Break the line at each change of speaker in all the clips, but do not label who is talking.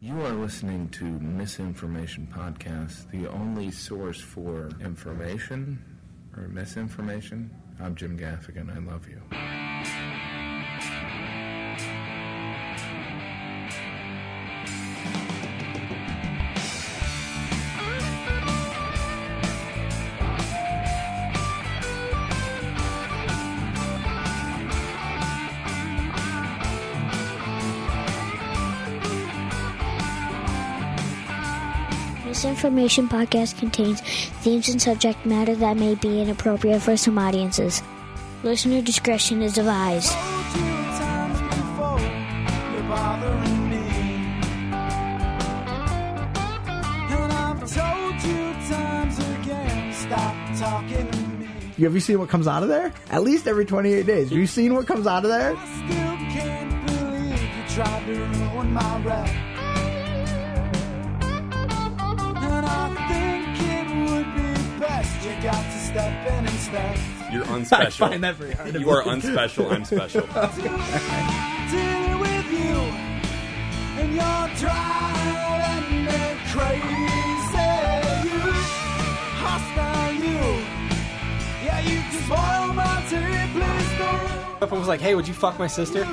You are listening to Misinformation Podcast, the only source for information or misinformation. I'm Jim Gaffigan. I love you.
Misinformation podcast contains themes and subject matter that may be inappropriate for some audiences. Listener discretion is advised.
You have you seen what comes out of there? At least every 28 days. Have you seen what comes out of there?
You're unspecial.
find that very hard to
You are unspecial. I'm special.
If I was like, hey, would you fuck my sister?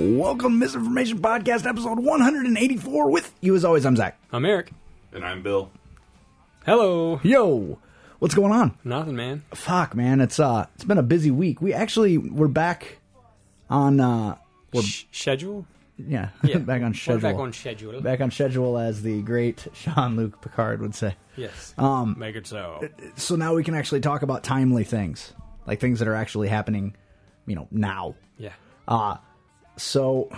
Welcome, Misinformation Podcast, episode 184. With you, as always, I'm Zach.
I'm Eric.
and I'm Bill.
Hello.
Yo, what's going on?
Nothing, man.
Fuck, man, it's uh, it's been a busy week. We actually we're back on uh,
Sh- schedule?
yeah, back on
We're
schedule.
back on schedule.
Back on schedule, as the great Sean Luke Picard would say.
Yes. Um, Make it so.
So now we can actually talk about timely things, like things that are actually happening, you know, now.
yeah.
So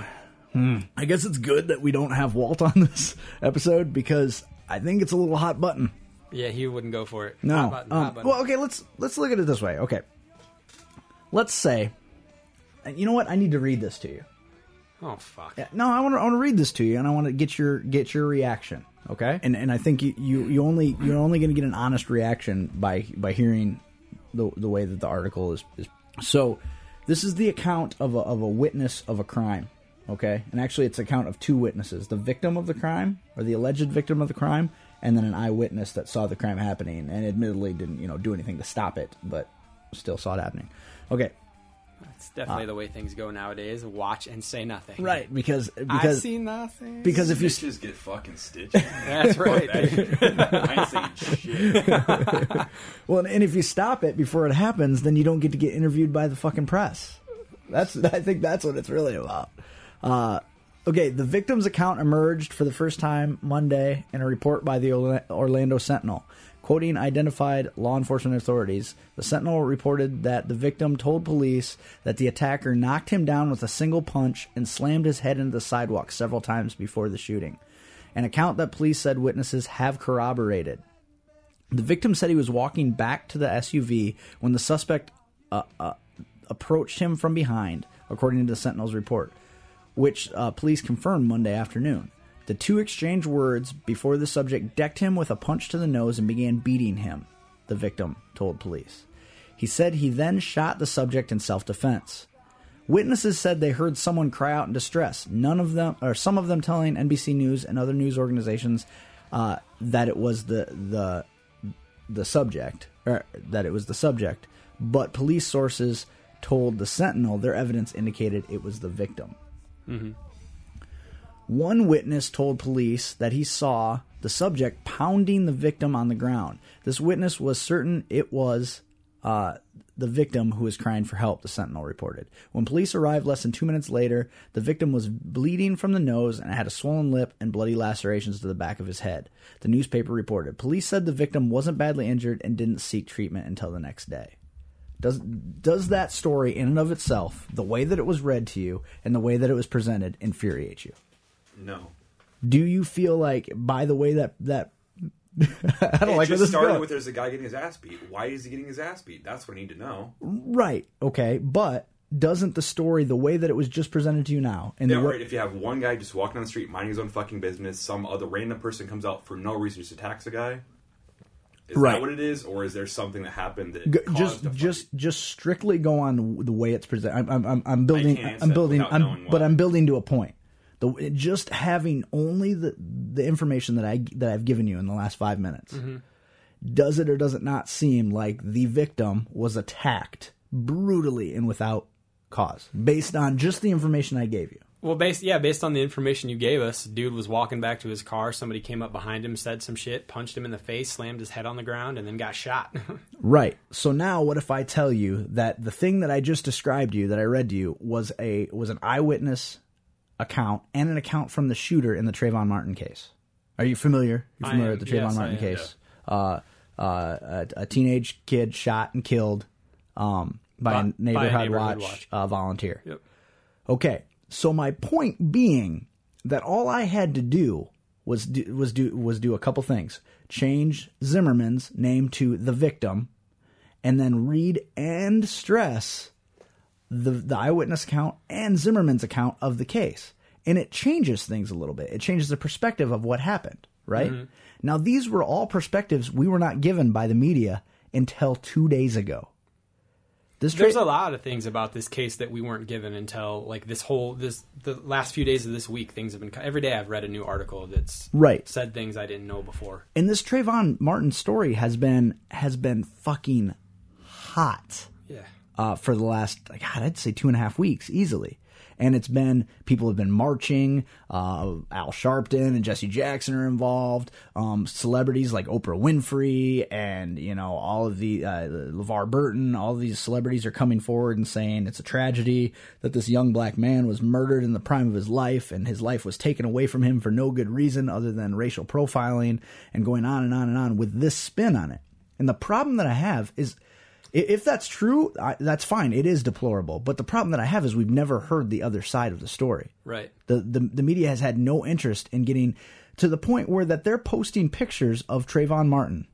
I guess it's good that we don't have Walt on this episode because I think it's a little hot button.
Yeah, he wouldn't go for it.
No.
Hot button,
Um,
hot button.
Well, okay, let's let's look at it this way. Okay. Let's say and you know what? I need to read this to you.
oh, fuck.
Yeah, No, I want to I want to read this to you and I want to get your get your reaction, okay? And and I think you you, you only you're only going to get an honest reaction by by hearing the the way that the article is is So, this is the account of a of a witness of a crime, okay? And actually it's account of two witnesses, the victim of the crime or the alleged victim of the crime and then an eyewitness that saw the crime happening and admittedly didn't, you know, do anything to stop it, but still saw it happening. Okay.
It's definitely the way things go nowadays. Watch and say nothing.
Uh, Right, because
I
because
see nothing.
because if you
Bitches get fucking stitches.
That's right. dude.
I ain't saying shit.
Well, and if you stop it before it happens, then you don't get to get interviewed by the fucking press. That's I think that's what it's really about. Uh, okay, the victim's account emerged for the first time Monday in a report by the Orla- Orlando Sentinel. Quoting identified law enforcement authorities, the Sentinel reported that the victim told police that the attacker knocked him down with a single punch and slammed his head into the sidewalk several times before the shooting. An account that police said witnesses have corroborated. The victim said he was walking back to the SUV when the suspect uh, uh, approached him from behind, according to the Sentinel's report, which uh, police confirmed Monday afternoon. The two exchanged words before the subject decked him with a punch to the nose and began beating him, the victim told police. He said he then shot the subject in self defense. Witnesses said they heard someone cry out in distress. None of them, or some of them, telling NBC News and other news organizations uh, that it was the the the subject, or that it was the subject. But police sources told the Sentinel their evidence indicated it was the victim. One witness told police that he saw the subject pounding the victim on the ground. This witness was certain it was uh, the victim who was crying for help, the Sentinel reported. When police arrived less than two minutes later, the victim was bleeding from the nose and had a swollen lip and bloody lacerations to the back of his head, the newspaper reported. Police said the victim wasn't badly injured and didn't seek treatment until the next day. Does does that story in and of itself, the way that it was read to you and the way that it was presented, infuriate you?
No.
do you feel like by the way that that I don't
It
like where
just
this is
started
going.
with there's a guy getting his ass beat. Why is he getting his ass beat? That's what I need to know.
right okay but doesn't the story the way that it was just presented to you now and
Yeah,
the way-
right. If you have one guy just walking down the street minding his own fucking business, some other random person comes out for no reason just attacks a guy. Is
Right.
that what it is, or is there something that happened that
Go-
caused
just
the fight?
just just strictly go on w- the way it's presented. I'm I'm I'm, I'm building
can't answer
I'm
that
building
without
I'm,
knowing
but
why.
I'm building to a point. The it- just having only the the information that I that I've given you in the last five minutes does it or does it not seem like the victim was attacked brutally and without cause based on just the information I gave you.
Well, based yeah, based on the information you gave us, dude was walking back to his car. Somebody came up behind him, said some shit, punched him in the face, slammed his head on the ground, and then got shot.
Right. So now what if I tell you that the thing that I just described to you that I read to you was a was an eyewitness account and an account from the shooter in the Trayvon Martin case. Are you familiar? You're
I
familiar
am.
with the Trayvon
Yes, I
Martin
am.
case. Uh, uh, a, a teenage kid shot and killed um, by, a
By- by a
neighborhood,
neighborhood
watch,
watch.
Uh, volunteer.
Yep.
Okay. So my point being that all I had to do was do, was do was do a couple things. Change Zimmerman's name to the victim and then read and stress the the eyewitness account and Zimmerman's account of the case. And it changes things a little bit. It changes the perspective of what happened, right? Now these were all perspectives we were not given by the media until 2 days ago. This
There's
tra-
a lot of things about this case that we weren't given until like this whole this the last few days of this week. Things have been co- every day. I've read a new article that's
Right.
said things I didn't know before.
and this Trayvon Martin story has been has been fucking hot
Yeah.
uh, for the last God, I'd say two and a half weeks easily. And it's been people have been marching. Uh, Al Sharpton and Jesse Jackson are involved. Um, celebrities like Oprah Winfrey and you know all of the uh, LeVar Burton. All of these celebrities are coming forward and saying it's a tragedy that this young black man was murdered in the prime of his life and his life was taken away from him for no good reason other than racial profiling and going on and on and on with this spin on it. And the problem that I have is I- If that's true, I, that's fine. It is deplorable. But the problem that I have is we've never heard the other side of the story.
Right.
The, the the media has had no interest in getting to the point where that they're posting pictures of Trayvon Martin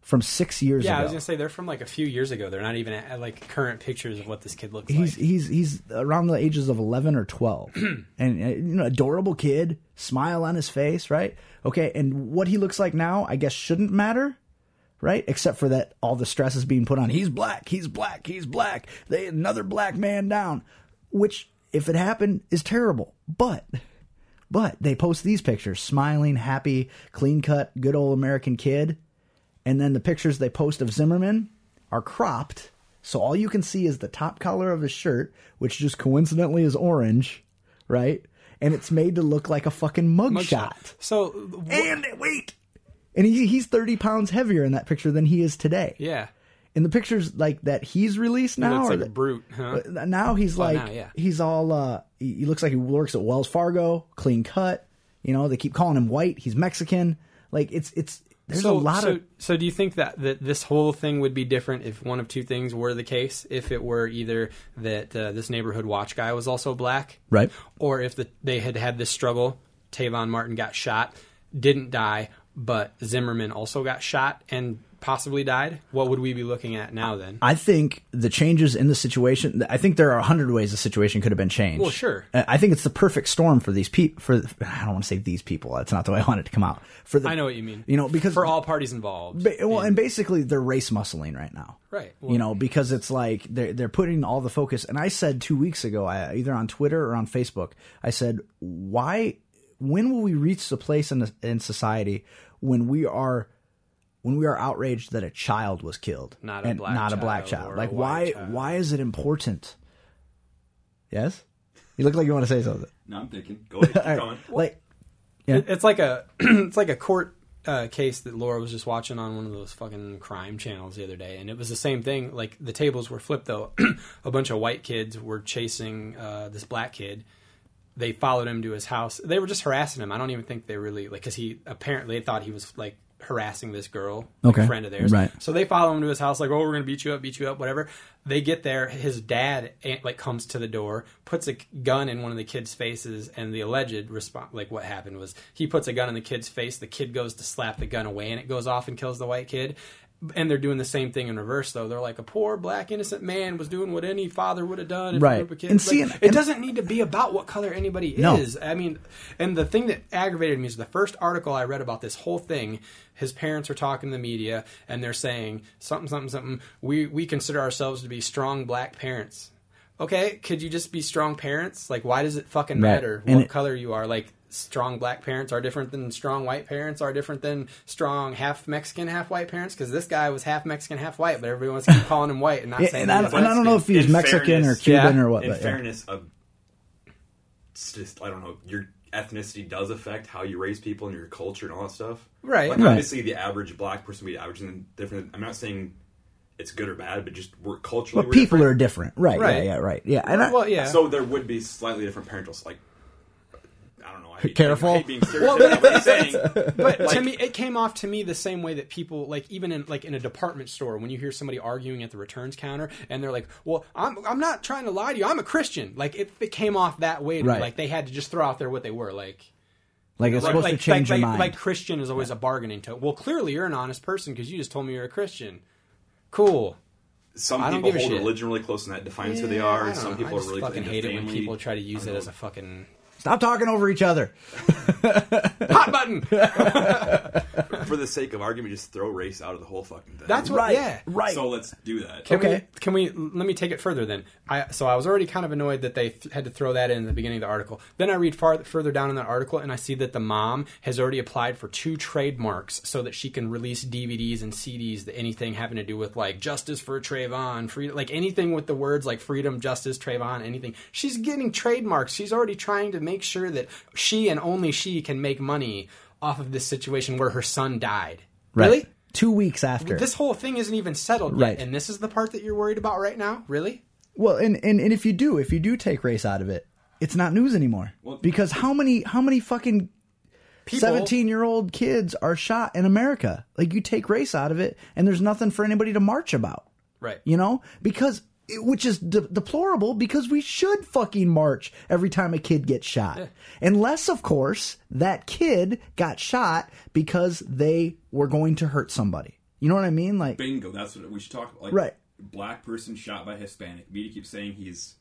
from six years
Yeah,
ago.
I was gonna say they're from like a few years ago. They're not even at, like current pictures of what this kid looks
he's
like.
he's he's around the ages of 11 or 12 and uh, you know adorable kid smile on his face right okay and what he looks like now i guess shouldn't matter right except for that all the stress is being put on he's black he's black he's black they another black man down which if it happened is terrible but but they post these pictures smiling happy clean cut good old american kid and then the pictures they post of Zimmerman are cropped, so all you can see is the top collar of his shirt, which just coincidentally is orange, right? And it's made to look like a fucking mugshot.
So wh-
And wait, and he, he's thirty pounds heavier in that picture than he is today.
yeah,
In the pictures like that he's released
he
now,
looks
or
like a
that-
brute. Huh?
uh, now he's like
now, yeah.
he's all uh he he looks like he works at Wells Fargo, clean cut. You know they keep calling him white. He's Mexican. Like it's it's there's a lot
so,
of
so do you think that, that this whole thing would be different if one of two things were the case? If it were either that uh, this neighborhood watch guy was also black,
Right.
Or if the, they had had this struggle, Tavon Martin got shot, didn't die, but Zimmerman also got shot and possibly died. What would we be looking at now then?
I think the changes in the situation. I think there are a hundred ways the situation could have been changed.
Well, sure.
I I think it's the perfect storm for these people. For I don't want to say these people. That's not the way I want it to come out. For the,
I know what you mean.
You know, because
for all parties involved,
ba- well, and basically they're race muscling right now.
Right.
you know, because it's like they're they're putting all the focus. And I said two weeks ago, I, either on Twitter or on Facebook, I said, why? When will we reach the place in in society when we are when we are outraged that a child was killed,
Not a
and
black
not a black
child
child?
or a
Like why
white child.
why is it important? Yes, you look like you want to say something.
No, I'm thinking. Go ahead, keep going.
Like
it's like a it's like a court uh, case that Laura was just watching on one of those fucking crime channels the other day, and it was the same thing. Like the tables were flipped though. a bunch of white kids were chasing uh, this black kid. They followed him to his house. They were just harassing him. I don't even think they really like because he apparently thought he was like harassing this girl, like,
Okay.
a friend of theirs.
Right.
So they follow him to his house, like, oh, we're gonna beat you up, beat you up, whatever. They get there, his dad eh, like comes to the door, puts a gun in one of the kids' faces, and the alleged response, like what happened was he puts a gun in the kid's face. The kid goes to slap the gun away, and it goes off and kills the white kid. and they're doing the same thing in reverse though. They're like a poor black innocent man was doing what any father would have done. If
Right.
a group of kids-
And
like,
see, and-
it
and-
doesn't need to be about what color anybody
No.
is. I mean, and the thing that aggravated me is the first article I read about this whole thing. His parents are talking to the media and they're saying something, something, something. We we consider ourselves to be strong black parents. Okay, could you just be strong parents? Like, why does it fucking
Right.
matter
And
what
it-
color you are? Like, strong black parents are different than strong white parents are different than strong half Mexican, half white parents. Because this guy was half Mexican, half white, but everyone wants to keep calling him white and not
Yeah,
saying.
and, I,
he was
and I don't know if he was
In
Mexican or
fairness-
Cuban
Yeah.
or what.
in
But, yeah.
fairness, of it's just I don't know your ethnicity does affect how you raise people and your culture and all that stuff.
Right.
Like
Right.
obviously, the average black person would be average and different. I'm not saying it's good or bad, but just we're culturally
But
we're
people
different.
are different, right?
Right.
Yeah, yeah, right. Yeah, and I,
Well, yeah.
So there would be slightly different parental like. I don't know. I hate,
Careful.
I hate being stereotypical. but I'm saying,
but to me, it came off to me the same way that people like even in like in a department store when you hear somebody arguing at the returns counter and they're like, "Well, I'm I'm not trying to lie to you. I'm a Christian." Like it, it came off that way. To me.
Right.
Like they had to just throw out there what they were. Like
like it's
like
supposed
like,
to change
like,
your
like,
mind.
like Christian is always a bargaining token. Well, clearly you're an honest person because you just told me you're a Christian. Cool.
some
I don't
people
give a
hold
shit.
religion really close, and that defines who they
Yeah, I
are.
don't
Some
know.
people
I
are
just
really
fucking
into
hate it when
family.
people try to use
I
it
don't
as a
know.
fucking
Stop talking over each other.
hot button.
for the sake of argument, just throw race out of the whole fucking thing.
That's what.
Right,
Yeah.
right.
So let's do that.
Can
Okay.
We, can we? Let me take it further then. I so I was already kind of annoyed that they th- had to throw that in at the beginning of the article. Then I read far further down in that article and I see that the mom has already applied for two trademarks so that she can release DVDs and CDs that anything having to do with like justice for Trayvon, freedom, like anything with the words like freedom, justice, Trayvon, anything. She's getting trademarks. She's already trying to make sure that she and only she can make money off of this situation where her son died. Really?
Right. Two weeks after.
This whole thing isn't even settled
Right.
yet, and this is the part that you're worried about right now. Really?
Well, and, and and if you do, if you do take race out of it, it's not news anymore. because how many how many fucking seventeen year old kids are shot in America? Like you take race out of it, and there's nothing for anybody to march about.
Right.
You know, because which is de- deplorable because we should fucking march every time a kid gets shot. Unless of course that kid got shot because they were going to hurt somebody. You know what I mean? Like
Bingo. That's what we should talk about. Like,
Right.
Black person shot by Hispanic. Media keeps saying he's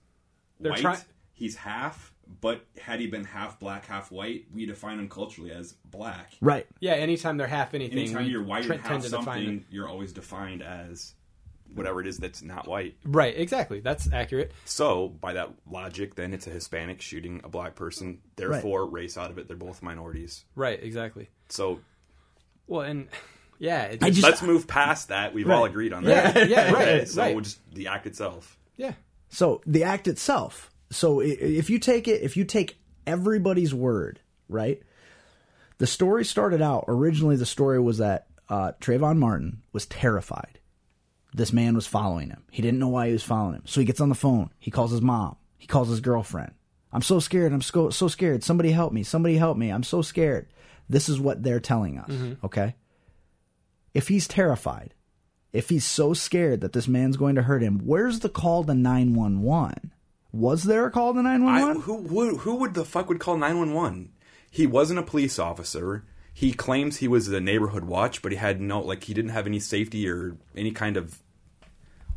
They're
white.
try-
he's half, but had he been half black, half white, we define him culturally as black.
right.
Yeah. Anytime they're half anything,
Anytime
we
you're white
tre-
and half
define
something, you're always defined as
Whatever it is that's not white.
it. Right. Exactly. That's accurate.
So, by that logic, then it's a Hispanic shooting a black person. Therefore, race out of it. They're both minorities.
Right. Exactly.
So,
Well, and yeah, it
I
just-
just
let's move past that. We've all agreed on that.
yeah, yeah, right,
So,
right.
we'll just the act itself.
yeah.
So the act itself. So i- if you take it, if you take everybody's word, right? The story started out originally. The story was that uh, Trayvon Martin was terrified. This man was following him. He didn't know why he was following him. So he gets on the phone. He calls his mom. He calls his girlfriend. I'm so scared. I'm so, so scared. Somebody help me. Somebody help me. I'm so scared. This is what they're telling us.
Mm-hmm.
Okay. If he's terrified, if he's so scared that this man's going to hurt him, where's the call to 911? Was there a call to
I,
911?
who would who would the fuck would call nine one one? He wasn't a police officer. He claims he was the neighborhood watch, but he had no like he didn't have any safety or any kind of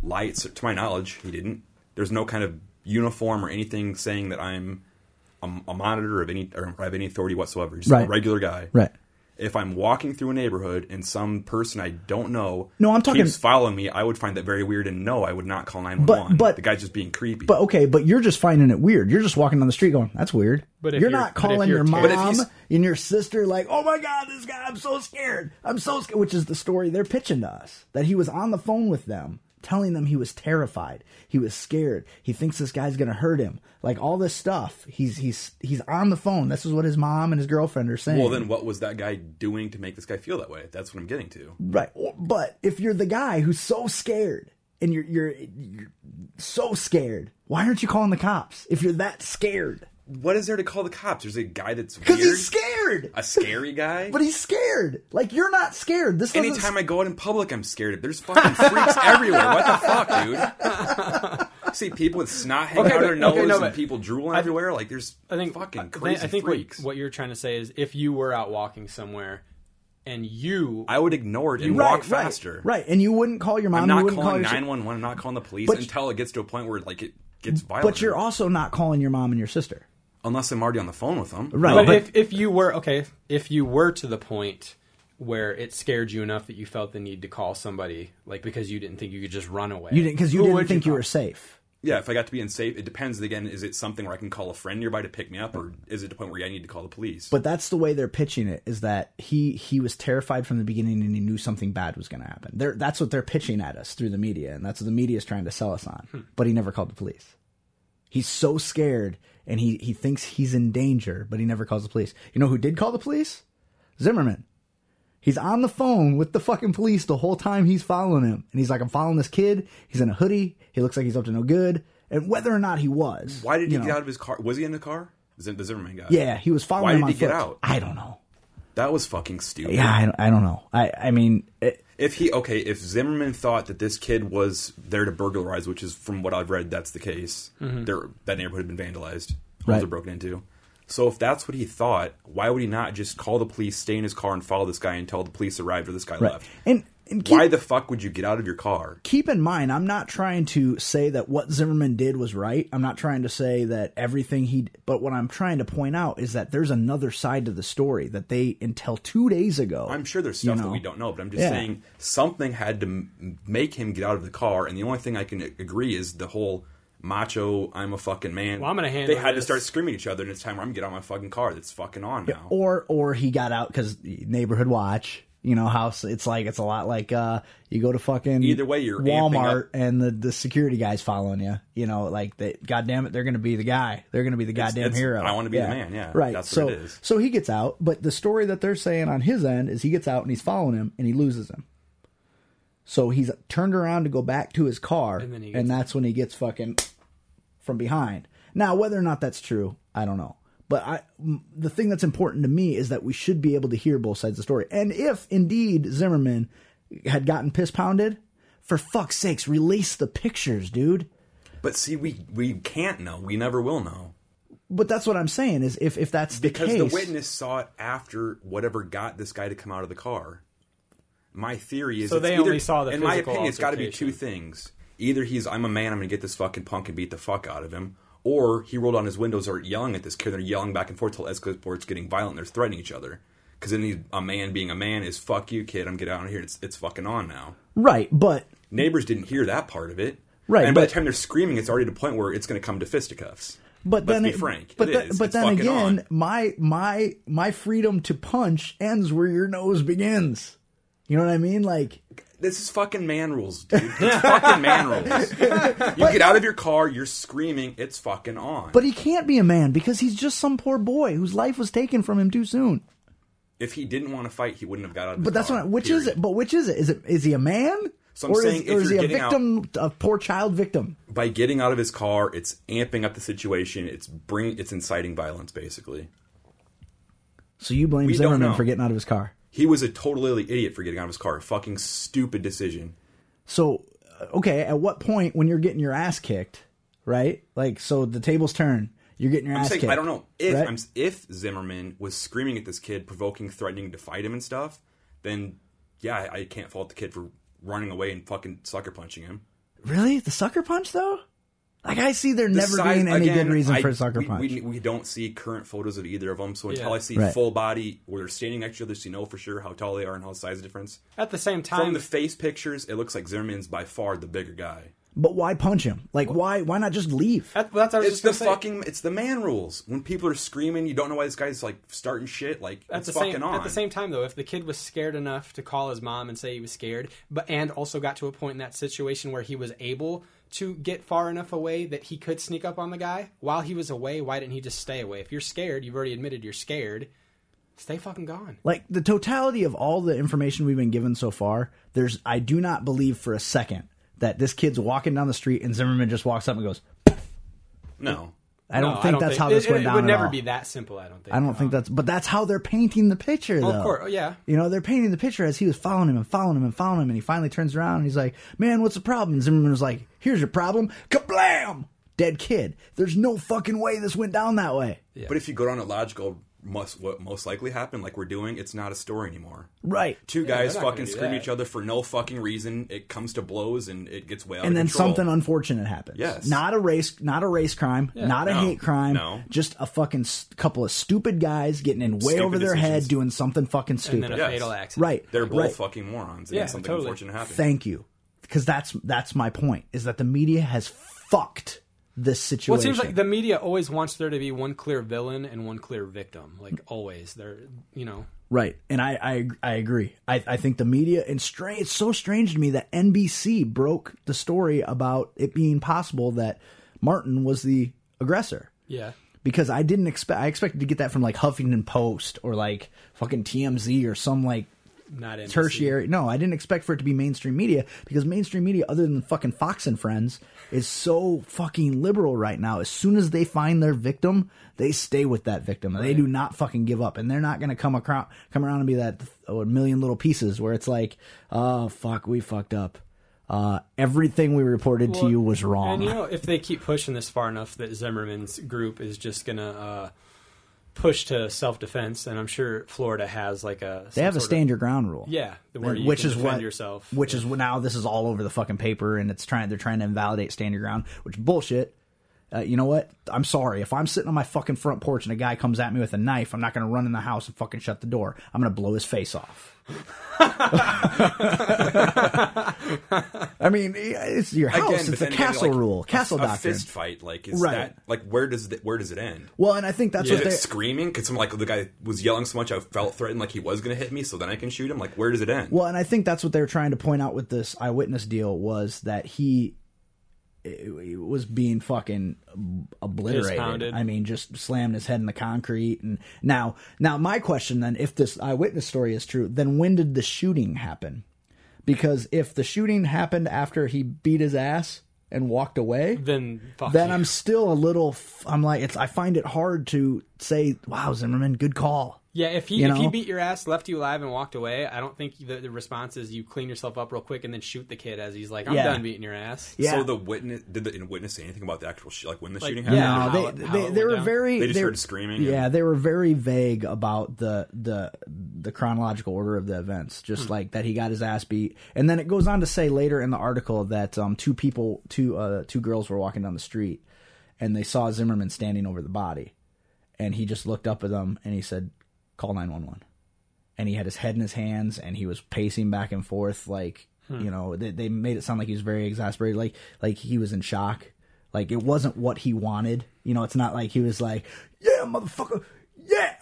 lights. To my knowledge, he didn't. There's no kind of uniform or anything saying that I'm a, a monitor of any or I have any authority whatsoever. Just a
Right.
regular guy.
Right.
If I'm walking through a neighborhood and some person I don't know
No, I'm talking-
keeps following me, I would find that very weird. And no, I would not call nine one
But-
one.
but-
the guy's just being creepy.
But okay, but you're just finding it weird. You're just walking down the street going, "That's weird."
But if
you're,
you're-
not
but if
calling
you're
your
ter- But
if
mom
he's-
and your sister like, "Oh my god, this guy! I'm so scared. I'm so scared." Which is the story they're pitching to us that he was on the phone with them, telling them he was terrified, he was scared, he thinks this guy's gonna hurt him, like all this stuff. He's he's he's on the phone. This is what his mom and his girlfriend are saying.
Well, then what was that guy doing to make this guy feel that way? That's what I'm getting to.
Right. Or- But if you're the guy who's so scared and you're you're, you're so scared, why aren't you calling the cops if you're that scared?
What is there to call the cops? There's a guy that's weird,
Because he's scared.
a scary guy.
But he's scared. Like you're not scared. This doesn't.
Anytime I go out in public, I'm scared. There's fucking freaks everywhere. What the fuck, dude? See people with snot hanging
Okay,
out their
but-
nose
okay, no,
and
but-
people drooling everywhere. Like there's
I think
fucking
I think-
crazy
I think
freaks.
what, what you're trying to say is if you were out walking somewhere and you
I would ignore it and
right,
walk faster.
Right, right, and you wouldn't call your mom.
I'm not
you wouldn't call
calling
your si-
911. I'm not calling the police
But-
until it gets to a point where like it gets violent.
But you're also not calling your mom and your sister.
unless I'm already on the phone with them.
Right.
but,
but-
if, if you were okay if you were to the point where it scared you enough that you felt the need to call somebody like because you didn't think you could just run away
You didn't because you
who
didn't
would
think you,
call?
were safe.
Yeah, if I got to be in safe, it depends. Again, is it something where I can call a friend nearby to pick me up, or is it the point where I need to call the police?
But that's the way they're pitching it is that he he was terrified from the beginning and he knew something bad was going to happen. They're, that's what they're pitching at us through the media and that's what the media is trying to sell us on.
Hmm.
But he never called the police. He's so scared and he he thinks he's in danger, but he never calls the police. You know who did call the police? Zimmerman. He's on the phone with the fucking police the whole time he's following him. And he's like, I'm following this kid. He's in a hoodie. He looks like he's up to no good. And whether or not he was.
why did he
you
get
know-
out of his car? Was he in the car? Zim- The Zimmerman guy.
Yeah, he was following
Why
him
did
on
he get
foot.
out?
I don't know.
that was fucking stupid.
Yeah, I don't, I don't know. I, I mean, it,
If he okay, if Zimmerman thought that this kid was there to burglarize, which is from what I've read, that's the case. There, that neighborhood had been vandalized, homes
Right.
were broken into. So if that's what he thought, why would he not just call the police, stay in his car, and follow this guy until the police arrived or this guy
right.
left?
And, and keep,
Why the fuck would you get out of your car?
keep in mind, I'm not trying to say that what Zimmerman did was right. I'm not trying to say that everything he. But what I'm trying to point out is that there's another side to the story that they, until two days ago,
I'm sure there's
you
stuff that
know.
we don't know, but I'm just
Yeah.
saying something had to m- make him get out of the car, and the only thing I can a- agree is the whole macho "I'm a fucking man."
Well, I'm gonna handle
They had
this.
to start screaming at each other, and it's time where I'm gonna get out of my fucking car. That's fucking on now.
or or he got out because neighborhood watch. You know, house. It's like it's a lot like uh, you go to fucking
Either way, you're amping
Walmart
up-
and the, the security guy's following you. You know, like they, God damn it, they're going to be the guy. They're going to be the goddamn
it's-
hero.
I wanna be the man, yeah.
right.
That's
so
what it is.
so he gets out, but the story that they're saying on his end is he gets out and he's following him and he loses him. So he's turned around to go back to his car, and,
then he gets-
that's when he gets fucking from behind. Now, whether or not that's true, I don't know. But I, m- the thing that's important to me is that we should be able to hear both sides of the story. And if indeed Zimmerman had gotten piss pounded, for fuck's sakes, release the pictures, dude.
But see, we we can't know. We never will know
But that's what I'm saying is if if that's
because
the
the
case,
witness saw it after whatever got this guy to come out of the car. My theory is
So
it's
they
either,
only saw the
In my
physical
opinion, it's got to be
altercation.
two things: either he's I'm a man, I'm gonna get this fucking punk and beat the fuck out of him, or he rolled down his windows or yelling at this kid. They're yelling back and forth till escorts getting violent. and They're threatening each other. Because then he- a man being a man is fuck you, kid. I'm getting out of here. It's it's fucking on now.
right? But
Neighbors didn't hear that part of it.
Right,
And by
but-
the time they're screaming, it's already at a point where it's going to come to fisticuffs.
but
Let's
then
be
it-
frank.
but
It
then-
is.
but
It's
then
fucking
again,
on.
my my my freedom to punch ends where your nose begins. You know what I mean? Like
This is fucking man rules, dude. It's fucking man rules. You get out of your car, you're screaming, it's fucking on.
But he can't be a man because he's just some poor boy whose life was taken from him too soon.
if he didn't want to fight, he wouldn't have got out of his
But that's
car,
not which is
period.
it? But which is it? Is it is he a man?
So I'm
or
saying
is,
if
or is
you're
he a
getting out-
victim, a poor child victim?
By getting out of his car, it's amping up the situation. It's bring it's inciting violence basically.
So you blame
We don't
Zimmerman
know.
for getting out of his car.
He was a total idiot for getting out of his car. A fucking stupid decision.
So uh, okay, at what point when you're getting your ass kicked, right? Like so, the tables turn. You're getting your
I'm
ass
saying
kicked.
I don't know if
right?
I'm, s- if Zimmerman was screaming at this kid, provoking, threatening to fight him and stuff. Then yeah, I, I can't fault the kid for running away and fucking sucker punching him.
really the sucker punch though. Like I see there never
size-
being any
again,
good reason
I-
for a sucker
we,
punch.
We, we don't see current photos of either of them, so until
Yeah.
I see
Right.
full body where they're standing next to each other, so you know for sure how tall they are and how size difference.
at the same
From
time
the face pictures, it looks like Zimmerman's by far the bigger guy.
but why punch him? Like why? Why not just leave?
that- that's what I was
It's
just
the
gonna say.
fucking it's the man rules. When people are screaming, you don't know why this guy's like starting shit. Like
at
it's
the
fucking
same
on.
at the same time though if the kid was scared enough to call his mom and say he was scared but and also got to a point in that situation where he was able to get far enough away that he could sneak up on the guy while he was away why didn't he just stay away if you're scared you've already admitted you're scared stay fucking gone
like the totality of all the information we've been given so far there's i do not believe for a second that this kid's walking down the street and zimmerman just walks up and goes
no.
i don't
No,
think that's how
it-
this
it,
went
it
down
would
at
never
all.
be that simple i don't think
i don't think that's but that's how they're painting the picture though
of course. Oh, yeah.
you know they're painting the picture as he was following him and following him and following him and he finally turns around and he's like man what's the problem and zimmerman was like here's your problem kablam dead kid there's no fucking way this went down that way
But if you go down a logical most what most likely happened, like we're doing, it's not a story anymore.
Right.
Two
they're
guys
not gonna
fucking
do
scream
that.
each other for no fucking reason. It comes to blows and it gets way out
and
of
then
control.
something unfortunate happens.
Yes.
Not a race, not a race crime, not a
No.
hate crime.
No.
Just a fucking s- couple of stupid guys getting in way
Stupid
over their
decisions.
head doing something fucking
and
stupid.
then a
Yes.
fatal accident.
right.
They're both
right.
fucking morons. And
Yeah,
then something
totally.
unfortunate happened.
Thank you. Because that's that's my point is that the media has fucked this situation.
Well, it seems like the media always wants there to be one clear villain and one clear victim. Like always, they're you know
Right, and I I, I agree. I, I think the media and strange. It's so strange to me that NBC broke the story about it being possible that Martin was the aggressor
yeah.
because I didn't expect. I expected to get that from like Huffington Post or like fucking TMZ or some like
Not NBC.
tertiary. No, I didn't expect for it to be mainstream media because mainstream media, other than fucking Fox and Friends, is so fucking liberal right now. As soon as they find their victim, they stay with that victim. They do not fucking give up, and they're not going to come across, come around and be that oh, a million little pieces where it's like, oh fuck, we fucked up. Uh, everything we reported to you was wrong.
And you know, if they keep pushing this far enough, that Zimmerman's group is just gonna uh, push to self defense, and I'm sure Florida has like a
they have a stand your ground rule.
yeah, where
And-
you
which
can
is
defend
what
yourself.
Which is what now this is all over the fucking paper, and it's trying. They're trying to invalidate stand your ground, which bullshit. Uh, you know what? I'm sorry. If I'm sitting on my fucking front porch and a guy comes at me with a knife, I'm not going to run in the house and fucking shut the door. I'm going to blow his face off. I mean, it's your house.
Again, but
it's a
then again,
castle
like,
rule,
a-
castle
a,
doctrine.
fist fight, like is
Right.
that like where does the, where does it end?
Well, and I think that's
Is
what
it
they.
screaming? Because I'm like the guy was yelling so much I felt threatened, like he was gonna hit me, so then I can shoot him. Like where does it end?
Well, and I think that's what they were trying to point out with this eyewitness deal was that he it, was being fucking obliterated.
Just pounded.
I mean, just slamming his head in the concrete. And now, now my question then, if this eyewitness story is true, then when did the shooting happen? Because if the shooting happened after he beat his ass and walked away,
then fuck
then
you.
I'm still a little. f- I'm like, it's. I find it hard to say, "Wow, Zimmerman, good call."
yeah. If he
you
if he
know?
beat your ass, left you alive, and walked away, I don't think the, the response is you clean yourself up real quick and then shoot the kid as he's like, I'm
Yeah.
done beating your ass.
Yeah.
So the witness did the witness say anything about the actual sh- like when the shooting happened?
yeah.
No,
how
they
it- how it
they, they
went
were
down.
very.
They just
were-
heard screaming
Yeah,
and-
they were very vague about the the the chronological order of the events. Just
Hmm.
like that, he got his ass beat, and then it goes on to say later in the article that um, two people, two uh, two girls were walking down the street, and they saw Zimmerman standing over the body, and he just looked up at them and he said, "Call nine one one." And he had his head in his hands, and he was pacing back and forth, like
Hmm.
you know, they, they made it sound like he was very exasperated, like like he was in shock. Like it wasn't what he wanted. You know, it's not like he was like, yeah, motherfucker, yeah,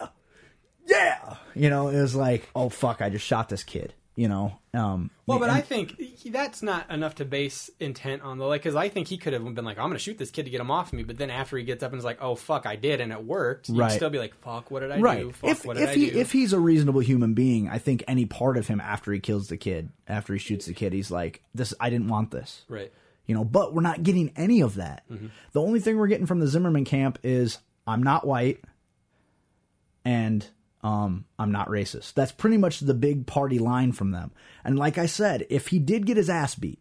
yeah. You know, it was like, oh fuck, I just shot this kid. You know, um,
Well, but
and-
I think he- that's not enough to base intent on the like because I think he could have been like, I'm going to shoot this kid to get him off me, but then after he gets up and is like, oh fuck, I did and it worked, you'd
Right.
still be like, fuck, what did I
right.
do? Fuck,
if
what did
if
I
he
do?
if he's a reasonable human being, I think any part of him after he kills the kid, after he shoots the kid, he's like, this, I didn't want this.
right,
you know but we're not getting any of that the only thing we're getting from the zimmerman camp is i'm not white and um, i'm not racist that's pretty much the big party line from them and like i said if he did get his ass beat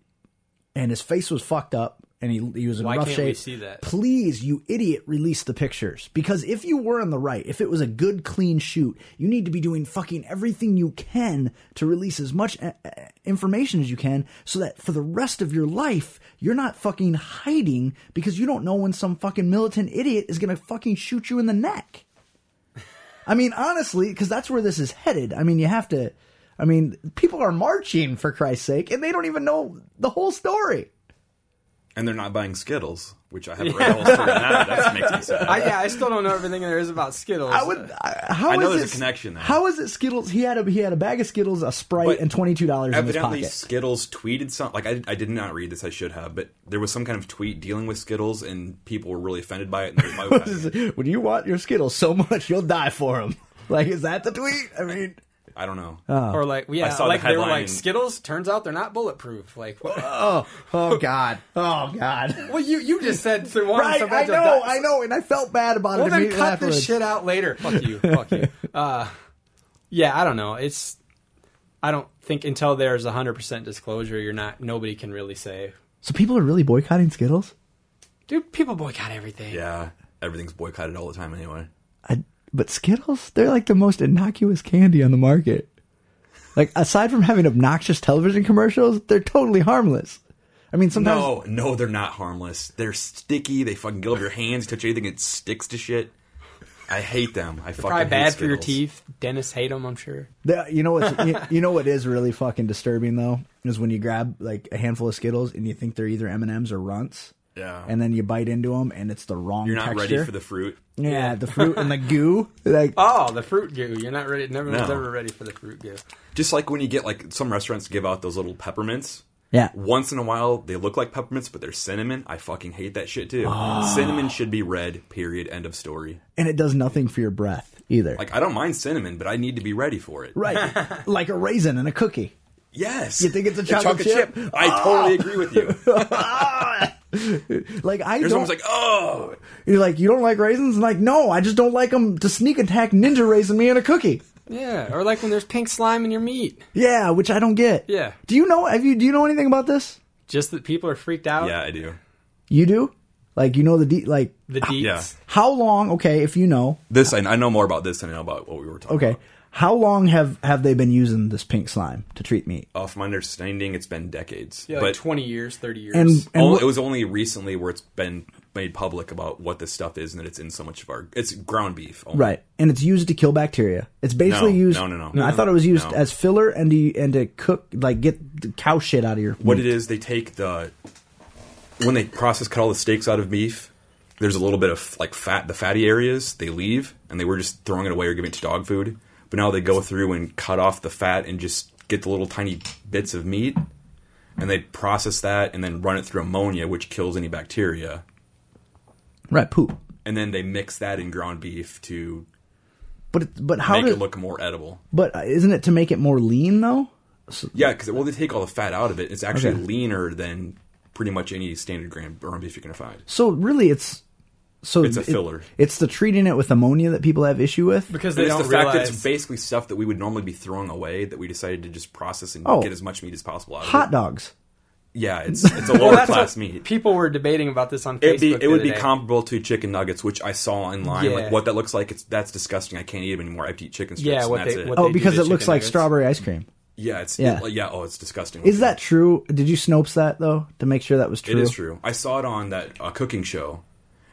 and his face was fucked up and he, he was in
Why
rough
can't we
shape
see that?
please you idiot release the pictures because if you were on the right if it was a good clean shoot you need to be doing fucking everything you can to release as much uh, uh, information as you can so that for the rest of your life you're not fucking hiding because you don't know when some fucking militant idiot is going to fucking shoot you in the neck i mean honestly because that's where this is headed i mean you have to i mean people are marching for christ's sake and they don't even know the whole story
And they're not buying Skittles, which I haven't read the whole story on that. That makes me sad.
I, yeah, I still don't know everything there is about Skittles.
I would. I, how
I know
is
there's
it,
a connection there.
How is it Skittles? He had a he had a bag of Skittles, a Sprite,
But
and twenty two dollars in his
Evidently,
pocket.
Skittles tweeted something. Like I, I did not read this. I should have, but there was some kind of tweet dealing with Skittles, and people were really offended by it. And they were-
When you want your Skittles so much, you'll die for them. Like, is that the tweet? I mean,
I don't know.
Oh,
or like, yeah,
saw the
like they were
headline
like
and-
Skittles. Turns out they're not bulletproof. Like, what?
oh, oh god, oh god.
well, you you just said to one.
Right,
so
I
bad to
know,
die.
I know, and I felt bad about
Well,
it.
then
immediately
cut
afterwards.
this shit out later. Fuck you. Fuck you. Uh, yeah, I don't know. It's. I don't think until there's 100% disclosure, you're not. Nobody can really say.
So people are really boycotting Skittles.
Dude, people boycott everything.
yeah, everything's boycotted all the time anyway.
I But Skittles, they're like the most innocuous candy on the market. Like aside from having obnoxious television commercials, they're totally harmless. I mean, sometimes
No, no, they're not harmless. They're sticky. They fucking go up your hands. You touch anything, it sticks to shit. I hate them. I fucking
Probably
hate
bad for your
Skittles.
teeth. Dentists hate them, I'm sure.
The- you know what? you, you know what is really fucking disturbing though is when you grab like a handful of Skittles and you think they're either M and M's or runts,
Yeah,
and then you bite into them and it's the wrong.
you're not
texture.
ready for the fruit.
yeah, the fruit and the goo. Like
Oh, the fruit goo. You're not ready. Never
No.
ever ready for the fruit goo.
Just like when you get like some restaurants give out those little peppermints.
yeah,
Once in a while, they look like peppermints, but they're cinnamon. I fucking hate that shit too.
Ah.
Cinnamon should be red. Period. End of story.
and it does nothing for your breath either.
Like I don't mind cinnamon, but I need to be ready for it.
right, like a raisin and a cookie.
Yes.
You think it's a
The
chocolate chip? Ah!
I totally agree with you.
Like I
There's
don't.
almost like, oh,
you're like you don't like raisins. And like no, I just don't like them to sneak attack ninja raisin me in a cookie.
Yeah, or like when there's pink slime in your meat.
Yeah, which I don't get.
Yeah.
Do you know? Have you? Do you know anything about this?
Just that people are freaked out.
yeah, I do.
You do. Like you know the de- like
The deets.
Yeah.
how long? Okay, if you know.
This I, I know more about this than I know about what we were talking.
Okay.
about.
How long have have they been using this pink slime to treat meat?
Off my understanding, it's been decades.
Yeah, like
but
20 years, 30 years.
And, and
only-
what-
it was only recently where it's been made public about what this stuff is and that it's in so much of our. It's ground beef. Only.
right, and it's used to kill bacteria. It's basically
No,
used.
no, no, no.
I thought it was used
No.
as filler and to and to cook like get the cow shit out of your.
What
meat.
it is, they take the when they process cut all the steaks out of beef. There's a little bit of like fat, the fatty areas they leave, and they were just throwing it away or giving it to dog food. But now they go through and cut off the fat and just get the little tiny bits of meat, and they process that and then run it through ammonia, which kills any bacteria.
Right, poop.
And then they mix that in ground beef to
But it, but how
make
did?
it look more edible.
but isn't it to make it more lean though?
Yeah, because well, they take all the fat out of it. It's actually
Okay.
leaner than pretty much any standard ground ground beef you're gonna find.
So really, it's so
It's a
it-
filler.
it's the treating it with ammonia that people have issue with.
because
And
they
it's
don't
the fact that
realize.
it's basically stuff that we would normally be throwing away that we decided to just process and
Oh.
get as much meat as possible out of
Hot
it.
dogs.
Yeah, it's it's a lower
that's
class
what
meat.
People were debating about this on
It'd
Facebook.
be,
the
it would
other
be
day.
comparable to chicken nuggets, which I saw online.
Yeah.
Like what that looks like, it's that's disgusting. I can't eat them anymore. I have to eat chicken strips.
Yeah,
and
what
that's
they-
it.
what
Oh,
do
because
the
it looks
chicken
like
nuggets.
strawberry ice cream.
yeah, it's
Yeah.
yeah. yeah, oh, it's disgusting.
Is that true? Did you Snopes that though to make sure that was
It
true?
is true. I saw it on that uh, cooking show,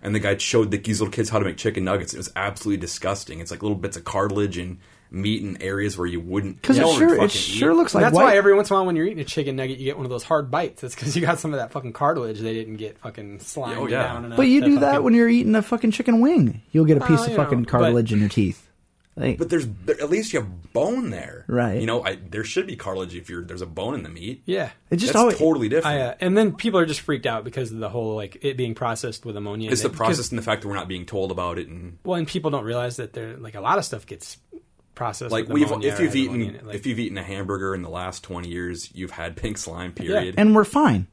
and the guy showed the, these little kids how to make chicken nuggets. It was absolutely disgusting. It's like little bits of cartilage and meat in areas where you wouldn't.
Because
no
it
one would
sure it
fucking
sure
eat.
looks like
that's
white.
why every once in a while when you're eating a chicken nugget, you get one of those hard bites. That's because you got some of that fucking cartilage they didn't get fucking slimed
Oh, yeah.
down. Enough
but you
to
do that
fucking-
when you're eating a fucking chicken wing. You'll get a piece
Well,
of
you know,
fucking
but-
cartilage in your teeth. Like,
But there's there, at least you have bone there,
Right.
You know, I, there should be cartilage if you're there's a bone in the meat.
Yeah.
it just
That's
always
totally different.
I, uh, and then people are just freaked out because of the whole like it being processed with ammonia.
it's the
and it- 'cause-
process and the fact that we're not being told about it, and
Well, and people don't realize that they're like a lot of stuff gets processed.
like
with
we've
ammonia
if
or
you've
has ammonia in
eaten
it, like-
if you've eaten a hamburger in the last twenty years, you've had pink slime. Period. Yeah,
and we're fine.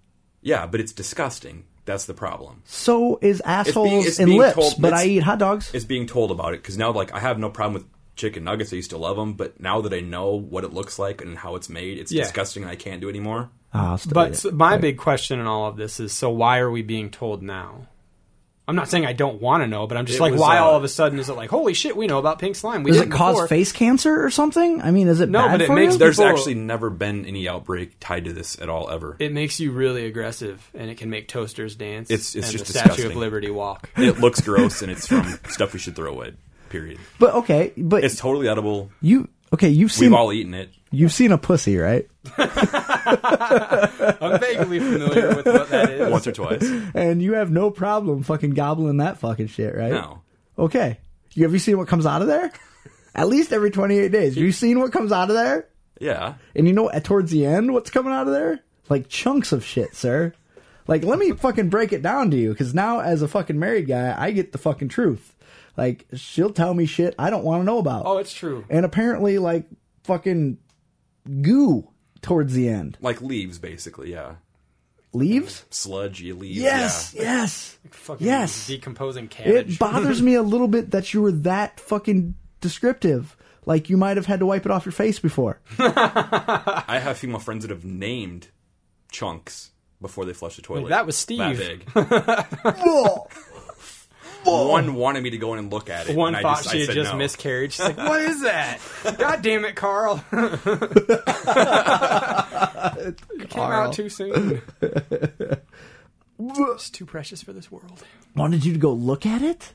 but it's disgusting. That's the problem.
So is assholes
it's
and
being
lips.
told-
but I
it's-
eat hot dogs.
It's being told about it because now, like, I have no problem with chicken nuggets. I used to love them, but now that I know what it looks like and how it's made, it's
Yeah.
disgusting, and I can't do it anymore.
Ah, I'll still eat
But
it.
so my big question in all of this is: so why are we being told now? I'm not saying I don't want to know, but I'm just
It
like,
was,
why
uh,
all of a sudden is it like, holy shit, we know about pink slime? We
does it
didn't
cause
before.
face cancer or something? I mean, is it
No,
bad
but it
for
makes
you?
their-
There's
People-
actually never been any outbreak tied to this at all ever.
It makes you really aggressive, and it can make toasters dance.
It's- it's
and
just
the Statue of
disgusting.
Liberty walk.
it looks gross and it's from stuff we should throw away. Period.
But okay, but
It's totally edible.
you okay? You've
We've
seen
all eaten it.
you've seen a pussy, right?
I'm vaguely familiar with what that is.
Once or twice.
And you have no problem fucking gobbling that fucking shit, right?
No.
Okay. You, have you seen what comes out of there? At least every 28 days. Have you seen what comes out of there?
Yeah.
And you know, at towards the end, what's coming out of there? Like chunks of shit, sir. Like, let me fucking break it down to you, because now as a fucking married guy, I get the fucking truth. Like, she'll tell me shit I don't want to know about.
Oh, it's true.
and apparently, like, fucking goo towards the end.
Like leaves, basically. Yeah.
Leaves?
Sludgy leaves.
Yes,
Yeah.
yes.
Fucking
Yes.
decomposing cabbage.
It bothers me a little bit that you were that fucking descriptive. Like you might have had to wipe it off your face before.
I have female friends that have named chunks before they flush the toilet.
that was Steve.
That big.
Whoa.
One wanted me to go in and look at it.
One
and I
thought
just, I
she had
said
just
no.
miscarried. She's like, "What is that? God damn it, Carl! You Came
Carl.
out too soon. it's too precious for this world."
Wanted you to go look at it?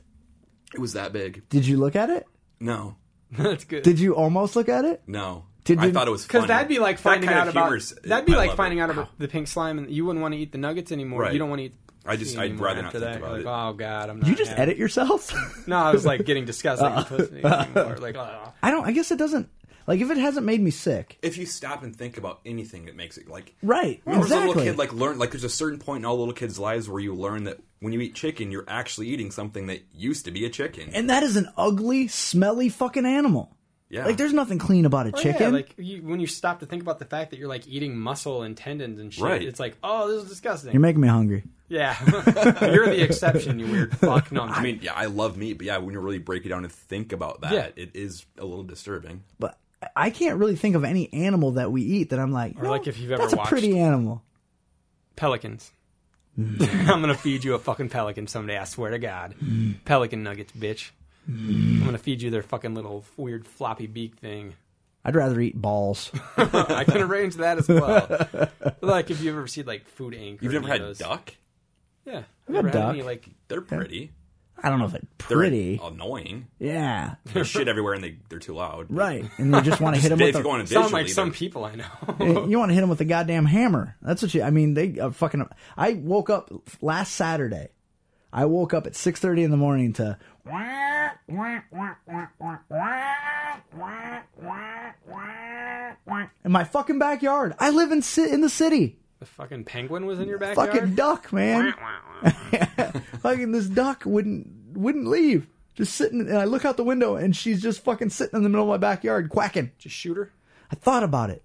It was that big.
Did you look at it?
No,
That's good.
Did you almost look at it?
no.
Did-
I
did-
thought it was
Because
because
that'd be like finding out about that'd be like finding
uh, it.
out about the pink slime, and you wouldn't want to eat the nuggets anymore.
Right.
You don't want to eat.
I just-
shit
I'd
anymore
rather not
after
think
that.
about
You're
it.
Like, oh god, I'm not.
You just
happy."
edit yourself?
No, I was like getting disgusted. and pussy anymore. Like, oh.
I don't. I guess it doesn't. Like if it hasn't made me sick,
If you stop and think about anything, it makes it like
right?
When I was a
exactly.
little kid, like learn like there's a certain point in all little kids' lives where you learn that when you eat chicken, you're actually eating something that used to be a chicken.
and that is an ugly, smelly fucking animal.
yeah,
Like there's nothing clean about a
Oh,
chicken.
Yeah, like you, when you stop to think about the fact that you're like eating muscle and tendons and shit,
Right.
it's like, oh, this is disgusting.
You're making me hungry.
yeah, you're the exception, you weird fuck. No, I'm
I mean, yeah, I love meat, but yeah, when you really break it down and think about that,
Yeah.
it is a little disturbing.
But I can't really think of any animal that we eat that I'm like. Or
like if you've ever
that's
watched-
a pretty animal.
pelicans.
Mm.
I'm gonna feed you a fucking pelican someday. I swear to God, pelican nuggets, bitch.
Mm.
I'm gonna feed you their fucking little weird floppy beak thing.
I'd rather eat balls.
I can arrange that as well. like if you've ever seen like Food Inc. or
You've never
any of
had
those.
duck?
Yeah, I've
had
never had
duck.
any like
They're pretty.
I don't know if it's
They're
pretty.
annoying.
yeah,
There's shit everywhere, and they they're too loud.
right. And you just want to hit them
If
with
you
a,
go on a
sound
visual
like
either.
some people I know.
you want to hit them with a goddamn hammer. That's what you. I mean, they are fucking. I woke up last Saturday. I woke up at six thirty in the morning to. In my fucking backyard. I live in ci- in the city.
the fucking penguin was in your backyard.
Fucking duck, man. fucking this duck wouldn't wouldn't leave. Just sitting, and I look out the window, and she's just fucking sitting in the middle of my backyard quacking.
Just shoot her.
I thought about it,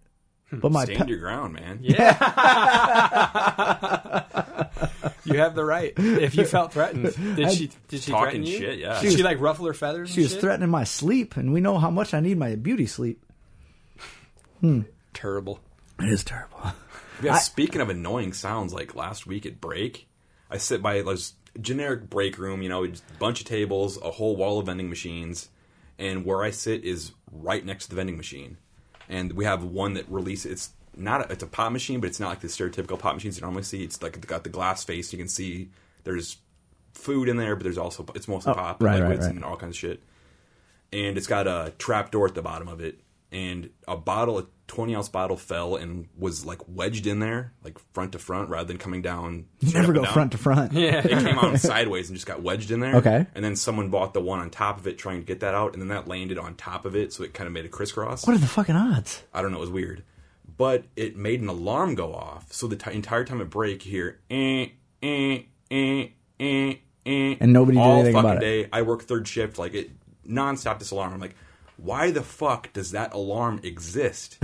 but my
Stand
pet,
your ground, man.
You have the right. If you felt threatened, did she? Did she
Talking
threaten you?
shit, yeah.
Did she like ruffle her feathers?
She
and
was
shit?
threatening my sleep, and we know how much I need my beauty sleep.
Terrible.
It is terrible.
Yeah, speaking of annoying sounds, like last week at break, I sit by a generic break room, you know, just a bunch of tables, a whole wall of vending machines, and where I sit is right next to the vending machine. And we have one that releases it's not a, it's a pop machine, but it's not like the stereotypical pop machines you normally see. It's like it's got the glass face, you can see there's food in there, but there's also it's mostly pop
Oh, right, right,
liquids
right.
and all kinds of shit. And it's got a trap door at the bottom of it, and a bottle, a twenty ounce bottle, fell and was like wedged in there, like front to front, rather than coming down.
You never go front to front.
Yeah.
It came out sideways and just got wedged in there.
Okay.
And then someone bought the one on top of it, trying to get that out, and then that landed on top of it, so it kind of made a crisscross.
What are the fucking odds?
I don't know, it was weird. But it made an alarm go off, so the t- entire time at break, you hear, eh, eh, eh, eh, eh,
And nobody did
all
anything
fucking
about it.
day. I work third shift, like it nonstop. This alarm, I'm like, why the fuck does that alarm exist?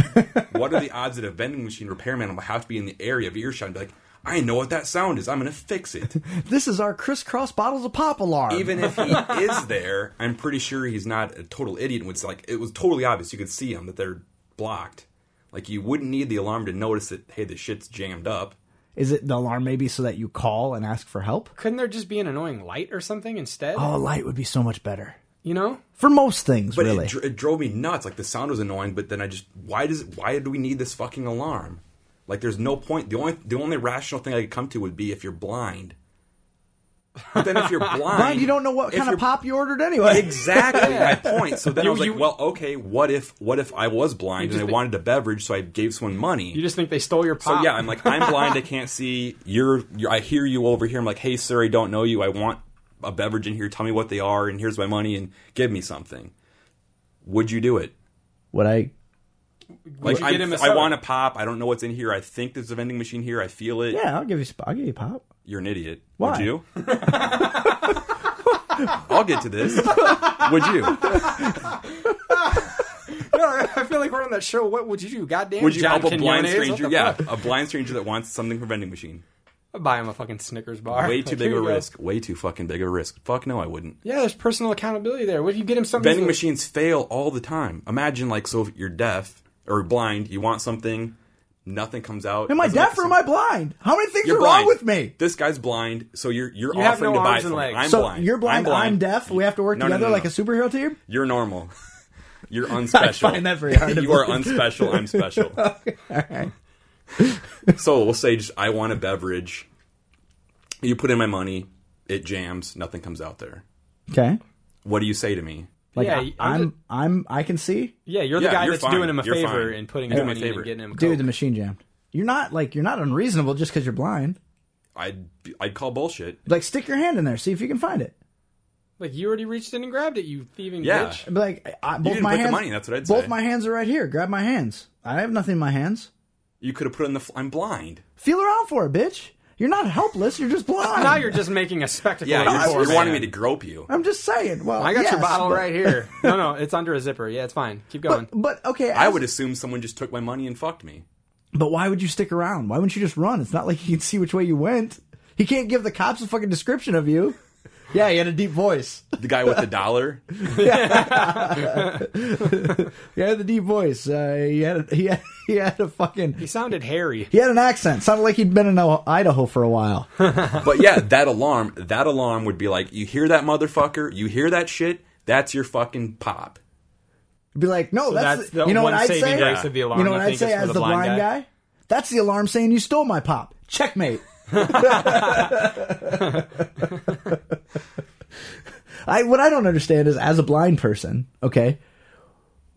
what are the odds that a vending machine repairman will have to be in the area of earshot and be like, I know what that sound is. I'm gonna fix it.
This is our crisscross bottles of pop alarm.
Even if he is there, I'm pretty sure he's not a total idiot. It's like it was totally obvious. You could see him that they're blocked. Like you wouldn't need the alarm to notice that hey, the shit's jammed up.
is it the alarm maybe so that you call and ask for help?
Couldn't there just be an annoying light or something instead?
Oh, a light would be so much better
You know,
for most things,
But
really.
it, dr- it drove me nuts. Like the sound was annoying, but then I just why does why do we need this fucking alarm? Like there's no point. The only the only rational thing I could come to would be if you're blind. But then if you're blind,
Brian, you don't know what
if
kind of
you're-
pop you ordered anyway.
Exactly my point. So then
You-
I was like,
you-
well, okay, what if what if I was blind and I
just-
wanted a beverage, so I gave someone money?
you just think they stole your
so
pop.
yeah, I'm like, I'm blind, I can't see. You're, you're, I hear you over here. I'm like, hey, sir, I don't know you. I want a beverage in here. Tell me what they are, and here's my money, and give me something. Would you do it?
Would I?
Would you
I'm-
get him a
I
soda?
want a pop. I don't know what's in here. I think there's a vending machine here. I feel it.
Yeah, I'll give you. sp- I'll give you pop.
You're an idiot.
Why?
Would you? I'll get to this. Would you?
I feel like we're on that show. What would you do? Goddamn,
Would you
John
help a blind
Quinones?
stranger?
What the
Yeah,
fuck?
a blind stranger that wants something from a vending machine.
I'd buy him a fucking Snickers bar.
Way too
Like,
big
here
of a
you go.
risk. Way too fucking big of a risk. Fuck no, I wouldn't.
Yeah, there's personal accountability there. What if you get him something?
Vending machines fail all the time. Imagine like so if you're deaf or blind, you want something, Nothing comes out.
Am I
Doesn't make
deaf or am
sense.
I blind? How many things
You're
are
blind.
wrong with me?
This guy's blind, so you're you're
You have
offering
no
to buy
arms
it
and
for me.
legs.
I'm
so
blind.
you're blind.
I'm blind.
deaf. We have to work
No, no,
together
no, no,
like
no.
a superhero team.
You're normal. You're unspecial.
find that very hard to
you are
believe.
unspecial. I'm special. so we'll say just, I want a beverage. You put in my money. It jams. Nothing comes out there.
Okay.
What do you say to me?
Like
Yeah,
I,
I'm
I'm, I'm, I can see.
Yeah, you're the
Yeah,
guy
you're
that's
fine.
doing him a
You're
favor
fine.
and putting
You're
his
my
money in and
favorite.
getting him.
Dude, the
coke.
machine jammed. You're not like you're not unreasonable just because you're blind.
I'd I'd call bullshit.
Like stick your hand in there, see if you can find it.
like you already reached in and grabbed it, you thieving
Yeah.
bitch.
I'd be like, I, both
didn't
my
put the
hands.
money, that's what I'd
both
say.
my hands are right here. Grab my hands. I have nothing in my hands.
You could have put it in the. Fl- I'm blind.
Feel around for it, bitch. You're not helpless. You're just blind.
Now you're just making a spectacle.
Yeah,
of
you're,
your
just-
poor
you're wanting me
man.
to grope you.
I'm just saying. Well,
I got
yes,
your bottle
but-
right here. No, no, it's under a zipper. Yeah, it's fine. Keep going.
But, but okay,
I
as-
would assume someone just took my money and fucked me.
But why would you stick around? Why wouldn't you just run? It's not like he can see which way you went. He can't give the cops a fucking description of you. Yeah, he had a deep voice.
The guy with the dollar.
He had the deep voice. Uh, he had a, he had he had a
he
fucking
sounded hairy.
he had an accent. Sounded like he'd been in O- Idaho for a while.
But yeah, that alarm, that alarm would be like, you hear that motherfucker, you hear that shit, that's your fucking pop.
Be like, no, that's,
that's
the,
the
you know
one
what I'd
saving
say.
grace of the alarm,
you know
I
what I'd
think,
say
is for
as
the
the blind,
blind
guy?
guy?
That's the alarm saying you stole my pop. Checkmate. I what I don't understand is as a blind person, okay,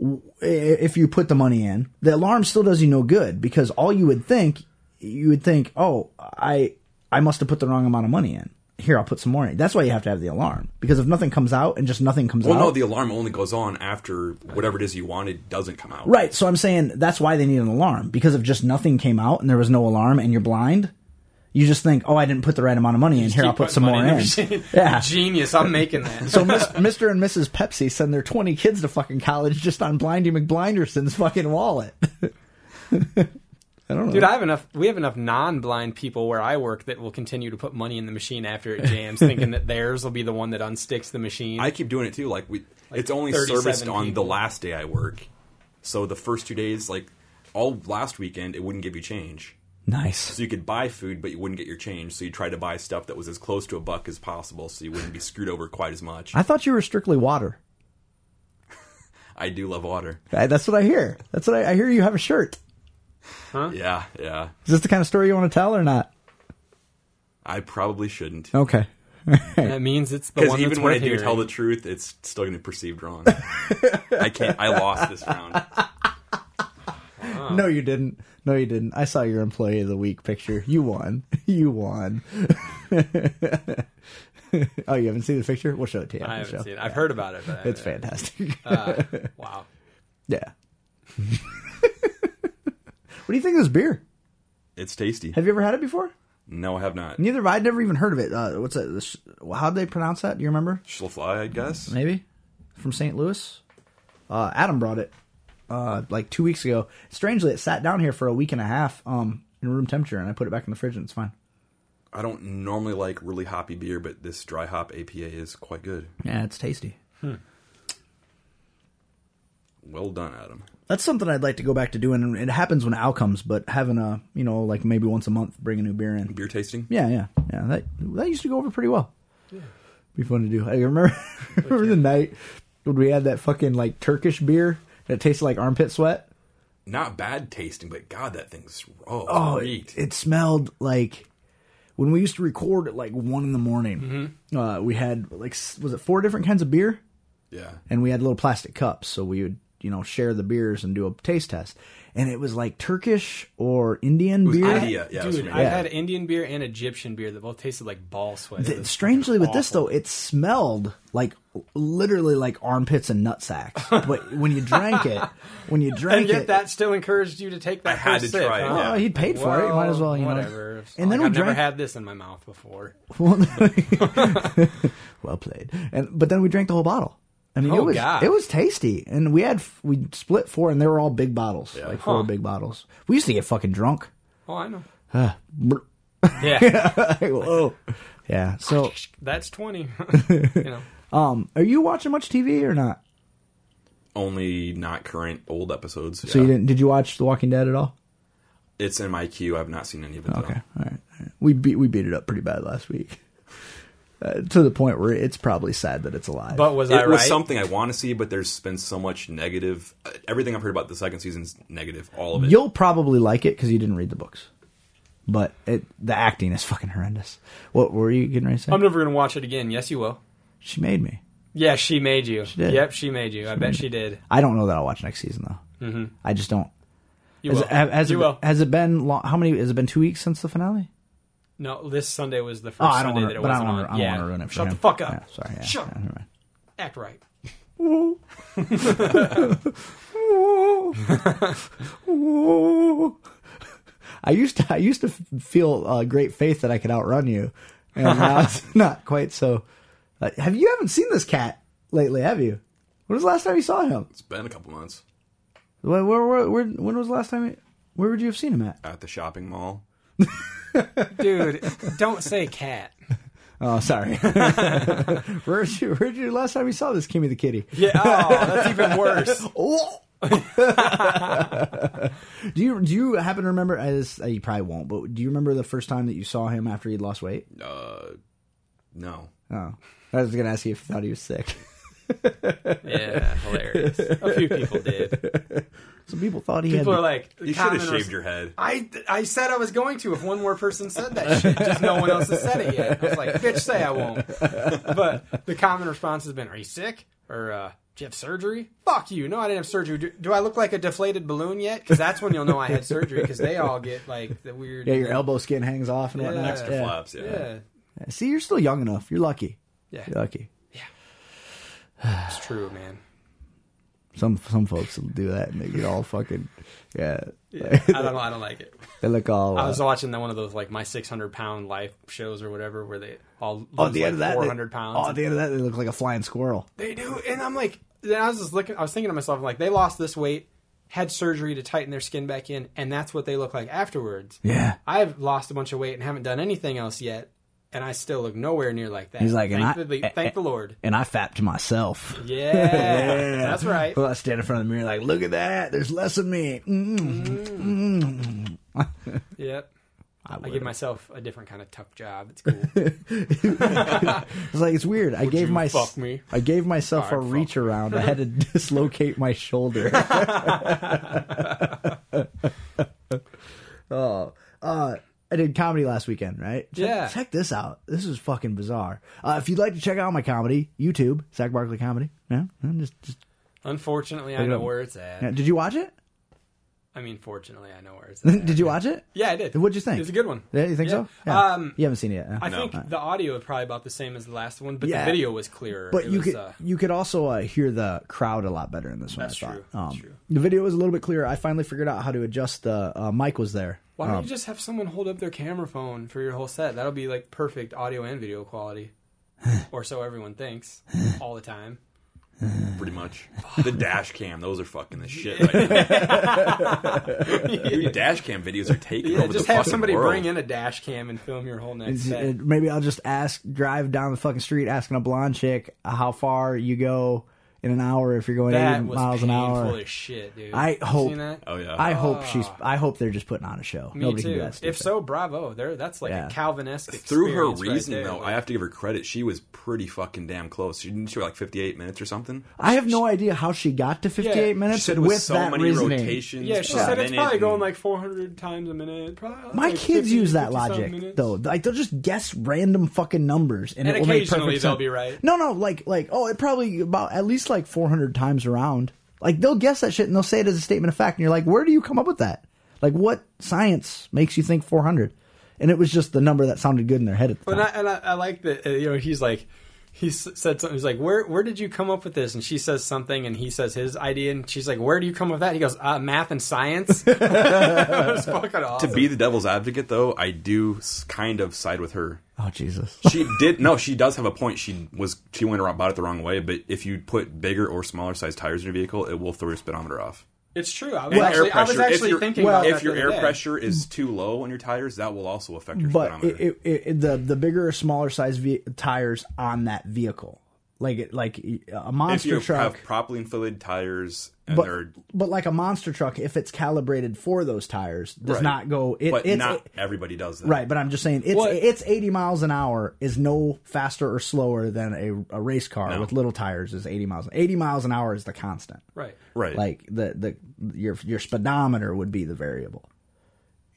w- i- if you put the money in, the alarm still does you no good because all you would think, you would think, oh, I I must have put the wrong amount of money in. Here, I'll put some more in. That's why you have to have the alarm because if nothing comes out and just nothing comes
Well,
out,
no, the alarm only goes on after whatever it is you wanted doesn't come out.
Right. So I'm saying that's why they need an alarm because if just nothing came out and there was no alarm and you're blind, you just think, oh, I didn't put the right amount of money in. Here, I'll
Keep
put
putting
some
money
more in.
the machine.
Yeah.
Genius. I'm making that.
So Mis- Mr. and Mrs. Pepsi send their 20 kids to fucking college just on Blindy McBlinderson's fucking wallet. I don't know.
Dude, I have enough. We have enough non-blind people where I work that will continue to put money in the machine after it jams, thinking that theirs will be the one that unsticks the machine.
I keep doing it too. Like, we, it's only
37
serviced on the
people.
last day I work. So the first two days, like all last weekend, it wouldn't give you change.
nice.
So you could buy food, but you wouldn't get your change. So you tried to buy stuff that was as close to a buck as possible, so you wouldn't be screwed over quite as much.
I thought you were strictly water.
I do love water.
I- That's what I hear. That's what I, I hear. You have a shirt.
Yeah, yeah.
Is this the kind of story you want to tell or not?
I probably shouldn't.
Okay.
that means it's the
Because
one
even
that's
when I
worth
do
hearing.
tell the truth, it's still going to be perceived wrong. I can't. I lost this round.
No, you didn't. No, you didn't. I saw your employee of the week picture. You won. You won. oh, you haven't seen the picture? We'll show it to you. after
I
the
haven't
show.
seen it. I've heard about it, Uh. but I
It's
haven't-
fantastic.
Wow.
yeah. what do you think of this beer?
It's tasty.
Have you ever had it before?
No, I have not.
Neither have I. I'd never even heard of it. Uh, what's that? This- How'd they pronounce that? Do you remember?
She'll fly, I guess.
maybe from St. Louis. Uh, Adam brought it uh, like two weeks ago. Strangely, it sat down here for a week and a half um, in room temperature, and I put it back in the fridge, and it's fine.
I don't normally like really hoppy beer, but this dry hop APA is quite good.
Yeah, it's tasty.
Well done, Adam.
That's something I'd like to go back to doing. and It happens when Al comes, but having a you know like maybe once a month bring a new beer in.
Beer tasting.
Yeah, yeah, yeah. That that used to go over pretty well. Be fun to do. I remember remember the night when we had that fucking like Turkish beer that tasted like armpit sweat.
Not bad tasting, but God, that thing's raw.
Oh,
Sweet.
it, it smelled like when we used to record at like one in the morning. Uh, we had like s- was it four different kinds of beer,
yeah.
and we had little plastic cups, so we would you know share the beers and do a taste test. And it was like Turkish or Indian
was
beer.
India. Yeah, that's
Dude,
what I
I've
mean.
had Indian beer and Egyptian beer that both tasted like ball sweat. It
Th-
was
strangely, with
fucking
this though,
awful.
it smelled like literally like armpits and nut sacks. but when you drank it, when you drank
and yet
it,
that still encouraged you to take that.
I had
first
to
sip,
try it,
huh?
yeah.
oh, he paid for it. You might as well, you
whatever.
know.
It's not like
we
I've never
drank-
had this in my mouth before.
Well, well played. And but then we drank the whole bottle. I mean, it
Oh,
was
God.
it was tasty, and we had f- we split four, and they were all big bottles, like four
Huh.
big bottles. We used to get fucking drunk.
Oh, I know.
Brr.
Yeah,
Whoa. Yeah. So,
that's twenty. you know,
um, are you watching much TV or not?
Only not current old episodes.
So
yeah.
you didn't? Did you watch The Walking Dead at all?
It's in my queue. I've not seen any of it.
Okay,
Though.
all right. all right. We beat we beat it up pretty bad last week, uh, to the point where it's probably sad that it's alive.
But was
it
I
was
right?
something I want to see, but there's been so much negative. uh, Everything I've heard about the second season's negative. All of it.
You'll probably like it because you didn't read the books. But it, the acting is fucking horrendous. What were you getting ready to say?
I'm never gonna watch it again. Yes, you will.
she made me.
Yeah, she made you.
did.
Yep, she made you. I bet she did.
I don't know that I'll watch next season though. Mm-hmm. I just don't.
You
Has,
will.
ha- has
you
it,
will.
has it been long, how many? Has it been two weeks since the finale?
No, this Sunday was the first
Oh, I don't
Sunday
want
that
to.
it
But I
wasn't
don't
on.
want to
yeah.
ruin it for
Shut
him.
the fuck up.
Yeah, sorry. Yeah,
Shut.
yeah, never mind.
Act right.
I used to I used to f- feel uh, great faith that I could outrun you, and now it's not quite so. Uh, have you haven't seen this cat lately? Have you? When was the last time you saw him?
It's been a couple months
Where, where, where, where- when was the last time? You, where would you have seen him at?
at the shopping mall.
Dude, don't say cat.
Oh, sorry. where'd you? Where'd you? Last time you saw this, Kimmy the kitty.
Yeah, oh, that's even worse.
Oh. do you do you happen to remember? As uh, you probably won't, but do you remember the first time that you saw him after he'd lost weight?
Uh, no.
Oh, I was gonna ask you if you thought he was sick.
Yeah, hilarious. A few people did.
Some people thought he
People
had.
are like,
You should have
Common
shaved
res-
your head.
I, I said I was going to if one more person said that shit. Just no one else has said it yet. I was like, bitch, say I won't. But the common response has been, are you sick? Or, uh, did you have surgery? Fuck you. No, I didn't have surgery. Do, do I look like a deflated balloon yet? Because that's when you'll know I had surgery because they all get like the weird.
yeah, your elbow skin hangs off and whatnot.
Extra
yeah.
Flaps. Yeah.
Yeah.
See, you're still young enough. You're lucky.
Yeah.
You're lucky.
It's true, man.
Some some folks will do that and they get all fucking yeah.
I don't know. I don't like it.
They look all.
I
uh,
was watching that one of those like my 600 pound life shows or whatever where they all lose
oh, at the
like
end of that,
400
they,
pounds.
Oh, at the end of that, they look like a flying squirrel.
They do, and I'm like, then I was just looking. I was thinking to myself, I'm like, they lost this weight, had surgery to tighten their skin back in, and that's what they look like afterwards.
Yeah.
I've lost a bunch of weight and haven't done anything else yet, and I still look nowhere near like that.
He's like, and I-
thank, the,
eh, eh,
thank the Lord.
And I fapped myself.
Yeah, that's right.
Well, I stand in front of the mirror like, look at that. There's less of me. Mm-mm.
Yep. I
would've.
give myself a different kind of tough job. It's cool.
It's like it's weird. I gave
you
my
fuck me?
I gave myself a
Alright, fuck
reach around. I had to dislocate my shoulder. oh, uh, I did comedy last weekend, right? Check,
Yeah.
Check this out. This is fucking bizarre. Uh, if you'd like to check out my comedy, YouTube Zach Barkley comedy. Yeah, I'm just, just
Unfortunately, I know where it's at.
yeah. Did you watch it?
I mean, fortunately, I know where it's at.
did you watch it?
Yeah, I did.
What'd you think?
It was a good one.
Yeah, you think
Yeah.
so? Yeah.
Um,
you haven't seen it yet. huh?
I think the audio is probably about the same as the last one, but
Yeah.
the video was clearer.
But
It
you
was,
could
uh,
you could also uh, hear the crowd a lot better in this one.
That's
I thought
true. That's
Um,
true.
the video was a little bit clearer. I finally figured out how to adjust the uh, mic was there.
Why don't you just have someone hold up their camera phone for your whole set? That'll be like perfect audio and video quality. or so everyone thinks all the time.
Pretty much. The dash cam. Those are fucking the shit. Right now. Your dash cam videos are taking
Yeah,
over
just
the
have
fucking
somebody
world.
bring in a dash cam and film your whole next
It's-
set.
it- maybe I'll just ask drive down the fucking street asking a blonde chick how far you go in an hour if you're going
that
80
was
miles an
painful
hour.
as shit, dude.
I
You
hope-
Seen that? Ah.
Oh yeah.
I hope she's. I hope they're just putting on a show.
Me
Nobody can do
too.
that.
If
stupid.
so, bravo. There, that's like
Yeah.
a Calvin-esque
Through her
experience right
reasoning,
there.
though, I
Like,
have to give her credit. She was pretty fucking damn close. She didn't she were like 58 minutes or something.
I have no idea how she got to 58
Yeah.
She
minutes
said with,
with
so
that
many
reasoning.
rotations.
yeah, she
per
said it's
minute
probably
and-
going like 400 times a minute. Probably
My
like
kids
50,
use that
50 -some
logic
minutes.
though. Like they'll just guess random fucking numbers, and,
And
it will make
occasionally
perfect
they'll
sense.
be right.
No, no, like like oh, it probably about at least like four hundred times around. Like they'll guess that shit and they'll say it as a statement of fact, and you're like, where do you come up with that? Like what science makes you think four hundred? And it was just the number that sounded good in their head at the
But
time.
I, and I, I like that. uh, You know, he's like, he s- said something. He's like, "Where where did you come up with this?" And she says something, and he says his idea, and she's like, "Where do you come up with that?" He goes, uh, "Math and science." it was fucking awesome.
To be the devil's advocate, though, I do s- kind of side with her.
oh Jesus!
She did no, she does have a point. She was she went around about it the wrong way. But if you put bigger or smaller sized tires in your vehicle, it will throw your speedometer off.
it's true. I was
And
actually, I was
pressure. If
actually
your-
thinking
well,
about
if
that
your
the
air
other day.
pressure is too low on your tires, that will also affect your
But
speedometer.
it, it, it, the the bigger or smaller size ve- tires on that vehicle. like like a
If you
monster truck.
have properly inflated tires and
but,
they're
but like a monster truck, if it's calibrated for those tires, does
Right.
not go. It,
but
it's,
not
it-
everybody does that.
right. But I'm just saying, it's
Well-
it's 80 miles an hour is no faster or slower than a, a race car with little tires is 80 miles. 80 miles an hour is the constant.
Right.
Right.
Like the the your your speedometer would be the variable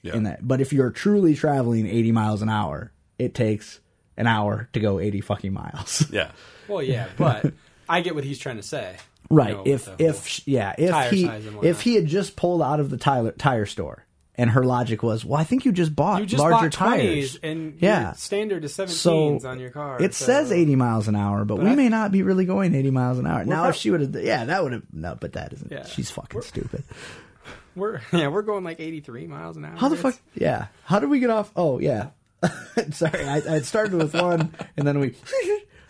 yeah.
in that. But if you're truly traveling 80 miles an hour, it takes an hour to go 80 fucking miles.
Yeah.
Well, yeah, but I get what he's trying to say. you
Right.
know,
if
with the
if
whole-
sh yeah, if
tire
he
size and whatnot.
if he had just pulled out of the tire tire store and her logic was, well, I think you just bought
you just
larger
bought
tires.
20s and
yeah.
your standard is 17s
so
on your car.
it
so-
says 80 miles an hour, but, we
I-
may not be really going 80 miles an hour. Now,
prob-
if she would have, yeah, that would have no, but that isn't.
Yeah.
She's fucking stupid.
We're yeah, we're going like 83 miles an hour.
How the
It's-
fuck? Yeah. How did we get off? Oh yeah. Sorry, I, I started with one, and then we.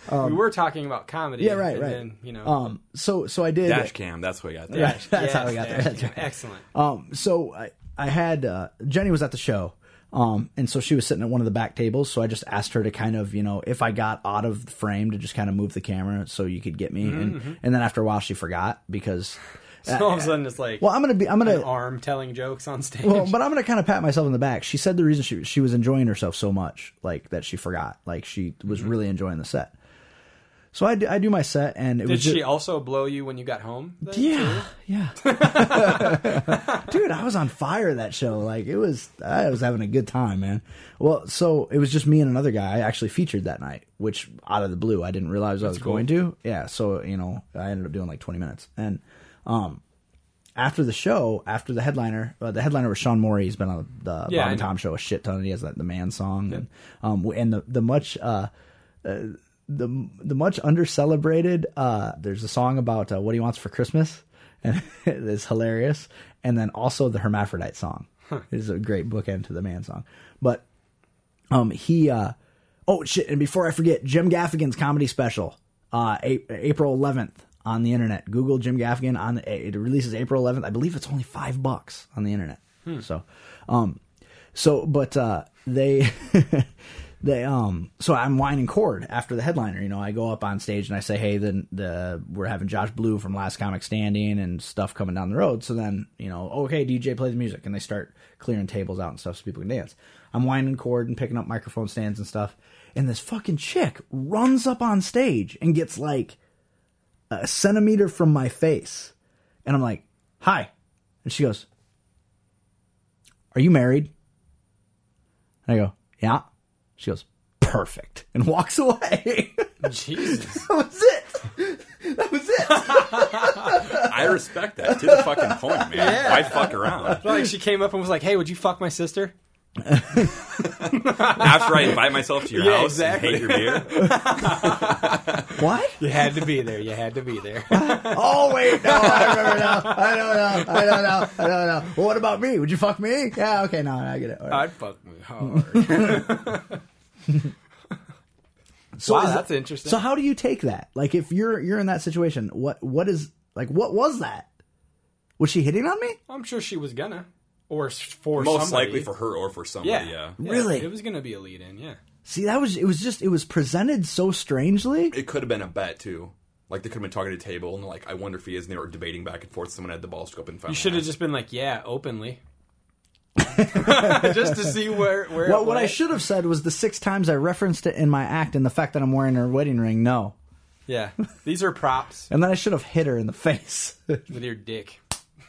we were talking about comedy.
Yeah, right,
and
right.
Then, you know,
Um. So so I did.
Dash cam, that's what I got there.
Right, that's how we got there.
yes,
That's
yeah,
right.
Excellent.
Um, so I, I had uh, Jenny was at the show, um, and so she was sitting at one of the back tables. So I just asked her to kind of, you know, if I got out of the frame to just kind of move the camera so you could get me.
Mm-hmm.
And and then after a while, she forgot because.
So all of a sudden it's like
Well, I'm gonna be. I'm
an
gonna.
arm telling jokes on stage.
Well, but I'm gonna kind of pat myself in the back. She said the reason she she was enjoying herself so much, like that she forgot, like she was
Mm-hmm.
really enjoying the set. So I do, I do my set, and it
Did
was just,
she also blow you when you got home? then,
Yeah, yeah. Dude, I was on fire that show. Like it was, I was having a good time, man. Well, so it was just me and another guy. I actually featured that night, which out of the blue, I didn't realize I was going to. Yeah, so you know, I ended up doing like twenty minutes, and um, after the show, after the headliner, uh, the headliner was Sean Morey. He's been on the
Yeah,
Bob
I
and
know.
Tom show a shit ton. He has that the man song, and um, w- and the the much uh the the much under celebrated uh there's a song about uh, what he wants for christmas and it's hilarious and then also the hermaphrodite song is a great bookend to the man song but um he uh oh shit and before i forget jim gaffigan's comedy special uh A- april 11th on the internet google jim gaffigan on it releases april 11th i believe it's only five bucks on the internet so um so, but uh, they they um. So I'm winding cord after the headliner. You know, I go up on stage and I say, "Hey, then the we're having Josh Blue from Last Comic Standing and stuff coming down the road." So then you know, okay, DJ play the music, and they start clearing tables out and stuff so people can dance. I'm winding cord and picking up microphone stands and stuff, and this fucking chick runs up on stage and gets like a centimeter from my face, and I'm like, "Hi," and she goes, "Are you married?" And I go, yeah. She goes, perfect, and walks away.
Jesus.
that was it. That was it.
I respect that to the fucking point, man. Why fuck around?
like she came up and was like, "Hey, would you fuck my sister?"
After I invite myself to your
Yeah,
house and hate your beer.
what?
You had to be there. You had to be there.
Oh wait, no, I remember now. I don't know. I don't know. I don't know. Well, what about me? Would you fuck me? Yeah, okay, no, I get it. All right.
I'd fuck me hard.
so
wow,
is
that's
it-
interesting.
So how do you take that? Like, if you're you're in that situation, what what is like? What was that? Was she hitting on me?
I'm sure she was gonna, or s- for
Most
somebody.
likely for her or for somebody,
yeah.
yeah.
Yeah,
Really?
It was gonna be a lead in. Yeah.
See, that was it. Was just it was presented so strangely.
It could have been a bet too. Like they could have been talking at a table and like, I wonder if he is and they were debating back and forth, someone had the balls to go up and found
You should have just been like, "Yeah, openly." just to see where where.
Well,
it
what I
went.
should have said was the six times I referenced it in my act and the fact that I'm wearing her wedding ring. No,
Yeah. These are props
And then I should have hit her in the face.
with your dick.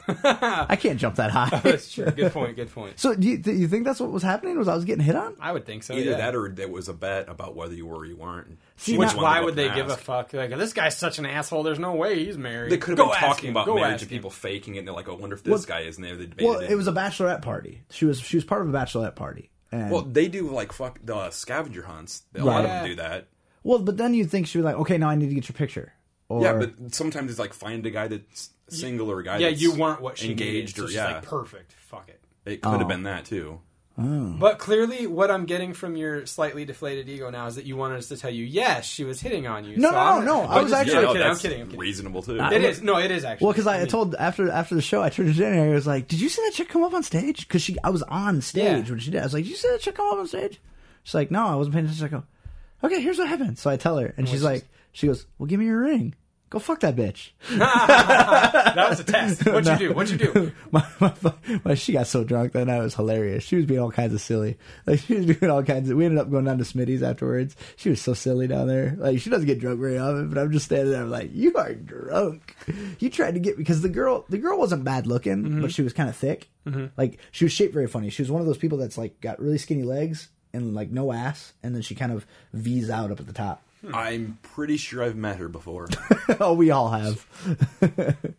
I can't jump that high.
That's true. Good point. Good point.
so do you, do you think that's what was happening? Was I was getting hit on?
I would think so.
Either
yeah.
that or there was a bet about whether you were or you weren't. She
now-
was
Which
the one
why
that
would
looked
they
and
give a
asked.
fuck? Like this guy's such an asshole. There's no way he's married.
They could have
Go
been
ask
talking
him.
about
Go
marriage
ask
and
him.
people faking it. And they're like, "I wonder if this guy is." And they they debated
Well,
it.
it was a bachelorette party. She was she was part of a bachelorette party. And, well,
well, they do like fuck the scavenger hunts. A lot of
Right.
them do that.
but then you'd think she was like, okay, now I need to get your picture. Or,
yeah, but sometimes it's like find a guy that's single or a guy.
Yeah,
that's
you weren't what she
engaged
needed,
or
so she's
yeah.
like, perfect. Fuck it.
it could have been that too. Mm.
But clearly, what I'm getting from your slightly deflated ego now is that you wanted us to tell you, yes, she was hitting on you.
No,
so
no,
I'm-
no, no, I
but
was
just-
actually-
yeah,
I'm
no,
kidding, I'm
that's
kidding, I'm kidding.
reasonable too.
It is. No, it is actually.
well, because I, I
mean,
told after after the show, I turned to Jenny and I was like, "Did you see that chick come up on stage?" Because she, I was on stage
Yeah.
when she did. I was like, "Did you see that chick come up on stage?" She's like, "No, I wasn't paying attention." I go, "Okay, here's what happened." So I tell her, and she's like, She goes, "Well, give me your ring. Go fuck that bitch."
That was a test. What'd you do? What'd you do?
my, my, my, she got so drunk that night it was hilarious. She was being all kinds of silly. Like she was doing all kinds of. We ended up going down to Smitty's afterwards. She was so silly down there. Like she doesn't get drunk very often, but I'm just standing there like, you are drunk. You tried to get because the girl the girl wasn't bad looking,
Mm-hmm.
but she was kind of thick. Like she was shaped very funny. She was one of those people that's like got really skinny legs and like no ass, and then she kind of V's out up at the top.
I'm pretty sure I've met her before.
oh, we all have.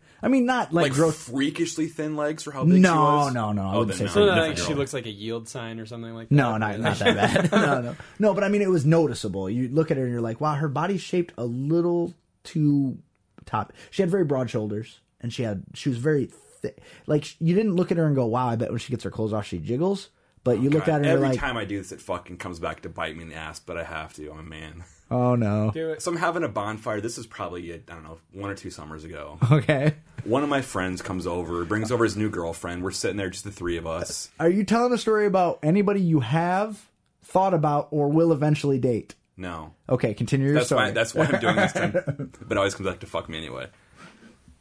I mean, not like,
Like
gross.
freakishly thin legs for how big she
No,
was.
no, no, I
Oh,
wouldn't
then
say
So
so.
no,
that,
different
like, she
girl.
looks like a yield sign or something like that.
No, not, not that bad. no, no, no. But I mean, it was noticeable. You look at her and you're like, wow, her body's shaped a little too top. She had very broad shoulders, and she had she was very thick. Like sh- you didn't look at her and go, wow, I bet when she gets her clothes off, she jiggles. But you look
God,
at her and you're
every
like,
time I do this, it fucking comes back to bite me in the ass, but I have to. I'm a man.
oh no,
Do it.
So I'm having a bonfire. This is probably, I don't know, one or two summers ago.
okay.
One of my friends comes over, brings over his new girlfriend. We're sitting there, just the three of us.
Are you telling a story about anybody you have thought about or will eventually date?
No.
Okay, continue your
That's
story.
why, that's why I'm doing this time. But it always comes back to fuck me anyway.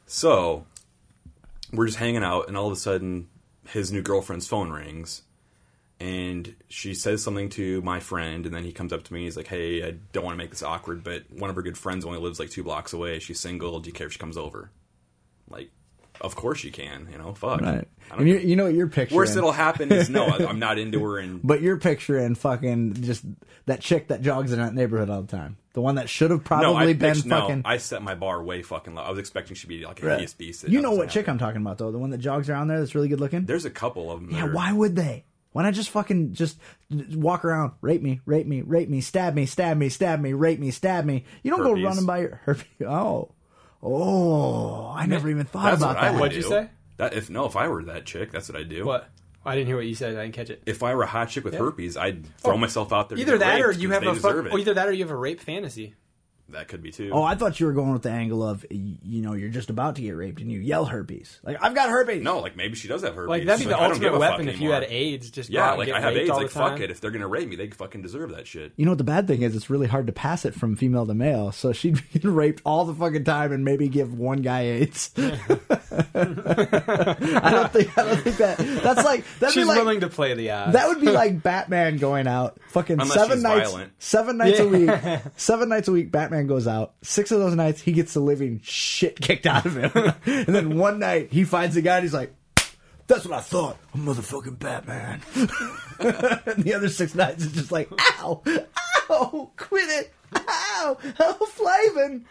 So we're just hanging out, and all of a sudden, his new girlfriend's phone rings, and she says something to my friend, and then he comes up to me. He's like, "Hey, I don't want to make this awkward, but one of her good friends only lives like two blocks away. She's single. Do you care if she comes over?" Like, of course you can. You know, fuck.
right.
I don't
And you,
care.
you know what you're picturing.
Worst that'll happen is no, I- I'm not into her, and
But you're picturing fucking just that chick that jogs in that neighborhood all the time. The one that should have probably been
pictured-
fucking.
No, I set my bar way fucking low. I was expecting she'd be like a hideous beast. that
you know
doesn't
what chick
happen.
I'm talking about though, the one that jogs around there that's really good looking.
There's a couple of them.
yeah, why would they? Why not just fucking just walk around, rape me, rape me, rape me, stab me, stab me, stab me, rape me, stab me. You don't
Herpes.
go running by your herpes. Oh, oh, I never even thought
That's
about
what I
that.
would
What'd you
do.
say?
That if no, if I were that chick, that's what I'd do.
What? I didn't hear what you said. I didn't catch it.
If I were a hot chick with herpes, I'd throw myself out there. to
Oh, Either
get
that, or
raped
you
because
have
they
a
deserve
fuck,
it.
or either that, or you have a rape fantasy.
that could be too.
Oh, I thought you were going with the angle of y- you know you're just about to get raped and you yell herpes like I've got herpes.
no, like maybe she does have herpes.
Like that'd be
Like,
the
I don't give
ultimate
a fuck
weapon if you
anymore.
had AIDS. Just go out
Yeah,
and
like
get
I have
raped
AIDS.
all
Like
the time.
fuck it. If they're gonna rape me, they fucking deserve that shit.
You know what the bad thing is? It's really hard to pass it from female to male. So she'd be getting raped all the fucking time and maybe give one guy AIDS. I don't think. I don't think that. That's like that's
She's
like,
willing to play the odds.
That would be like Batman going out fucking
Unless
seven
she's
nights,
violent.
seven nights a
Yeah.
week, seven nights a week. Batman goes out. Six of those nights, he gets the living shit kicked out of him, and then one night he finds the guy. and He's like, "That's what I thought, I'm motherfucking Batman." and the other six nights is just like, "Ow, ow, quit it, ow, ow, Flavin."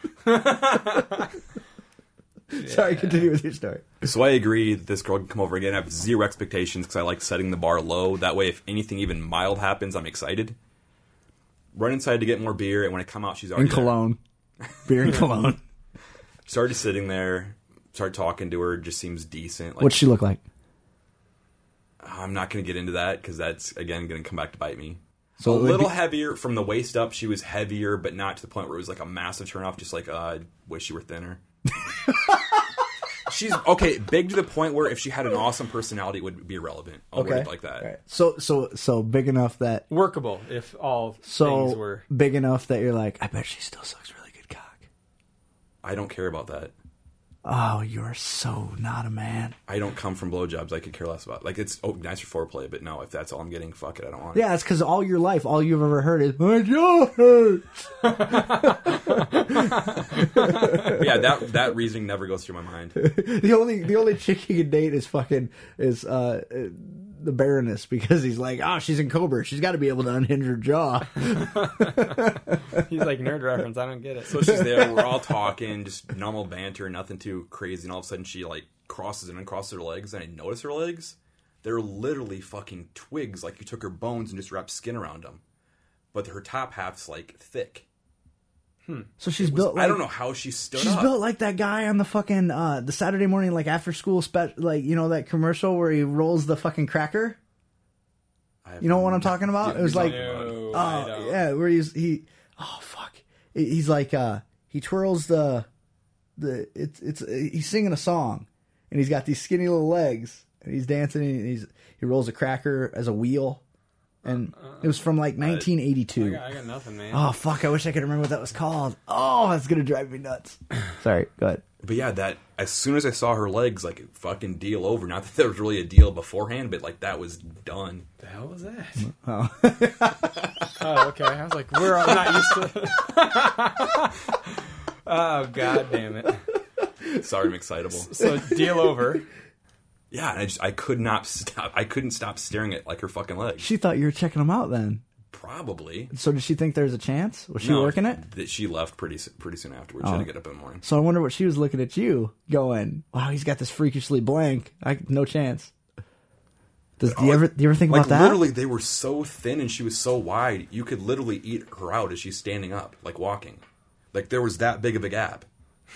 Sorry, continue with your story.
So I agree that this girl can come over again. I have zero expectations because I like setting the bar low. That way, if anything even mild happens, I'm excited. Run inside to get more beer, and when I come out, she's
In
already there.
cologne, beer in cologne.
Started sitting there, started talking to her. Just seems decent. Like
What's she look like?
I'm not going to get into that because that's again going to come back to bite me.
So
a
it would
little
be-
heavier from the waist up. She was heavier, but not to the point where it was like a massive turnoff. Just like uh, I wish she were thinner. She's okay, big to the point where if she had an awesome personality, it would be irrelevant. I'll word it like that.
All right. So so so big enough that
workable if all
so
things were.
big enough that you're like, I bet she still sucks really good cock.
I don't care about that.
Oh, you're so not a man.
I don't come from blowjobs. I could care less about. Like it's oh, nice for foreplay, but no, if that's all I'm getting, fuck it. I don't want. it.
Yeah, it's because all your life, all you've ever heard is my jaw hurts.
But yeah. That that reasoning never goes through my mind.
The only the only chick you can date is fucking is uh. uh, The Baroness, because he's like, oh, she's in Cobra. She's got to be able to unhinge her jaw.
He's like nerd reference. I don't get it.
So uh, she's there. We're all talking, just normal banter, nothing too crazy. And all of a sudden, she like crosses and uncrosses her legs, and I notice her legs. They're literally fucking twigs. Like you took her bones and just wrapped skin around them. But her top half's like thick.
So she's built. Like,
I don't know how she stood
She's
up.
built like that guy on the fucking uh, the Saturday morning, like after school special, like you know that commercial where he rolls the fucking cracker.
I have
You know what
no
I'm talking about?
idea
It was
what
like,
you're talking about.
No, I
Oh
don't.
yeah, where he's he. Oh fuck, He- he's like uh he twirls the the it's it's uh, he's singing a song and he's got these skinny little legs and he's dancing and he's he rolls a cracker as a wheel. and it was from like 1982.
I got, I got nothing, man.
Oh fuck! I wish I could remember what that was called. Oh, that's gonna drive me nuts. Sorry. Go ahead.
But yeah, that as soon as I saw her legs, like fucking deal over. Not that there was really a deal beforehand, but like that was done.
What the hell was that? Oh.
Oh.
okay. I was like, we're I'm not used to. oh god damn it!
Sorry, I'm excitable.
So deal over.
Yeah, and I just I could not stop. I couldn't stop staring at like her fucking legs.
She thought you were checking them out then.
Probably.
So did she think there's a chance? Was she
No,
working it? Oh.
That she left pretty s- pretty soon afterwards. She had to get up in the morning.
So I wonder what she was looking at you, going, "Wow, he's got this freakishly blank. I no chance." Does do you ever do you ever think
Oh, Like
about that?
literally, they were so thin and she was so wide, you could literally eat her out as she's standing up, like walking. Like there was that big of a gap.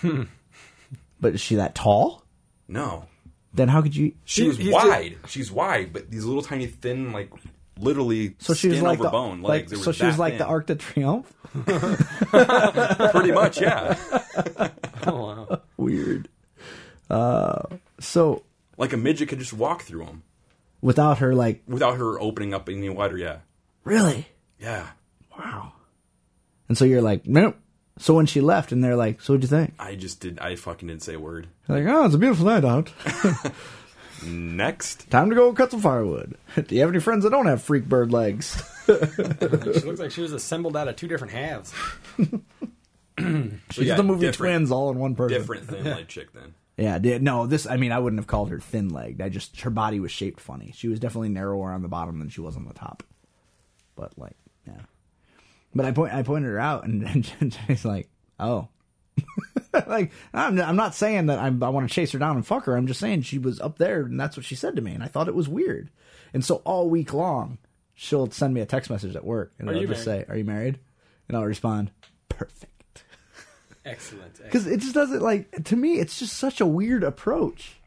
But is she that tall?
No,
Then how could you?
she
He-
was
he did-
wide. She's wide, but these little tiny thin, like literally
So she was
skin
like
over
the
bone
like,
legs. They were
so she
that
was like the
thin.
Arc de Triomphe.
pretty much, yeah.
Oh wow.
Weird. Uh, so
like a midget could just walk through them
without her, like
without her opening up any wider. Yeah,
really,
yeah.
wow. And so you're like, nope. So when she left, and they're like, "So what'd you think?"
I just did. I fucking didn't say a word.
You're like, "Oh, it's a beautiful night out.
Next,
Time to go cut some firewood." do you have any friends that don't have freak bird legs?
She looks like she was assembled out of two different halves.
she's
It's the movie Twins all in one person.
Different thin leg chick then.
Yeah, di- no, this I mean I wouldn't have called her thin legged. I just her body was shaped funny. She was definitely narrower on the bottom than she was on the top. But like, yeah. But I point I pointed her out and, and Jen- Jenny's like, "Oh." like I'm I'm not saying that I'm, I want to chase her down and fuck her. I'm just saying she was up there and that's what she said to me and I thought it was weird. And so all week long she'll send me a text message at work and
Are
I'll
you
just
married?
say, "Are you married?" And I'll respond, "Perfect."
Excellent. excellent.
because it just doesn't like to me it's just such a weird approach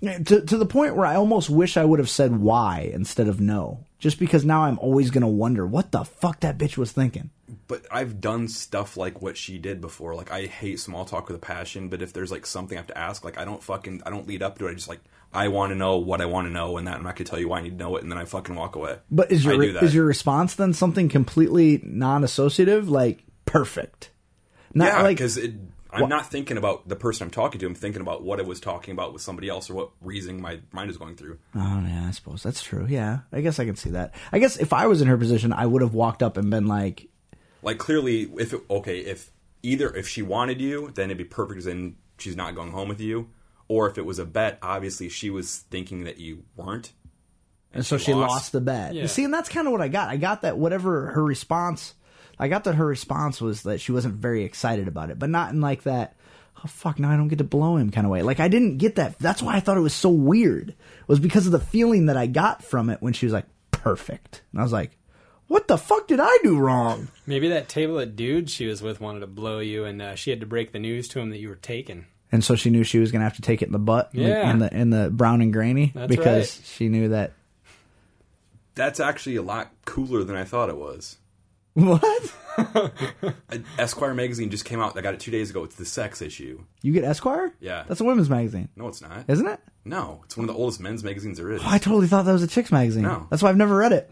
Yeah, to, to the point where i almost wish i would have said why instead of no just because now i'm always going to wonder what the fuck that bitch was thinking
But I've done stuff like what she did before. Like I hate small talk with a passion. But if there's like something I have to ask, like I don't fucking I don't lead up to it. I just like I want to know what I want to know, and that I'm not gonna tell you why I need to know it, and then I fucking walk away.
but is
I
your
do that.
is your response then something completely non-associative like perfect not
yeah
like
because I'm not thinking about the person I'm talking to. I'm thinking about what I was talking about with somebody else or what reason my mind is going through.
oh yeah i suppose that's true yeah i guess i can see that i guess if i was in her position i would have walked up and been like
like clearly if it, okay if either if she wanted you then it'd be perfect as in she's not going home with you or if it was a bet obviously she was thinking that you weren't
And so she lost, the bet.
Yeah.
See, and that's kind of what I got. I got that whatever her response, I got that her response was that she wasn't very excited about it, but not in like that. Oh fuck! Now I don't get to blow him kind of way. Like I didn't get that. That's why I thought it was so weird. Was because of the feeling that I got from it when she was like perfect, and I was like, "What the fuck did I do wrong?"
Maybe that table at dude she was with wanted to blow you, and uh, she had to break the news to him that you were taken.
And so she knew she was gonna have to take it in the butt, like,
Yeah.
in the in the brown and grainy,
That's
because
right.
she knew that.
that's actually a lot cooler than i thought it was
What?
Uh, esquire magazine just came out i got it two days ago it's the sex issue
You get Esquire?
Yeah.
That's a women's magazine,
no it's not
isn't it?
no it's one of the oldest men's magazines there is
Oh, I totally thought that was a chicks magazine.
No.
That's why I've never read it.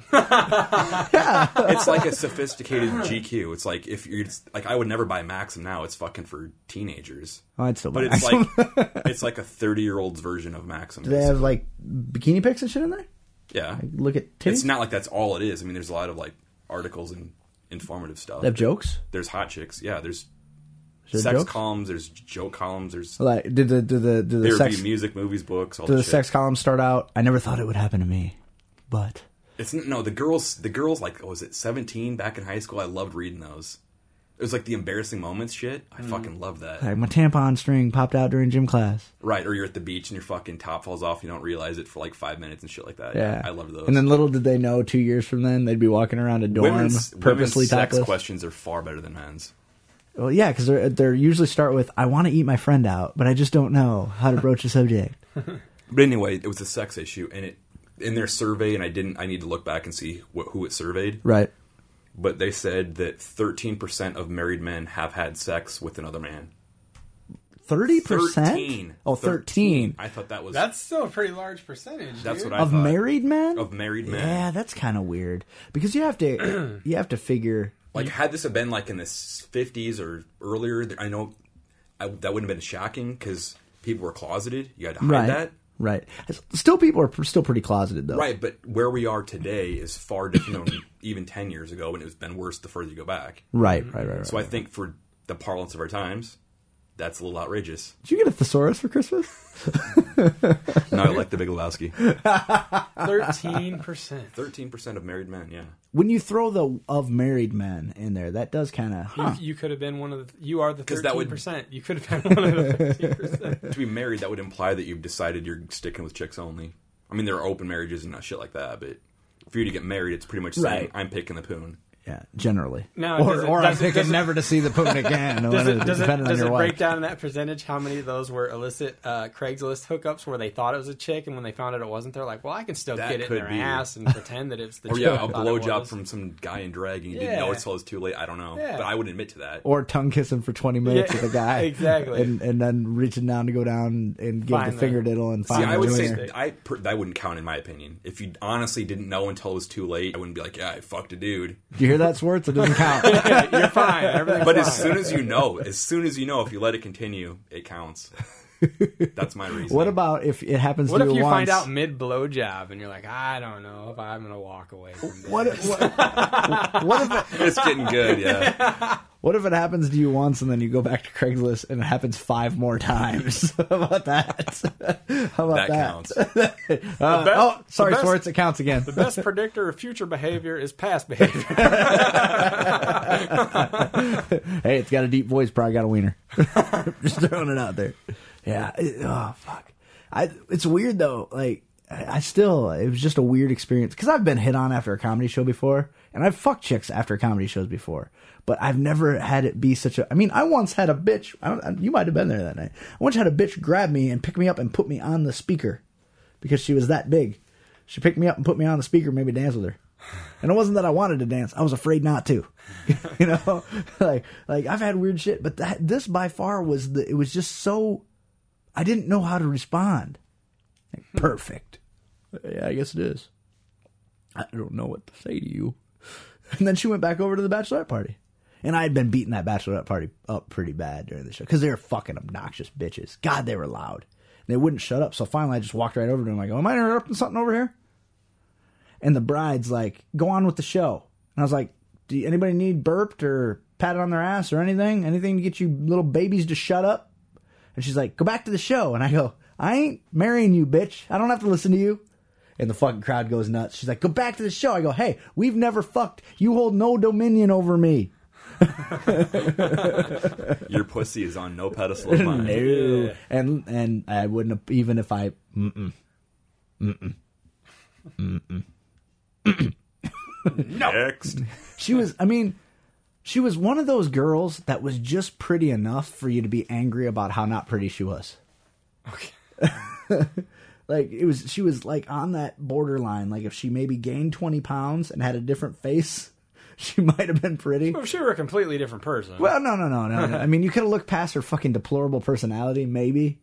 it's like a sophisticated gq it's like if you're like i would never buy maxim now it's fucking for teenagers
Oh, I'd still buy
but it's
Maxim.
like it's like a 30 year old's version of maxim
Do they have like bikini pics and shit in there?
yeah
Look at titties.
It's not like that's all it is. I mean, there's a lot of like articles and informative stuff.
they have jokes.
There's hot chicks. Yeah, there's
Is there
sex
jokes?
columns. There's joke columns. There's
Like did the did the did the
there would
sex
be
did
music, movies, books. All
the
the
sex column start out? I never thought it would happen to me, but
It's no the girls. The girls like oh, was it 17 back in high school? I loved reading those. It was like the embarrassing moments shit.
Mm.
I fucking love that.
like my tampon string popped out during gym class.
Right, or you're at the beach and your fucking top falls off. You don't realize it for like five minutes and shit like that.
Yeah,
I loved those.
And then little did they know, two years from then they'd be walking around a dorm
women's
purposely
women's sex
topless.
questions are far better than men's.
Well, yeah, because they're they're usually start with I want to eat my friend out, but I just don't know how to broach the subject.
But anyway, it was a sex issue, and it in their survey, and I didn't. I need to look back and see what, who it surveyed.
Right.
But they said that 13% of married men have had sex with another man.
thirty percent.
Thirteen.
Oh, 13
I thought that was
That's still a pretty large percentage.
that's
dude.
what I
of
thought.
married men.
of married men.
yeah, that's kind of weird because you have to you have to figure.
Like had this have been like in the fifties or earlier, th- I know I, that wouldn't have been shocking because people were closeted. You had to hide
Right.
that,
Right. Still, people are pr- still pretty closeted though.
right? But where we are today is far different than even ten years ago, and it's been worse the further you go back.
Right. Right. Right. right.
So I think for the parlance of our times, that's a little outrageous.
Did you get a thesaurus for Christmas?
Now I like the Big Lebowski.
Thirteen percent.
Thirteen percent of married men, yeah.
when you throw the of married men in there, that does kind of. Huh.
You could have been one of the. You are the
'Cause that
thirteen
would-
percent. You could have been one of the thirteen percent.
To be married, that would imply that you've decided you're sticking with chicks only. I mean, there are open marriages and shit like that, but for you to get married, it's pretty much saying
Right.
I'm picking the poon.
Yeah, generally.
No,
or,
does it-
or I'm
does it-
picking
does it-
never to see the poon again.
Does it,
whatever,
does it,
depending on
does
your
it
wife.
break down in that percentage how many of those were illicit uh, Craigslist hookups where they thought it was a chick and when they found out it wasn't, they're like, well, I can still
That
get it in
could
their
be.
ass and pretend that it's the
Or
chick.
yeah,
I
a
thought it
blowjob
was."
from some guy in drag and you didn't know
Yeah.
it's till it was too late. I don't know,
Yeah.
but I would admit to that.
Or tongue kissing for 20 minutes
Yeah,
with a guy.
exactly.
And, and then reaching down to go down and give
Find
the
the-
finger diddle and
See,
find
I
the
would say
winner.
that I per, that wouldn't count in my opinion. If you honestly didn't know until it was too late, I wouldn't be like, yeah, I fucked a dude.
Do you hear that, Swartz? It doesn't count.
Yeah, You're fine. Everything's
But
fine.
as soon as you know, as soon as you know, if you let it continue, it counts. That's my reason.
what about if it happens
what
to
if
you
you
once?
find out mid blowjob and you're like, I don't know if I'm gonna walk away from this.
What, if- what, what, if it,
It's getting good, yeah.
what if it happens to you once and then you go back to Craigslist and it happens five more times? How about that? How about that?
That counts.
Uh,
best-
oh,
the
sorry,
best-
Swartz. It counts again.
The best predictor of future behavior is past behavior.
Hey, it's got a deep voice. Probably got a wiener. Just throwing it out there. Yeah. it- oh fuck. I. It's weird though. Like I I still. It was just a weird experience because I've been hit on after a comedy show before, and I've fucked chicks after comedy shows before. But I've never had it be such a. I mean, I once had a bitch. I don't, you might have been there that night. I once had a bitch grab me and pick me up and put me on the speaker because she was that big. She picked me up and put me on the speaker, and made me dance with her. And it wasn't that I wanted to dance; I was afraid not to. you know, like like I've had weird shit, but that, this by far was the. It was just so. I didn't know how to respond. Like, perfect. Hmm. Yeah, I guess it is. I don't know what to say to you. And then she went back over to the bachelorette party. And I had been beating that bachelorette party up pretty bad during the show because they were fucking obnoxious bitches. God, they were loud. And they wouldn't shut up. So finally, I just walked right over to them. I go, Am I interrupting something over here? And the bride's like, Go on with the show. And I was like, Do you- anybody need burped or patted on their ass or anything? Anything to get you little babies to shut up? And she's like, Go back to the show. And I go, I ain't marrying you, bitch. I don't have to listen to you. And the fucking crowd goes nuts. She's like, go back to the show. I go, hey, we've never fucked. You hold no dominion over me.
Your pussy is on no pedestal of mine.
No. And and I wouldn't have, even if I. Mm-mm.
Next.
She was, I mean, she was one of those girls that was just pretty enough for you to be angry about how not pretty she was.
Okay.
Like it was, she was like on that borderline. Like if she maybe gained twenty pounds and had a different face, she might have been pretty.
If she were a completely different person,
Well, no, no, no, no. no. I mean, you could have looked past her fucking deplorable personality, maybe,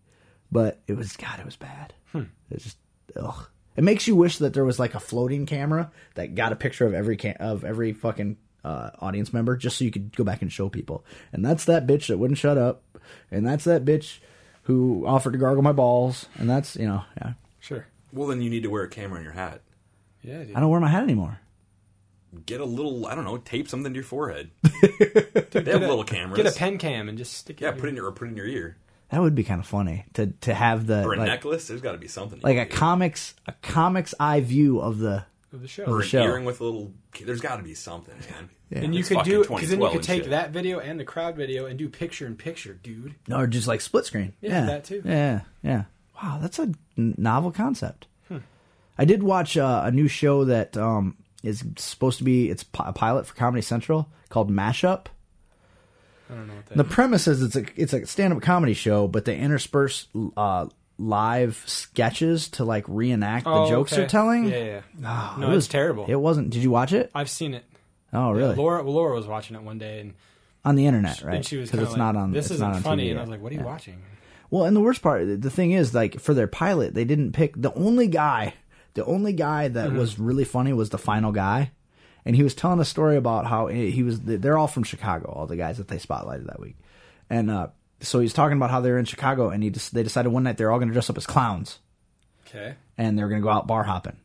but it was God, it was bad. It just ugh. It makes you wish that there was like a floating camera that got a picture of every ca- of every fucking uh, audience member, just so you could go back and show people. And that's that bitch that wouldn't shut up, and that's that bitch who offered to gargle my balls, and that's you know, yeah.
sure.
Well, then you need to wear a camera on your hat.
Yeah, dude.
I don't wear my hat anymore.
Get a little, I don't know, tape something to your forehead. they have little cameras.
Get a pen cam and just stick it.
Yeah,
in
put it in your or put it in your ear
That would be kind of funny to to have the
or a
like,
necklace. There's got to be something. you
like
can
a
do.
comics a comics eye view of the
of the show.
or an
shell.
earring with a little. There's got to be something, man.
And you
It's
could
fucking
do because then you
2012
could
and
take
shit.
that video and the crowd video and do picture in picture, dude.
or just like split screen.
Yeah, that too.
Yeah, yeah. Wow, that's a n- novel concept.
Hmm.
I did watch uh, a new show that um, is supposed to be it's pi- a pilot for Comedy Central called Mashup.
I don't know what that.
The premise is it's a it's a stand up comedy show, but they intersperse uh, live sketches to like reenact the jokes
Oh, okay.
they're telling. Ah,
Yeah, yeah. yeah.
It
no,
was
it's terrible.
It wasn't. Did you watch it?
I've seen it.
Oh, really?
Laura, Laura was watching it one day, and
on the internet, right?
And she was
'Cause
kinda
it's
like,
not on.
This
it's
isn't
not on
funny,
TV
and
yet.
I was like, "What are you watching?"
Well, and the worst part, the thing is, like for their pilot, they didn't pick the only guy. The only guy that was really funny was the final guy, and he was telling a story about how he was. They're all from Chicago, all the guys that they spotlighted that week, and uh, so he's talking about how they were in Chicago, and he just, they decided one night they're all going to dress up as clowns
Okay,
and they were going to go out bar hopping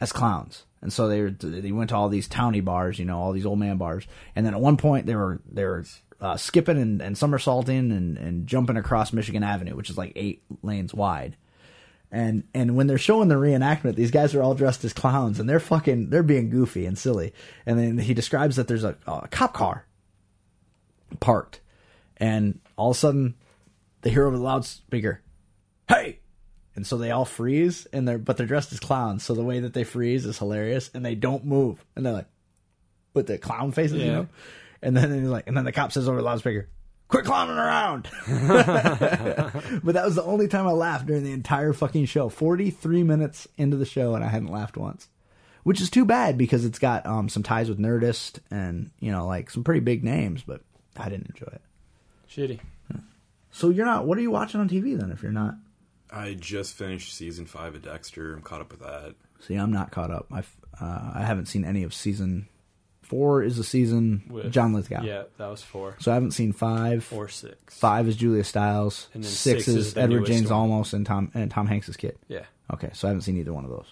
as clowns. And so they were, they went to all these towny bars, you know, all these old man bars. And then at one point they were they were uh, skipping and, and somersaulting and, and jumping across Michigan Avenue, which is like eight lanes wide. And and when they're showing the reenactment, these guys are all dressed as clowns and they're fucking they're being goofy and silly. And then he describes that there's a, a cop car parked, and all of a sudden they hear over the loudspeaker, "Hey, and so they all freeze and they're but they're dressed as clowns so the way that they freeze is hilarious and they don't move and they're like with the clown faces you
Yeah.
know and then he's like and then the cop says over the loudspeaker quit clowning around but that was the only time i laughed during the entire fucking show 43 minutes into the show and i hadn't laughed once which is too bad because it's got um, some ties with nerdist and you know like some pretty big names but i didn't enjoy it
shitty.
so you're not what are you watching on tv then if you're not
I just finished season five of Dexter. I'm caught up with that.
See, I'm not caught up. I've uh, I haven't seen any of season four. Is the season
With-
John Lithgow?
Yeah, that was four
So I haven't seen five.
or six.
Five is Julia Stiles.
And then
six,
six
is,
is the
Edward
newest
James
one.
Almost and Tom and Tom Hanks's kid.
Yeah,
Okay, so I haven't seen either one of those.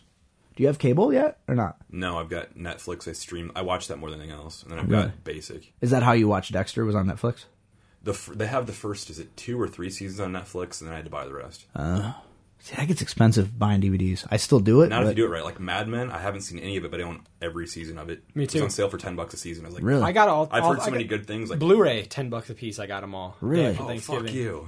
Do you have cable yet or not?
No, I've got Netflix. I stream. I watch that more than anything else, and then I've
Really?
got Basic.
Is that how you watch Dexter? Was on Netflix.
The f- they have the first is it two or three seasons on Netflix, and then I had to buy the rest.
Uh, See, that gets expensive buying DVDs. I still do it.
Not if
but
you do it right. Like Mad Men, I haven't seen any of it, but I own every season of it.
Me
It was
too.
on sale for ten bucks a season. I was like,
Really?
I got all.
I've
all,
heard so
I
many
got-
good things. Like,
Blu-ray, ten bucks a piece. I got them all.
Really?
Yeah, for
Oh,
oh fuck
Thanksgiving.
you!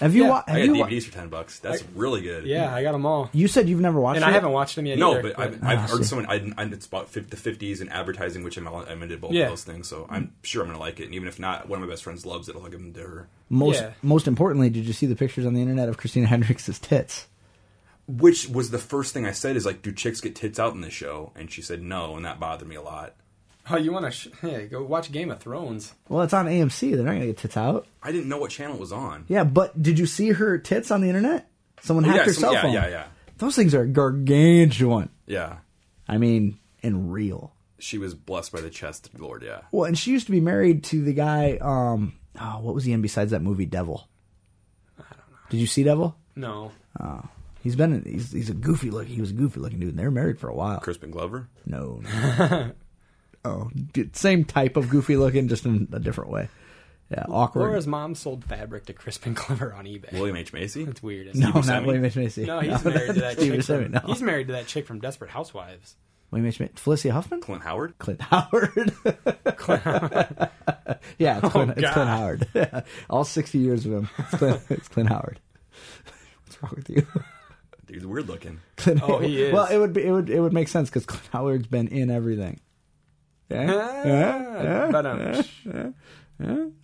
Have you?
Yeah.
wa-
I
have
got
you? wa-
DVDs for ten bucks. That's really good.
Yeah, I got them all,
you said you've never watched
and
it.
I haven't watched them yet.
No,
either,
but I've, I've heard someone. I, I, it's about fif- the fifties and advertising, which I'm, all- I'm into both
Yeah.
of those things. So I'm sure I'm gonna like it. And even if not, one of my best friends loves it. I'll give them to her.
Most
Yeah.
most importantly, did you see the pictures on the internet of Christina Hendricks' tits?
Which was the first thing I said is like, do chicks get tits out in this show? And she said no, and that bothered me a lot.
oh, you want to? Sh- hey, go watch Game of Thrones.
Well, it's on AMC. They're not gonna get tits out.
I didn't know what channel it was on.
Yeah, but did you see her tits on the internet? Someone hacked her
some-
cell
yeah,
phone.
yeah, yeah,
Those things are gargantuan.
yeah.
I mean, and real.
She was blessed by the chest lord. Yeah,
Well, and she used to be married to the guy. Um, oh, what was he in besides that movie Devil? Did you see Devil?
No,
He's been. In, he's he's a goofy look. He was a goofy looking dude. and They were married for a while.
Crispin Glover.
No. no. oh, dude, same type of goofy looking, just in a different way. Yeah, awkward.
Laura's mom sold fabric to Crispin Glover on eBay.
William H Macy.
It's weird. Isn't
no,
it?
not
Buscemi?
William H Macy.
no, he's married to that
that's Steve
chick. From,
Buscemi, no.
He's married to that chick from Desperate Housewives.
William H Macy. Felicia Huffman.
Clint Howard.
Clint Howard. yeah,
Oh,
it's Clint, it's Clint Howard. All 60 years of him. It's Clint, it's Clint Howard. What's wrong with you?
Dude's weird looking.
Clint
Oh, he
Howard.
is.
Well, it would be it would it would make sense because Clint Howard's been in everything. Yeah.
Ah, ba-dum.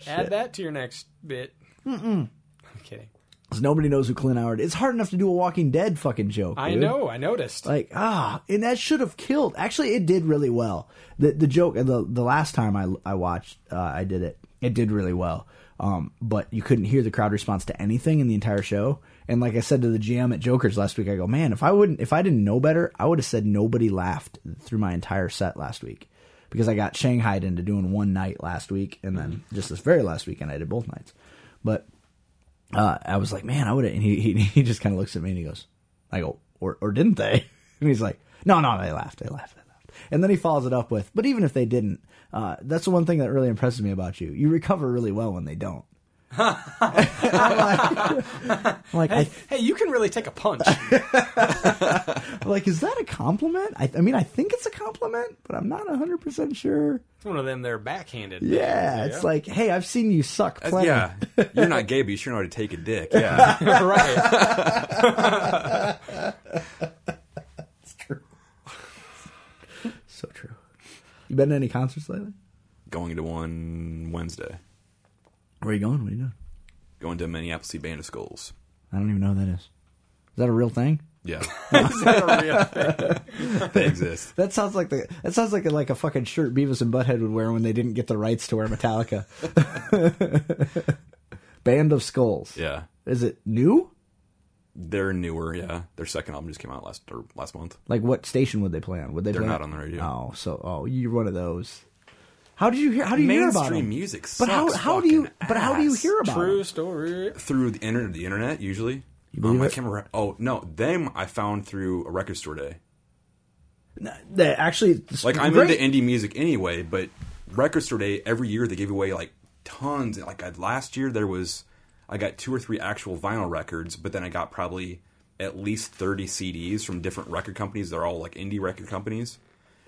Add that to your next bit. Mm-mm. I'm kidding.
'Cause nobody knows who Clint Howard. It's hard enough to do a Walking Dead fucking joke.
I
dude.
know. I noticed.
Like ah, and that should have killed. Actually, it did really well. The the joke the the last time I I watched uh, I did it. It did really well. Um, but you couldn't hear the crowd response to anything in the entire show. And like I said to the GM at Joker's last week, I go, man, if I wouldn't if I didn't know better, I would have said nobody laughed through my entire set last week because I got shanghaied into doing one night last week and then just this very last weekend I did both nights. But uh, I was like, man, I would have. And he, he, he just kind of looks at me and he goes, I go, or, or didn't they? And he's like, no, no, they laughed. They laughed. They laughed. And then he follows it up with, but even if they didn't, uh, that's the one thing that really impresses me about you. You recover really well when they don't. I'm like, I'm like,
hey, you can really take a punch.
I, like, is that a compliment? I, I mean, I think it's a compliment, but I'm not 100% sure.
It's one of them. They're backhanded.
Yeah, it's like, hey, I've seen you suck plenty.
Yeah, you're not gay, but you sure know how to take a dick. Yeah.
right.
So true. You been to any concerts lately?
going to one Wednesday.
Where are you going? What are you doing?
Going to Minneapolis Band of Skulls.
I don't even know who that is. Is that a real thing?
Yeah. Is that a real thing? they exist.
That sounds like the that sounds like a, like a fucking shirt Beavis and Butthead would wear when they didn't get the rights to wear Metallica. Band of Skulls.
Yeah.
Is it new?
They're newer, yeah. Their second album just came out last or last month.
Like what station would they play on? Would they?
They're
play
not on the radio.
Oh, so oh, you're one of those. How did you hear? How do you hear about
Mainstream
them?
music
But how
sucks
how do you?
fucking
But how do you
ass.
hear about
True
them?
story.
Through the internet, the internet usually.
believe
um, I
it?
can't remember. Oh no, them I found through a record store day.
They actually
Like I'm
great.
into indie music anyway, but record store day every year they give away like tons. Like I, last year there was I got two or three actual vinyl records, but then I got probably at least 30 CDs from different record companies. They're all like indie record companies,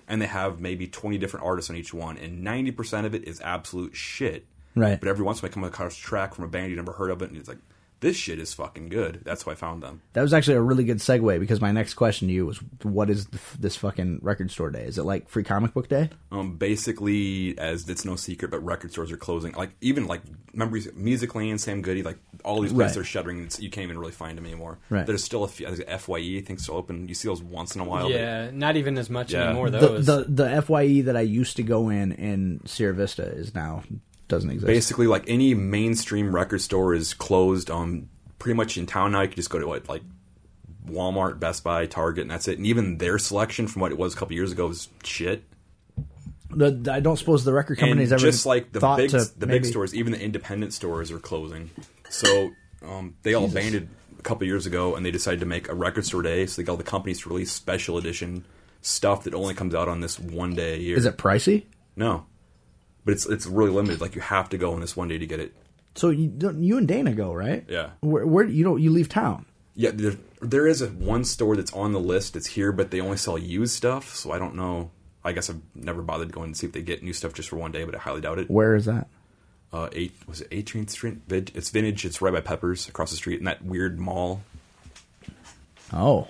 and they have maybe 20 different artists on each one, and 90% of it is absolute shit.
Right.
But every once in a while I come across a track from a band you never heard of it, and it's like this shit is fucking good. That's how I found them.
That was actually a really good segue because my next question to you was, what is th- this fucking record store day? Is it like Free Comic Book Day?
Um, basically, as it's no secret, but record stores are closing. Like even like remember Musicland, Sam Goody, like all these places
Right.
are shuttering. It's, you can't even really find them anymore.
Right.
There's still a few. E, I think Fye things still open. You see those once in a while. but
Yeah, not even as much
Oh, Yeah.
anymore.
The,
Those
the the Fye that I used to go in in Sierra Vista is now doesn't exist.
Basically, like any mainstream record store is closed. Um, pretty much in town now, you can just go to what like Walmart, Best Buy, Target, and that's it. And even their selection from what it was a couple years ago is shit.
The- the- I don't suppose the record companies
and
ever
just like the
thought
big
to
the big
maybe-
stores, even the independent stores are closing. So um, they all banded a couple years ago, and they decided to make a record store day. So they got all the companies to release special edition stuff that only comes out on this one day a year.
Is it pricey?
no? But it's it's really limited. Like you have to go on this one day to get it.
So you don't- you and Dana go right?
Yeah.
Where, where you don't you leave town?
Yeah, there, there is a one store that's on the list that's here, but they only sell used stuff. So I don't know. I guess I've never bothered going to see if they get new stuff just for one day, but I highly doubt it.
Where is that?
uh, eight was it 18th Street? Vin- It's vintage. It's right by Peppers across the street in that weird mall.
Oh,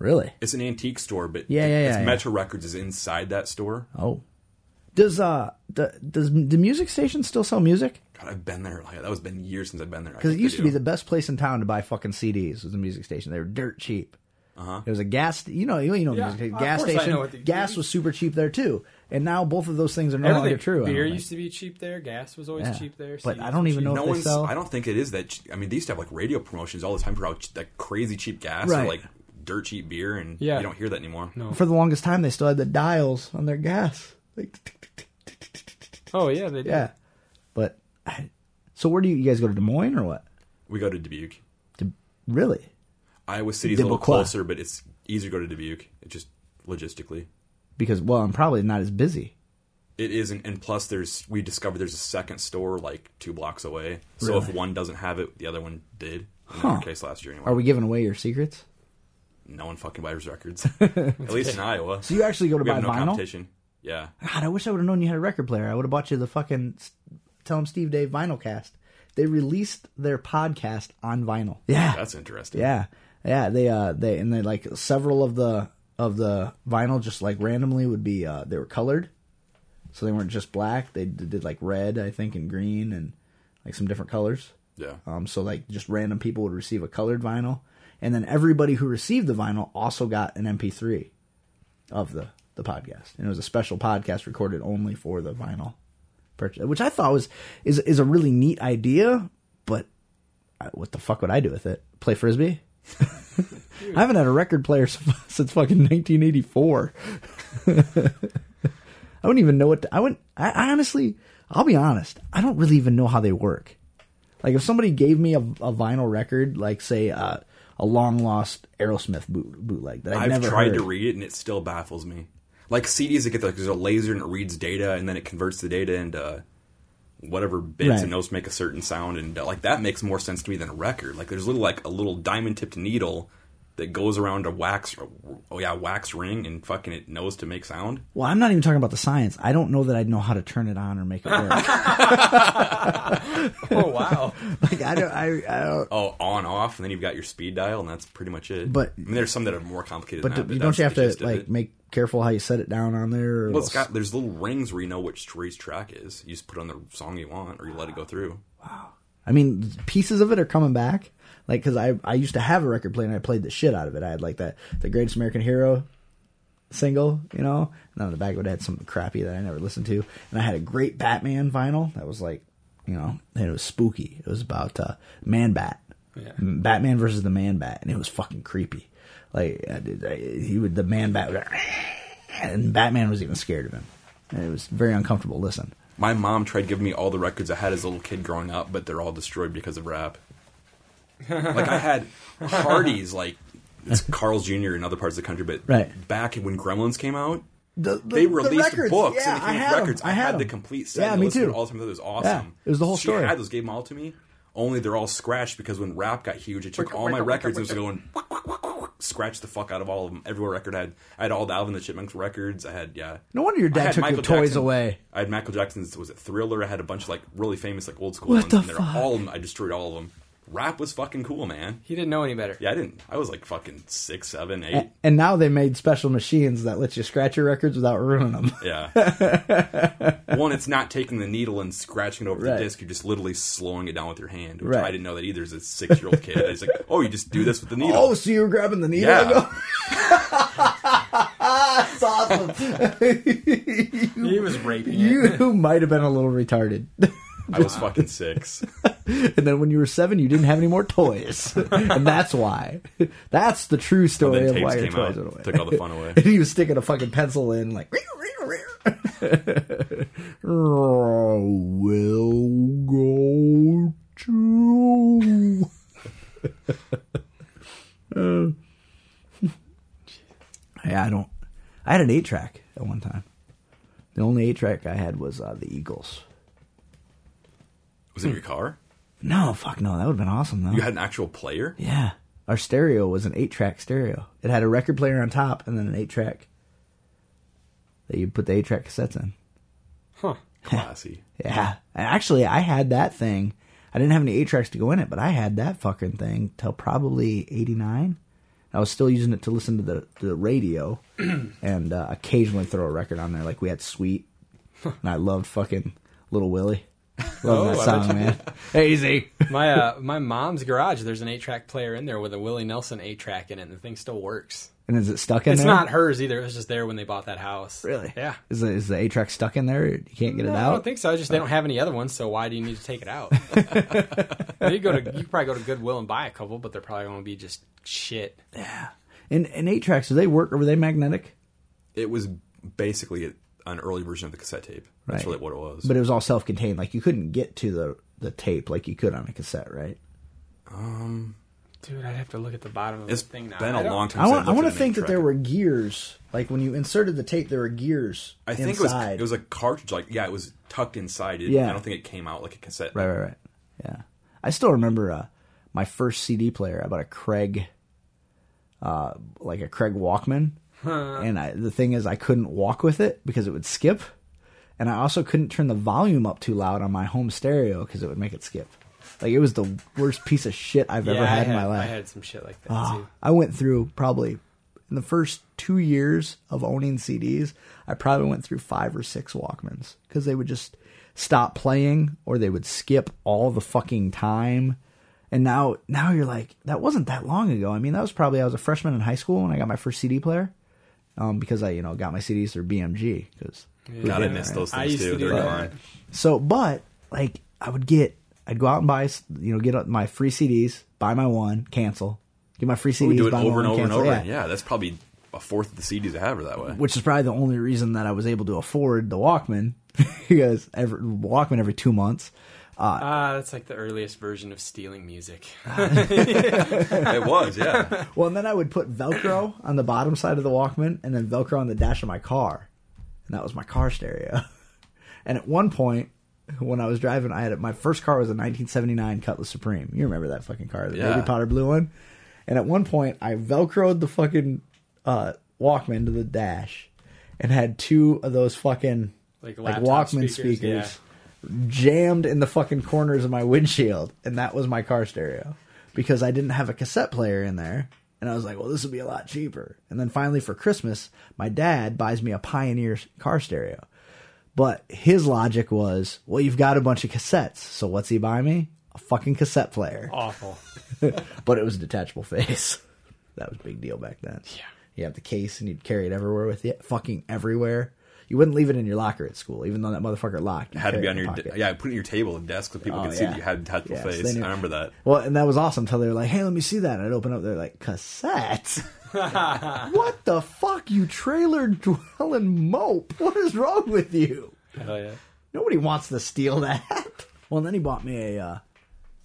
really?
It's an antique store, but
Yeah, yeah,
it's
yeah, yeah.
Metro Records is inside that store.
Oh, does uh the, does the music station still sell music?
God, I've been there. Like, that was been years since I've been there. I
Because it
think they
used to be
do.
the best place in town to buy fucking CDs was the music station. They were dirt cheap. Uh-huh. It was a gas, you know, you, you know,
Yeah,
music,
of
gas
course I know
station.
what the-
gas was super cheap there too, and now both of those things are no longer
everything.
true. I don't
Beer
think.
used to be cheap there. Gas was always
Yeah.
cheap there.
But
CDs
I don't
were
even
cheap.
know-
no
they
one's.
sell-
I don't think it is that. ch- I mean, they used to have like radio promotions all the time for how ch- that crazy cheap gas
Right.
or like dirt cheap beer, and
Yeah.
you don't hear that anymore. No.
for the longest time they still had the dials on their gas. Like, tick, tick, tick, tick, tick, tick, tick, tick.
Oh yeah, they did.
yeah. But I, so where do you, you guys go to Des Moines or what?
We go to Dubuque.
To, really?
Iowa City's a little
Dubuque.
closer, but it's easier to go to Dubuque. It just logistically.
Because well, I'm probably not as busy.
It isn't, and plus, there's we discovered there's a second store like two blocks away. So if one doesn't have it, the other one did. In our case last year, anyway.
Are we giving away your secrets?
no one fucking buys records, at least in Iowa.
Do you actually go to
we
buy
have no
vinyl?
competition. Yeah,
God, I wish I would have known you had a record player. I would have bought you the fucking S- Tell 'em Steve Dave vinyl cast. They released their podcast on vinyl. Yeah.
that's interesting.
Yeah, yeah. They uh they and they like several of the of the vinyl just like randomly would be uh they were colored, so they weren't just black. They d- did like red, I think, and green and like some different colors.
yeah.
Um, so like just random people would receive a colored vinyl, and then everybody who received the vinyl also got an MP3 of the the podcast, and it was a special podcast recorded only for the vinyl purchase, which I thought was is is a really neat idea, but I, what the fuck would I do with it? Play frisbee? I haven't had a record player s- since fucking 1984. I wouldn't even know what to, I wouldn't. I, I honestly, I'll be honest, I don't really even know how they work. Like if somebody gave me a, a vinyl record, like say uh, a long lost Aerosmith boot, bootleg that I've,
I've
never
tried
heard.
to read it, and it still baffles me. Like CDs, that get like there's a laser and it reads data, and then it converts the data into whatever bits
Right.
and those make a certain sound, and uh, like that makes more sense to me than a record. Like there's little like a little diamond tipped needle that goes around a wax, oh yeah, wax ring, and fucking it knows to make sound.
Well, I'm not even talking about the science. I don't know that I'd know how to turn it on or make it work. like
Oh wow.
I don't, I, I don't.
Oh, on off, and then you've got your speed dial, and that's pretty much it.
But-
I mean, there's some that are more complicated.
But,
than
do-
that,
don't
that's
you have
the
to
gist of
like
it.
make careful how you set it down on there? Or
Well, it's
else-
got there's little rings where you know which which track is. You just put on the song you want, or you let it go through.
I mean, pieces of it are coming back, like because I I used to have a record player and I played the shit out of it. I had like that the Greatest American Hero single, you know, and on the back of it I had something crappy that I never listened to, and I had a great Batman vinyl that was like, you know, and it was spooky. It was about uh, Man Bat, M- Batman versus the Man Bat, and it was fucking creepy. Like I did, I, he would the Man Bat, would, and Batman was even scared of him. And it was very uncomfortable. to Listen.
My mom tried giving me all the records I had as a little kid growing up, but they're all destroyed because of rap. like I had Hardee's, like it's Carl's Jr. in other parts of the country, but
Right.
back when Gremlins came out,
The- the-
they
the
released
records.
books
Yeah,
and they
I
came
had
with
'em.
records.
I had 'em.
the complete set.
Yeah,
and
me
listened to
too.
All the time, it was awesome.
it was the whole
She
story.
had those, gave them all to me. Only they're all scratched because when rap got huge, it took all my records and was going whack, whack, whack, whack, whack, scratch the fuck out of all of them. Every record I had, I had all the Alvin and the Chipmunks records. I had yeah.
No wonder your
I
dad
had
took your toys
Jackson-
away.
I had Michael Jackson's was it Thriller. I had a bunch of like really famous like old school
What
ones.
the
and they're
fuck?
all I destroyed all of them. Rap was fucking cool, man.
He didn't know any better.
Yeah, I didn't. I was like fucking six, seven, eight.
A- And now they made special machines that let you scratch your records without ruining them.
Yeah. One, it's not taking the needle and scratching it over
Right.
the disc. You're just literally slowing it down with your hand. Which
Right.
I didn't know that either as a six year old kid. It's like, oh, you just do this with the needle.
Oh, so you were grabbing the needle?
Yeah.
ago? That's awesome.
He was raping it.
you might have been a little retarded.
I was fucking six.
And then when you were seven, you didn't have any more toys, and that's why. That's the true
And
story
then
of why
tapes
your
came
toys
out,
went away.
took all the fun away.
and he was sticking a fucking pencil in, like. we'll go to. Uh, yeah, I don't. I had an eight track at one time. The only eight track I had was uh, the Eagles.
Was it in your car?
No, fuck no, that would have been awesome though.
You had an actual player?
Yeah. Our stereo was an eight track stereo. It had a record player on top and then an eight track that you put the eight track cassettes in.
Huh.
Classy.
Yeah. And actually, I had that thing. I didn't have any eight tracks to go in it, but I had that fucking thing till probably 89. I was still using it to listen to the, the radio and uh, occasionally throw a record on there. Like we had Sweet, and I loved fucking Little Willie. Love that
Oh, I
song, man. Easy.
My uh, my mom's garage. There's an eight track player in there with a Willie Nelson eight track in it, and the thing still works.
And is it stuck in
It's
there?
not hers either. It was just there when they bought that house.
Really?
Yeah.
Is the, is the A track stuck in there? You can't get
No,
it
I
out?
don't think so. It's Just they don't have any other ones, so why do you need to take it out? you go to you could probably go to Goodwill and buy a couple, but they're probably going to be just shit.
And, and 8 tracks, do they work or were they magnetic?
It was basically an early version of the cassette tape. That's
Right.
really what it was.
But it was all self contained. Like you couldn't get to the, the tape like you could on a cassette, right?
Dude, I'd have to look at the bottom of
it's
this thing now.
been
I
a
don't-
long time
I
since
want, I
looked
want
at
to
an
think that there
eight-track.
were gears. Like when you inserted the tape, there were gears
I think
inside.
it was it was a cartridge like yeah it was tucked inside it.
Yeah.
I don't think it came out like a cassette.
Right, right, right. Yeah. I still remember uh, my first CD player. I bought a Craig, uh, like a Craig Walkman. And I, the thing is, I couldn't walk with it because it would skip. And I also couldn't turn the volume up too loud on my home stereo because it would make it skip. Like it was the worst piece of shit I've
Yeah,
ever
I
had,
had
in my
I
life. Ah.
had some shit like that too.
I went through probably in the first two years of owning CDs, I probably went through five or six Walkmans because they would just stop playing or they would skip all the fucking time. And now, now you're like, that wasn't that long ago. I mean, that was probably I was a freshman in high school when I got my first CD player, um, because I you know got my CDs through BMG because
God, I miss those things
I used
too.
to do
They're
that.
gone.
so, but like I would get, I'd go out and buy, you know, get uh, my free CDs, buy my one, cancel, get my free CDs,
Oh, We do it
buy my
over
one,
and over and
cancel.
over. Yeah. that's probably a fourth of the CDs I have are that way.
Which is probably the only reason that I was able to afford the Walkman because every Walkman every two months.
Ah, that's like the earliest version of stealing music.
Ah.
it was, yeah.
Well, and then I would put Velcro on the bottom side of the Walkman and then Velcro on the dash of my car. And that was my car stereo. And at one point, when I was driving, I had my first car was a 1979 Cutlass Supreme. You remember that fucking car, the
Yeah.
baby powder blue one? And at one point, I velcroed the fucking uh, Walkman to the dash and had two of those fucking
Like
like
laptop
Walkman
speakers, yeah.
speakers jammed in the fucking corners of my windshield, and that was my car stereo because I didn't have a cassette player in there. And I was like, well, this will be a lot cheaper. And then finally for Christmas, my dad buys me a Pioneer car stereo. But his logic was, well, you've got a bunch of cassettes, so what's he buy me? a fucking cassette player,
Awful.
but it was a detachable face. that was a big deal back then. Yeah, you have the case and you'd carry it everywhere with you, fucking everywhere. You wouldn't leave it in your locker at school, even though that motherfucker locked.
It
you
had to be
carry
on
it in
your
pocket.
de- yeah, put it on your table and desk so people
Oh,
could see
yeah.
that you had a touchable
Yeah, so
face.
they knew-
I remember that.
Well, and that was awesome until they were like, "Hey, let me see that." And I'd open up, they're like, "Cassette." what the fuck, you trailer dwelling mope? What is wrong with you?
Hell yeah.
Nobody wants to steal that. Well, and then he bought me a. Uh,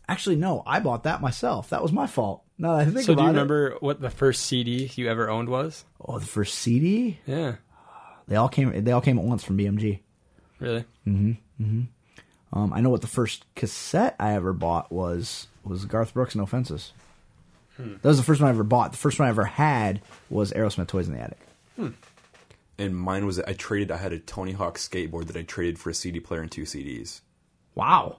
actually, no, I bought that myself. That was my fault. No, I think
So do
about
you
it-
remember what the first CD you ever owned was?
Oh, the first CD.
Yeah.
They all came. They all came at once from BMG.
Really?
Um, I know what the first cassette I ever bought was was Garth Brooks No Fences.
Hmm.
That was the first one I ever bought. The first one I ever had was Aerosmith Toys in the Attic.
And mine was I traded. I had a Tony Hawk skateboard that I traded for a CD player and two CDs.
Wow,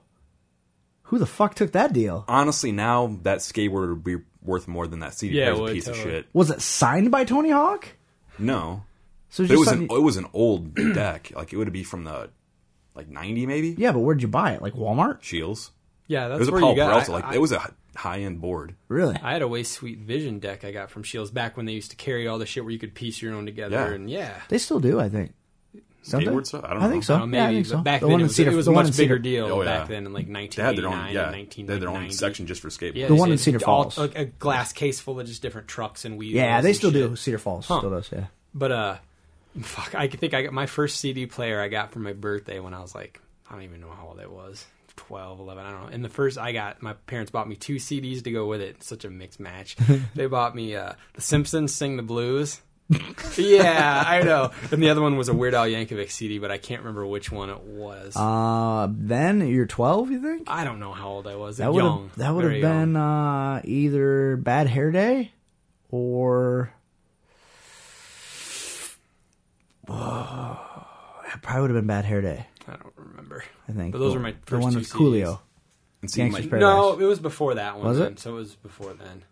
who the fuck took that deal?
Honestly, now that skateboard would be worth more than that CD player.
Yeah, it
It's a
would,
piece
totally.
of shit.
Was it signed by Tony Hawk?
No,
So
but it was an
something-
it was an old deck. Like it would be from the like ninety maybe.
yeah, but where'd you buy it? Like Walmart?
Shields.
Yeah, that's
It was a
where
Paul
you got.
Peralta.
I,
Like
I-
it was a high end board.
Really?
I had a way sweet vision deck I got from Shields back when they used to carry all the shit where you could piece your own together
Yeah.
and yeah.
they still do, I think. Don't they?
Skateboard stuff? I don't know.
think so.
I don't know,
yeah, I
Oh, maybe
think so.
but back
The
then
one
it
in
was,
Cedar-
it was
the
a
one in
much bigger
Cedar-
deal
Oh, yeah.
back then in like 1989
They had their own yeah.
and
They had their own
1990.
section just for skateboards.
Yeah,
The
they
one in
did.
Cedar
All-
Falls.
like a glass case full of just different trucks and wheels.
Yeah, they
and
still
shit.
do. Cedar Falls still does. Yeah.
But uh, fuck, I think I got my first CD player I got for my birthday when I was like, I don't even know how old I was. 12, 11, I don't know. And the first I got, my parents bought me two CDs to go with it. Such a mixed match. they bought me uh, The Simpsons Sing the Blues. yeah, I know. And the other one was a Weird Al Yankovic CD, but I can't remember which one it was.
Uh, then you're 12, you think?
I don't know how old I was.
That would
young.
have that would have
very young.
been uh, either Bad Hair Day or oh, it probably would have been Bad Hair Day.
I don't remember.
I think.
But those
The-
were my
the
first
one
two
with
CDs.
Coolio.
And see,
Gangster's
my,
Paradise.
No, it was before that one.
Was it?
then, So it was before then.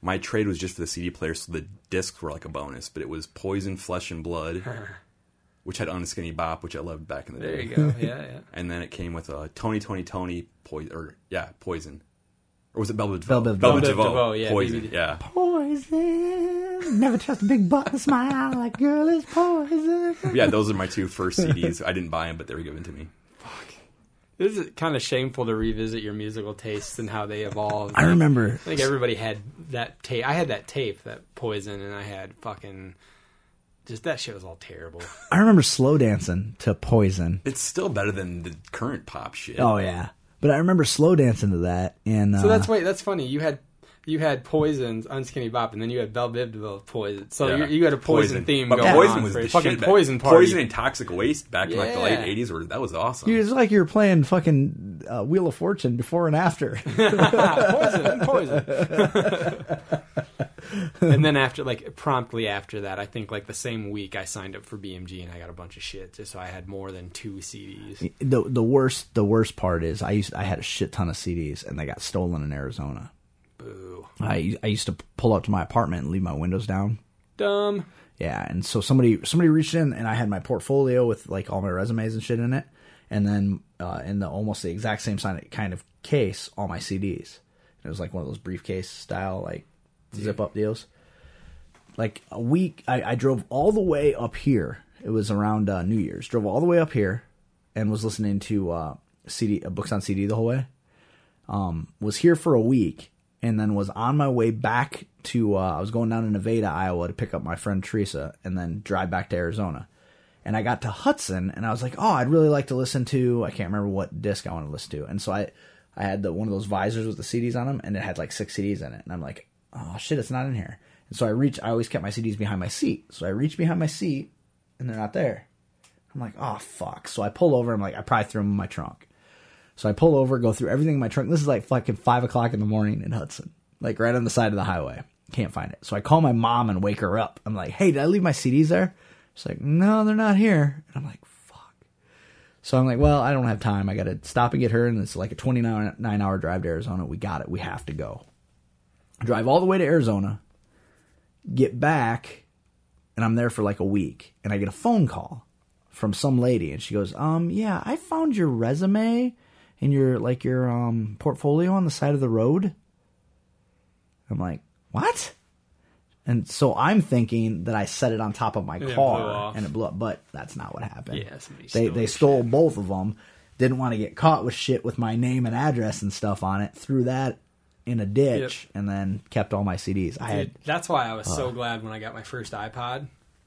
my trade was just for the CD player, so the discs were like a bonus. But it was Poison, Flesh and Blood, which had Unskinny Bop, which I loved back in the day.
There you go. Yeah, yeah.
And then it came with uh, Tony, Tony, Tony, Poison, or yeah, Poison, or was it Velvet
Velvet
Velvet
Devoe.
Velvet Devoe, yeah,
Poison,
BBD.
yeah.
Poison. Never trust a big button smile. That girl is poison.
yeah, those are my two first CDs. I didn't buy them, but they were given to me.
This is kind of shameful to revisit your musical tastes and how they evolved.
I remember.
I think everybody had that tape. I had that tape, that Poison, and I had fucking. Just that shit was all terrible.
I remember slow dancing to Poison.
It's still better than the current pop shit.
Oh yeah, but I remember slow dancing to that. And uh,
So
Uh-huh.
that's why that's funny. You had you had Poison's Unskinny Bop, and then you had Bell Biv DeVoe's Poison. So
Yeah.
you, you had a Poison, theme.
But
going
Poison
on
was
for
the
fucking
shit back-
Poison party.
Poison and Toxic Waste back in like the
Yeah.
late '80s were that was awesome.
It's like you were playing fucking uh, Wheel of Fortune before and after.
poison, poison. and then after, like promptly after that, I think like the same week I signed up for BMG and I got a bunch of shit. just So I had more than two CDs.
the the worst the worst part is I used I had a shit ton of CDs and they got stolen in Arizona.
Boo.
I I used to pull up to my apartment and leave my windows down.
Dumb.
Yeah, and so somebody somebody reached in and I had my portfolio with like all my resumes and shit in it, and then uh, in the almost the exact same sign- kind of case, all my CDs. And it was like one of those briefcase style like zip up deals. Like a week, I, I drove all the way up here. It was around uh, New Year's. Drove all the way up here and was listening to uh, CD uh, books on CD the whole way. Um, was here for a week and then was on my way back to uh, I was going down to Nevada, Iowa to pick up my friend Teresa and then drive back to Arizona. And I got to Hudson and I was like, "Oh, I'd really like to listen to I can't remember what disc I want to listen to." And so I I had the one of those visors with the CDs on them and it had like 6 CDs in it. And I'm like, "Oh shit, it's not in here." And so I reached I always kept my CDs behind my seat. So I reached behind my seat and they're not there. I'm like, "Oh fuck." So I pull over, I'm like, I probably threw them in my trunk. So I pull over, go through everything in my trunk. This is like fucking five o'clock in the morning in Hudson, like right on the side of the highway. Can't find it. So I call my mom and wake her up. I'm like, hey, did I leave my CDs there? She's like, no, they're not here. And I'm like, fuck. So I'm like, well, I don't have time. I got to stop and get her. And it's like a 29 nine hour drive to Arizona. We got it. We have to go. Drive all the way to Arizona, get back, and I'm there for like a week. And I get a phone call from some lady, and she goes, um, yeah, I found your resume in your like your um portfolio on the side of the road. I'm like, what? And so I'm thinking that I set it on top of my
it blew
car
off.
and it blew up, but that's not what happened.
Yeah,
they
somebody stole
they
your
stole both of them. Didn't want to get caught with shit with my name and address and stuff on it. Threw that in a ditch and then kept all my CDs. I had
Dude, that's why I was so glad when I got my first iPod.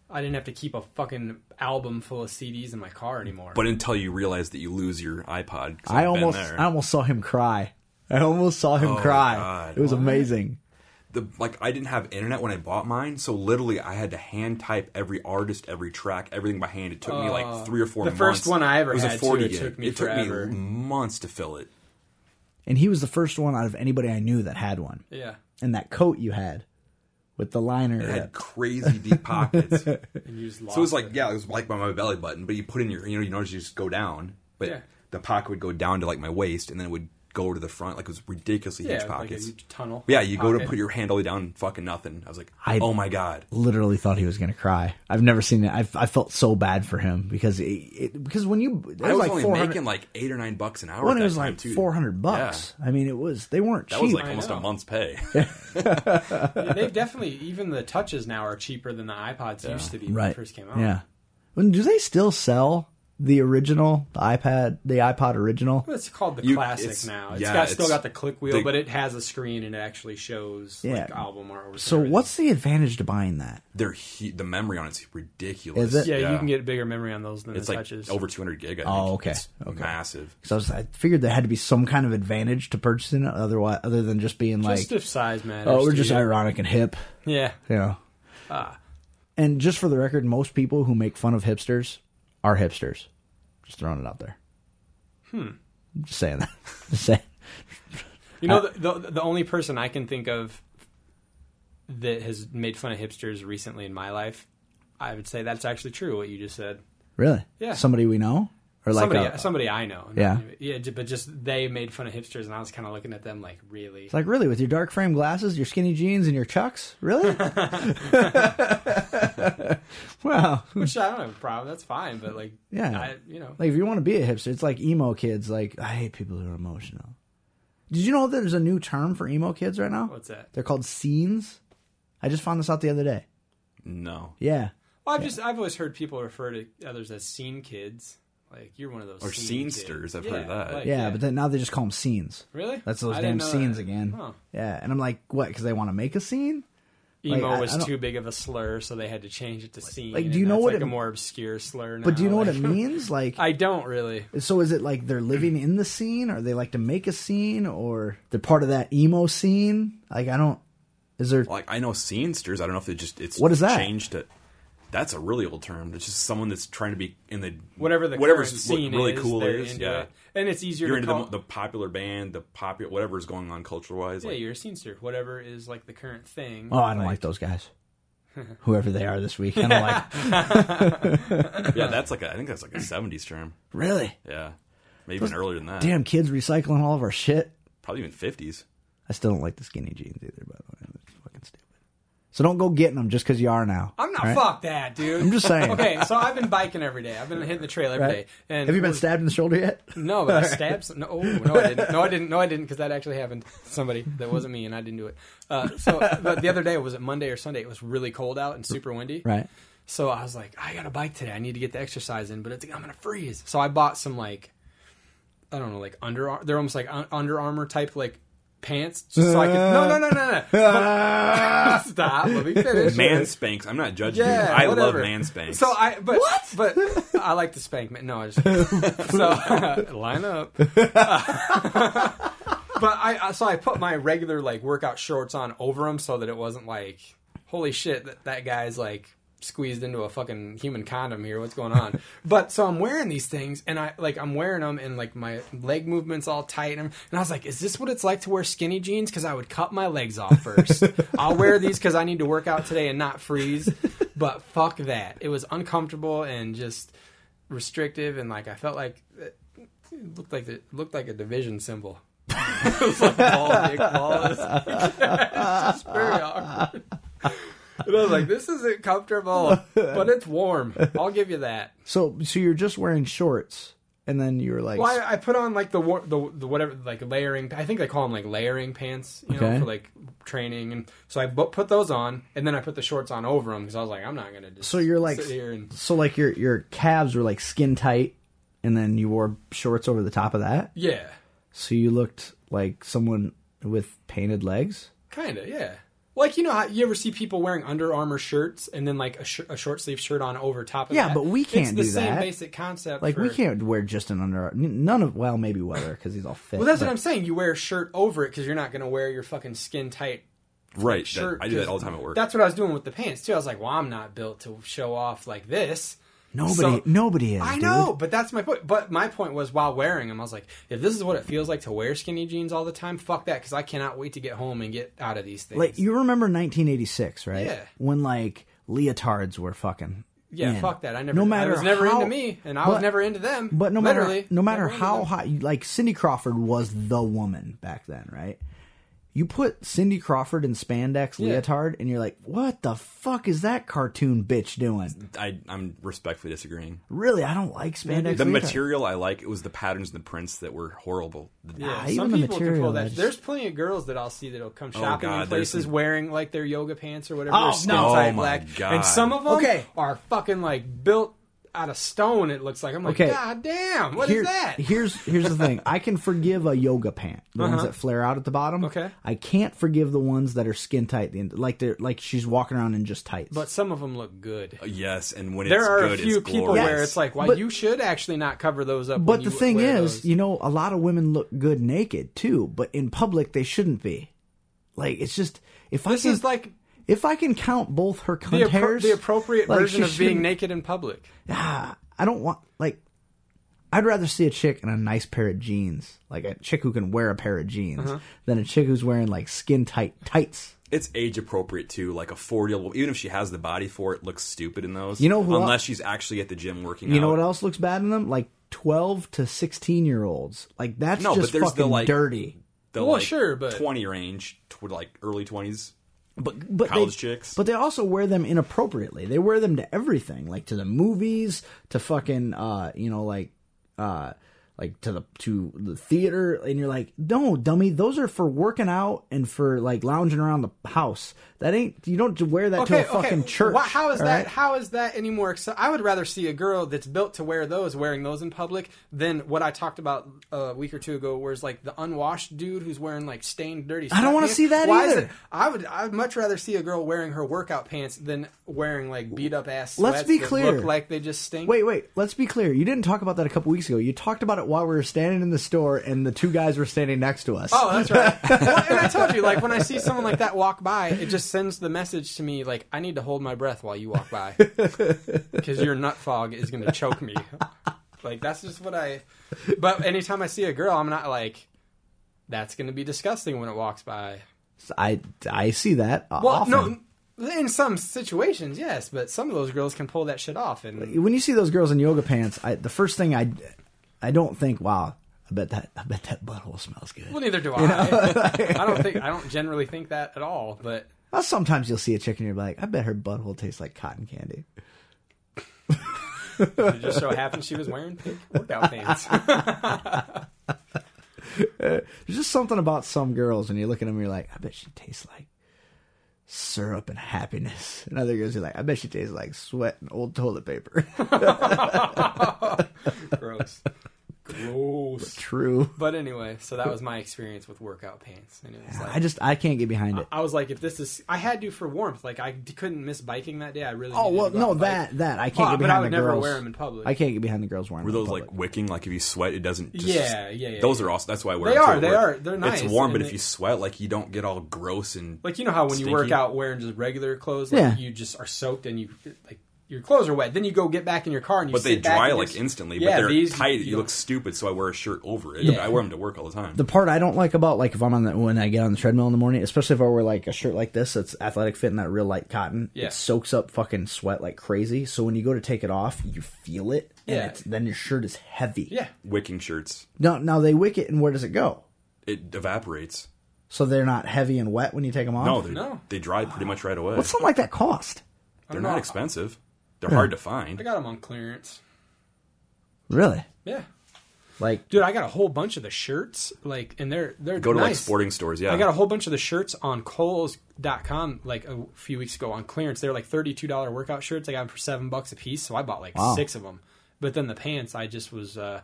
I didn't have to keep a fucking album full of CDs in my car anymore.
But until you realize that you lose your iPod, 'cause
I
I've been
almost
there.
I almost saw him cry. I almost saw him
Oh,
cry.
God.
It was amazing.
the like I didn't have internet when I bought mine, so literally I had to hand type every artist, every track, everything by hand. It took me like three or four.
Uh, the
months.
first one I ever
it was a
had, too,
40
it
gig.
took me
It took
forever.
me months to fill it.
And he was the first one out of anybody I knew that had one.
yeah,
And that coat you had with the liner.
It had
ripped.
crazy deep pockets, so it
and you just lost
was like yeah, it was like by my belly button. But you put in your you know you notice you just go down, but
Yeah.
the pocket would go down to like my waist, and then it would go to the front. Like it was ridiculously
yeah,
huge
like a
pockets.
huge tunnel.
yeah, you go to
pocket.
put your hand all the way down, and fucking nothing. I was like,
I-
oh my god.
Literally thought he was gonna cry. I've never seen it. I've, I felt so bad for him because it, it because when you it was
I was
like
only
400
making like eight or nine bucks an hour.
when
at
it
that
was
time,
like
too.
four hundred
Yeah.
bucks. I mean, it was they weren't
That
cheap.
was like
I
almost
know.
a month's pay.
They've definitely even the touches now are cheaper than the iPods used to be when
right
they first came out.
Yeah. When, do they still sell the original, the iPad, the iPod original?
Well, It's called the
You-
classic
it's-
now. It's
yeah,
got still
it's-
got the click wheel,
they-
but it has a screen and it actually shows like
Yeah.
album art. or
So
whatever it
what's the advantage to buying that?
They're hu the memory on it's ridiculous.
Is
is.
it?
Yeah, you can get bigger memory on those than
it's
the
like
touches.
over 200 gig. I think.
Oh, okay.
It's
Okay.
massive.
Because I, was- I figured there had to be some kind of advantage to purchasing it, otherwise, other than just being like,
just if size matters.
"Oh, we're
to Ah.
just
you.
ironic and hip,"
yeah.
you know. and just for the record, most people who make fun of hipsters are hipsters. Just throwing it out there. Hmm. Just saying that. Just saying.
You know, the, the the only person I can think of that has made fun of hipsters recently in my life, I would say that's actually true. What you just said,
Really?
Yeah.
Somebody we know, or like
somebody
a-
somebody I know,
Yeah.
yeah, ju- but just they made fun of hipsters, and I was kind of looking at them like, really?
It's like really with your dark frame glasses, your skinny jeans, and your chucks. Really? wow.
Which I don't have a problem. That's fine, but like,
Yeah.
I, you know,
Like if you want to be a hipster, it's like emo kids. Like I hate people who are emotional. Did you know that there's a new term for emo kids right now?
what's that?
They're called scenes. I just found this out the other day.
No.
Yeah.
Well, I've just I've always heard people refer to others as scene kids. Like you're one of those
Or
scene kids.
scenesters, I've heard that.
like,
Yeah, but then now they just call them scenes.
really,
That's those
I didn't
damn
know
scenes
that.
again.
Huh.
Yeah, and I'm like, what? Because they want to make a scene?
Emo
Like, I- I
was
don't-
too big of a slur, so they had to change it to scene.
like, do
and
you know
that's
what
like
it-
a more obscure slur? Now.
But do you know what
like-
it means? Like,
I don't really.
so is it like they're living in the scene, or they like to make a scene, or they're part of that emo scene? Like, I don't. Is there?
Like I know scenesters. I don't know if it just it's
What is that?
changed to. That's a really old term. It's just someone that's trying to be in the
Whatever the
whatever's
current
what
scene
really
is,
cool
they're
is.
into
Yeah,
it. and it's easier
you're
to
into
call.
the, the popular band, the popular whatever's going on culture wise.
yeah,
Like,
you're a scenester. Whatever is like the current thing.
Oh, I don't like those guys. Whoever they are this week, I don't like.
yeah, that's like a, I think that's like a 70s term.
Really?
Yeah, maybe even earlier than that.
Damn, kids recycling all of our shit.
probably even 50s.
I still don't like the skinny jeans either. By the way, that's fucking stupid. So don't go getting them just because you are now.
I'm not
all right?
fuck that, dude.
I'm just saying.
Okay, so I've been biking every day. I've been hitting the trail every day.
Right?
And
Have you been
we're-
stabbed in the shoulder yet?
No, but I stabbed. Some, no, oh, no, I didn't. No, I didn't. No, I didn't. Because that actually happened. to Somebody that wasn't me, and I didn't do it. Uh, so but the other day was it Monday or Sunday? It was really cold out and super windy.
Right.
So I was like, I got a bike today. I need to get the exercise in, but it's, I'm gonna freeze. So I bought some like, I don't know, like under. They're almost like un- Under Armour type like pants, just so I could. No, no, no, no, no. Stop. Let me finish.
Man spanks. I'm not judging. you.
Yeah,
I love
whatever.
man spanks.
So uh, I but what? But I like to spank men. No, I just so line up. but I I- so I put my regular like workout shorts on over them so that it wasn't like holy shit that that guy's like squeezed into a fucking human condom here what's going on but so i'm wearing these things and i like i'm wearing them and like my leg movements all tight and, I'm- and i was like is this what it's like to wear skinny jeans because i would cut my legs off first i'll wear these because i need to work out today and not freeze but fuck that it was uncomfortable and just restrictive and like i felt like it looked like it looked like a division symbol ball, dick, ball. It's just very awkward. And I was like, this isn't comfortable, but it's warm. I'll give you that.
So, so you're just wearing shorts and then you were like,
Well, I, I put on like the, war, the the whatever like layering. I think they call them like layering pants, you
Okay.
know, for like training. And so I bu- put those on, and then I put the shorts on over them because I was like, I'm not gonna. Just
so you're like,
sit here and
so like your your calves were like skin tight, and then you wore shorts over the top of that,
yeah,
so you looked like someone with painted legs.
kind of yeah. Like you know how you ever see people wearing Under Armour shirts and then like a, sh- a short sleeve shirt on over top of
Yeah,
that.
but we can't
It's the
do
same
that.
basic concept.
Like we
for-
can't wear just an under n- none of well maybe weather because he's all fit.
Well, that's
but-
what I'm saying. You wear a shirt over it because you're not gonna wear your fucking skin tight
Right. that-
shirt.
I do that
'cause
all the time at work.
That's what I was doing with the pants too. I was like, well, I'm not built to show off like this.
Nobody,
So-
nobody is.
I
dude.
know, but that's my point. But my point was while wearing them, I was like, if this is what it feels like to wear skinny jeans all the time, fuck that, because I cannot wait to get home and get out of these things.
Like you remember 1986, right?
Yeah.
When like leotards were fucking.
yeah,
in.
fuck that. I never,
No
no
matter
I was never
how-
into me, and I
but-
was never into them.
But no matter
Literally,
no matter
never into
how
them.
hot, like Cindy Crawford was the woman back then, right? You put Cindy Crawford in spandex
Yeah.
leotard, and you're like, "What the fuck is that cartoon bitch doing?"
I, I'm respectfully disagreeing.
Really, I don't like spandex.
The
leotard.
material I like, it was the patterns and the prints that were horrible.
Yeah,
Ah,
some
even the
people can
material,
pull
I
that.
just-
There's plenty of girls that I'll see that'll come shopping
Oh, God,
in
there's
places
some-
wearing like their yoga pants or whatever,
Oh,
or skin
no.
tight
Oh, my
black.
God.
And some of them
Okay.
are fucking like built out of stone. It looks like I'm like,
Okay.
god damn, what is
Here-
that?
Here's here's the thing. I can forgive a yoga pant, the ones
Uh-huh.
that flare out at the bottom.
Okay.
I can't forgive the ones that are skin tight, the- like they're like she's walking around in just tights.
but some of them look good.
Yes, and when
there
it's
are a
good,
few
it's
people
glorious.
where it's like, why
But-
you should actually not cover those up.
But
when
the
you
thing
wear
is,
those.
you know, a lot of women look good naked too, but in public they shouldn't be. Like it's just if I
this
can,
is like
if I can count both her cunt
the, appro-
hairs,
the appropriate
like,
version
she
of being
shouldn't-
naked in public.
Ah, I don't want like. I'd rather see a chick in a nice pair of jeans, like a chick who can wear a pair of jeans,
Uh-huh.
than a chick who's wearing like skin tight tights.
it's age appropriate too. Like a forty year old, even if she has the body for it, looks stupid in those.
You know who
unless
el-
she's actually at the gym working.
You know
out.
what else looks bad in them? Like twelve to sixteen year olds. Like that's
No,
just
but there's
fucking
the like
dirty.
The,
Well,
like,
sure, but-
twenty range, tw- like early twenties.
But but
College
they,
chicks.
But they also wear them inappropriately. They wear them to everything, like to the movies, to fucking uh, you know, like uh, like to the to the theater. And you're like, no, dummy, those are for working out and for like lounging around the house. That ain't you don't wear that to a fucking church.
Why- how is
all
that?
right?
How is that any more? Exce- I would rather see a girl that's built to wear those, wearing those in public, than what I talked about a week or two ago, where's like the unwashed dude who's wearing like stained, dirty.
I don't wanna
sweatpants.
see that
Why is
either.
it- I would. I'd much rather see a girl wearing her workout pants than wearing like beat up ass.
Let's
sweats
be
that
clear.
Look like they just stink.
Wait, wait. Let's be clear. You didn't talk about that a couple weeks ago. You talked about it while we were standing in the store, and the two guys were standing next to us.
Oh, that's right. well, and I told you, like when I see someone like that walk by, it just sends the message to me, like I need to hold my breath while you walk by, because your nut fog is going to choke me. Like that's just what I. But anytime I see a girl, I'm not like, that's going to be disgusting when it walks by.
I I see that. uh,
Well,
often.
no, in some situations, yes, but some of those girls can pull that shit off, and
when you see those girls in yoga pants, I, the first thing I, I don't think, wow, I bet that I bet that butthole smells good.
well, neither do I. I don't think I don't generally think that at all, but.
Well, sometimes you'll see a chick and you're like, I bet her butthole tastes like cotton candy.
It just so happened she was wearing pink workout pants.
There's just something about some girls when you look at them, and you're like, I bet she tastes like syrup and happiness. And other girls are like, I bet she tastes like sweat and old toilet paper.
Gross. Gross.
True.
But anyway, so that was my experience with workout pants, and it was like
I just I can't get behind it.
I was like, if this is, I had to for warmth. Like I d- couldn't miss biking that day. I really.
Oh
needed
well,
to go
no
out and bike.
that that I can't
Oh,
get behind
but I would
the
never
girls.
wear them in public.
I can't get behind the girls wearing.
Were
them in
those
public.
like wicking? Like if you sweat, it doesn't. Just,
Yeah, yeah, yeah,
Those
yeah.
are awesome. That's why I wear.
They
them,
are,
too.
they
Where
are. They're nice,
It's warm,
and
but if
they-
you sweat, like you don't get all gross and
Like you know how when you work
Stinky.
out wearing just regular clothes, like
Yeah.
you just are soaked and you like your clothes are wet. Then you go get back in your car and you.
But they
sit back
dry
and
like
just-
instantly.
Yeah,
but they're
these,
tight. You,
don't-
look stupid, so I wear a shirt over it.
Yeah.
I wear them to work all the time.
the part I don't like about like if I'm on the when I get on the treadmill in the morning, especially if I wear like a shirt like this that's athletic fit and that real light cotton,
Yeah.
it soaks up fucking sweat like crazy. So when you go to take it off, you feel it, and
Yeah.
it's, then your shirt is heavy.
Yeah.
Wicking shirts,
Now, now they wick it, and where does it go?
it evaporates.
So they're not heavy and wet when you take them off.
No, they
No.
they dry pretty much right away.
what's something like that cost?
They're not expensive. They're hard to find.
I got them on clearance.
Really?
Yeah.
Like
Dude, I got a whole bunch of the shirts, like, and they're they're
Go to like
nice.
sporting stores. Yeah,
I got a whole bunch of the shirts on Kohl's.com like a few weeks ago on clearance. They're like thirty-two dollar workout shirts. I got them for seven bucks a piece, so I bought like
Wow.
six of them. But then the pants, I just was uh,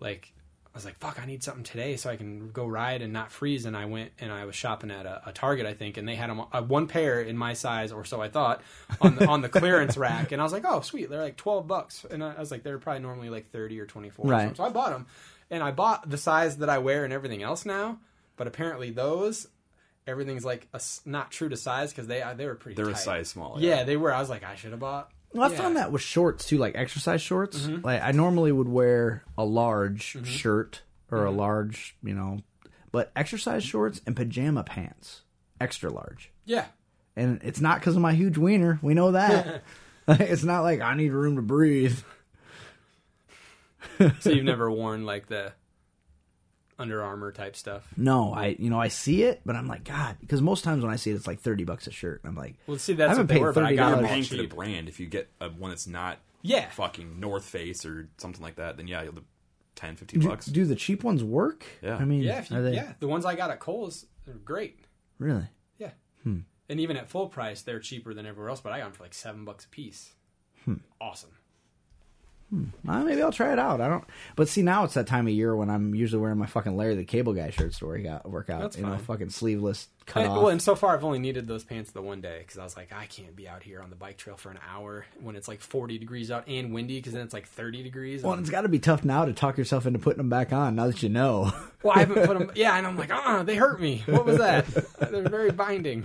like, I was like, "Fuck, I need something today so I can go ride and not freeze." And I went and I was shopping at a, a Target, I think, and they had them uh, one pair in my size or so I thought on the, on the clearance rack, and I was like, "Oh, sweet, they're like twelve bucks," and I, I was like, "They're probably normally like thirty or twenty-four.
Right.
Or something. So I bought them, and I bought the size that I wear and everything else now. But apparently those everything's like a s not true to size because they uh, they were pretty.
They're a
tight.
size small,
Yeah.
yeah.
they were. I was like, I should have bought.
Well, I
yeah. Mm-hmm.
found that with shorts too, like exercise shorts. Like I normally would wear a large shirt or
Mm-hmm.
a large, you know, but exercise shorts and pajama pants, extra large.
Yeah,
And it's not because of my huge wiener. We know that. Like, it's not like I need room to breathe.
so you've never worn like the Under Armour type stuff.
No, I you know I see it, but I'm like God, because most times when I see it, it's like thirty bucks a shirt. And I'm like,
Well, see,
I
that's
haven't
what they
paid
were, but I got
$30
them
You're
all
paying for the
cheap.
brand. If you get a, one that's not
Yeah,
fucking North Face or something like that, then yeah, you'll do 10, 15
do,
bucks.
do the cheap ones work?
Yeah.
I mean,
yeah, if you,
are they
yeah. The ones I got at Kohl's, they're great.
really?
Yeah,
Hmm.
and even at full price, they're cheaper than everywhere else. But I got them for like seven bucks a piece.
Hmm.
Awesome.
Uh, maybe I'll try it out. I don't. But see, now it's that time of year when I'm usually wearing my fucking Larry the Cable Guy shirts to work out. Work out,
That's
you know,
fine.
fucking sleeveless cut
And,
off.
well, and so far I've only needed those pants the one day because I was like, I can't be out here on the bike trail for an hour when it's like 40 degrees out and windy because then it's like 30 degrees.
Well,
I'm-
and it's got to be tough now to talk yourself into putting them back on now that you know.
Well, I haven't put them. Yeah, and I'm like, ah, they hurt me. What was that? They're very binding.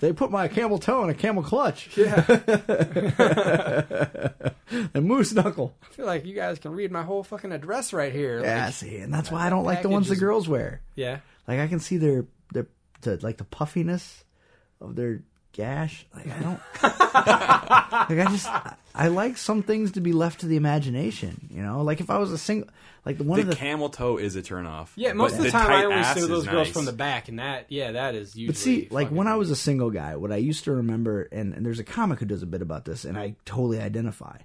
they put my camel toe in a camel clutch.
Yeah, I
and moose knuckle.
feel like you guys can read my whole fucking address right here.
Yeah, see, and that's why I don't like the ones the
packages-
girls wear.
yeah.
Like I can see their their the, like the puffiness of their gash. Like I don't. like I just I like some things to be left to the imagination. You know, like if I was a single, like one
the,
of the
camel toe is a turnoff.
Yeah, most
but
of the time I
tight
only
ass
see
is
those girls
nice.
from the back, and that, yeah, that is usually.
But see, like
fucking-
when I was a single guy, what I used to remember, and, and there's a comic who does a bit about this, and I totally identify.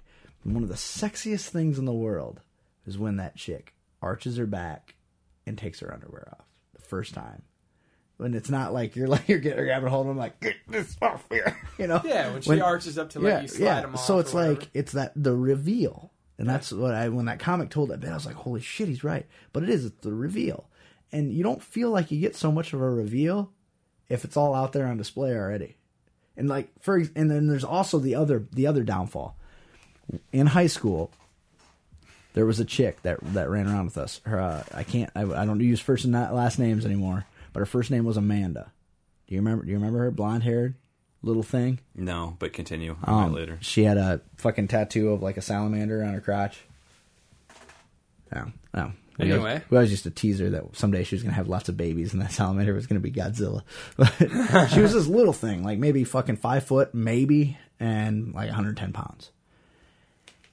One of the sexiest things in the world is when that chick arches her back and takes her underwear off the first time. When it's not like you're like you're getting grabbing hold of them, like get this off here, you know?
Yeah, when she arches up to let you slide them off
So
or
it's like
whatever.
it's that the reveal, and that's what I when that comic told that bit, I was like, holy shit, he's right. But it is it's the reveal, and you don't feel like you get so much of a reveal if it's all out there on display already. And like for ex- and then there's also the other the other downfall. In high school, there was a chick that that ran around with us. Her uh, I can't I, I don't use first and not last names anymore, but her first name was Amanda. Do you remember? Do you remember her? Blonde haired, little thing.
No, but continue. I
Oh.
might later.
She had a fucking tattoo of like a salamander on her crotch. No, no. We
Anyway.
always, we always used to tease her that someday she was gonna have lots of babies, and that salamander was gonna be Godzilla. But she was this little thing, like maybe fucking five foot, maybe, and like 110 pounds.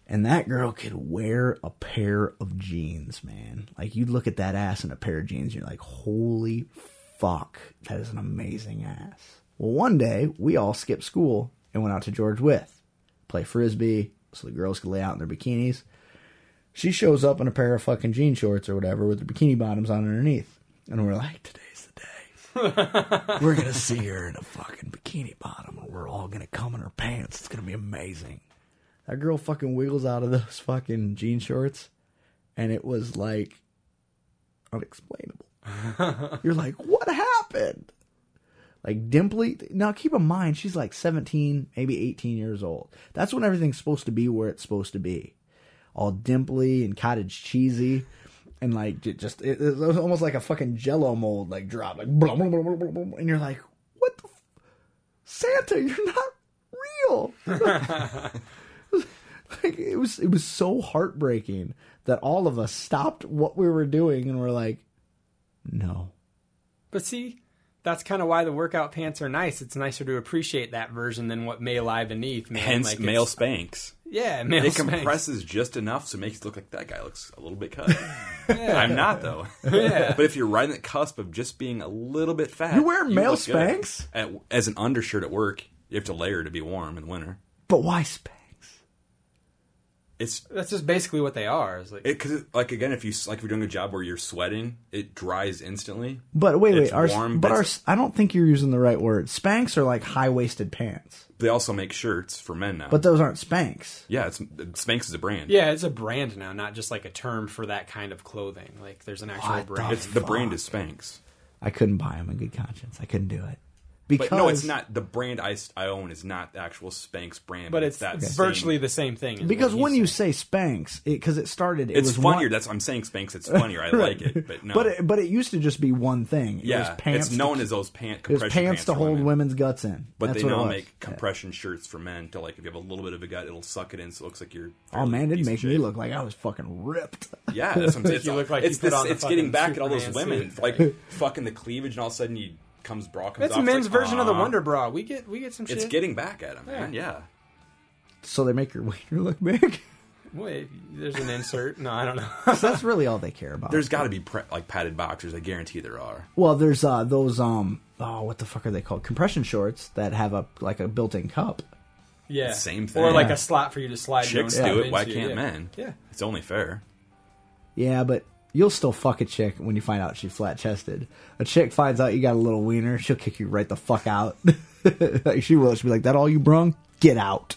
And that girl could wear a pair of jeans, man. Like you'd look at that ass in a pair of jeans, you're like, holy fuck, that is an amazing ass. Well, one day we all skipped school and went out to George with, play frisbee, so the girls could lay out in their bikinis. She shows up in a pair of fucking jean shorts or whatever with her bikini bottoms on underneath, and we're like, today's the day. we're gonna see her in a fucking bikini bottom, and we're all gonna come in her pants. It's gonna be amazing. That girl fucking wiggles out of those fucking jean shorts, and it was like unexplainable. You're like, what happened? Like dimply. Now keep in mind, she's like 17, maybe 18 years old. That's when everything's supposed to be where it's supposed to be, all dimply and cottage cheesy, and like j- just it, it was almost like a fucking Jello mold like drop, like blah, blah, blah, blah, blah, blah, and you're like, what the f- Santa? You're not real like it was it was so heartbreaking that all of us stopped what we were doing and were like no
But see, that's kind of why the workout pants are nice. It's nicer to appreciate that version than what may lie beneath. Man.
Hence,
like it's-
male spanks.
Yeah, male.
It
spanks.
compresses just enough so it makes it look like that guy looks a little bit cut. I'm not though.
Yeah.
But if you're right in the cusp of just being a little bit fat,
You wear male
look good.
Spanx?
At, as an undershirt at work. You have to layer to be warm in winter.
but why spanx
It's
That's just basically what they are. It's like
because like again, if you s- like if you're doing a job where you're sweating, it dries instantly.
But wait,
It's
wait. Our,
warm,
but
but
our,
it's-
I don't think you're using the right word. Spanks are like high waisted pants,
They also make shirts for men now.
but those aren't spanks.
yeah, it's Spanx is a brand.
yeah, it's a brand now, not just like a term for that kind of clothing. Like there's an actual
What the
brand.
it's the brand is Spanx.
I couldn't buy them in good conscience. I couldn't do it because
But no, it's not the brand I, s- I own is not the actual Spanx brand.
but it's
that same-
virtually the same thing. is
Because
what
when
he's
you
saying.
say spanks, because it, started, it
it's
was
funnier.
One,
That's I'm saying Spanx. It's funnier. I like it, but no,
But it, but it used to just be one thing. It was
yeah,
pants
it's known
to,
as those pant
it was
compression
pants, to
for
hold
women.
women's guts in.
But
That's
they
what it
now
was.
make compression shirts for men to like if you have a little bit of a gut, it'll suck it in, so it looks like you're.
Oh man,
fairly
it'd
decent
make me
shape.
look like I was fucking ripped.
Yeah, that's what I'm saying. It's,
You look like
it's,
you put
this-
on the
it's getting
fucking
back at all those
Superman
women,
suit.
like fucking the cleavage, and all of a sudden you comes bra comes
that's
off.
a
it's like,
men's version of the
"Aw."
Wonder Bra. We get we get some shit.
It's getting back at him, man. Yeah,
So they make your wiener look big.
Wait, there's an insert. No, I don't know.
So that's really all they care about.
there's got to be pre- like padded boxers. I guarantee there are.
Well, there's uh those um oh what the fuck are they called? Compression shorts that have a like a built-in cup.
yeah,
Same thing.
Or like
Yeah.
a slot for you to slide. your
Chicks
own
do
stuff
it. Why
into,
can't
yeah.
men?
Yeah.
it's only fair.
Yeah, but you'll still fuck a chick when you find out she's flat-chested. A chick finds out you got a little wiener, she'll kick you right the fuck out. like she will. She'll be like, "That all you brung? Get out."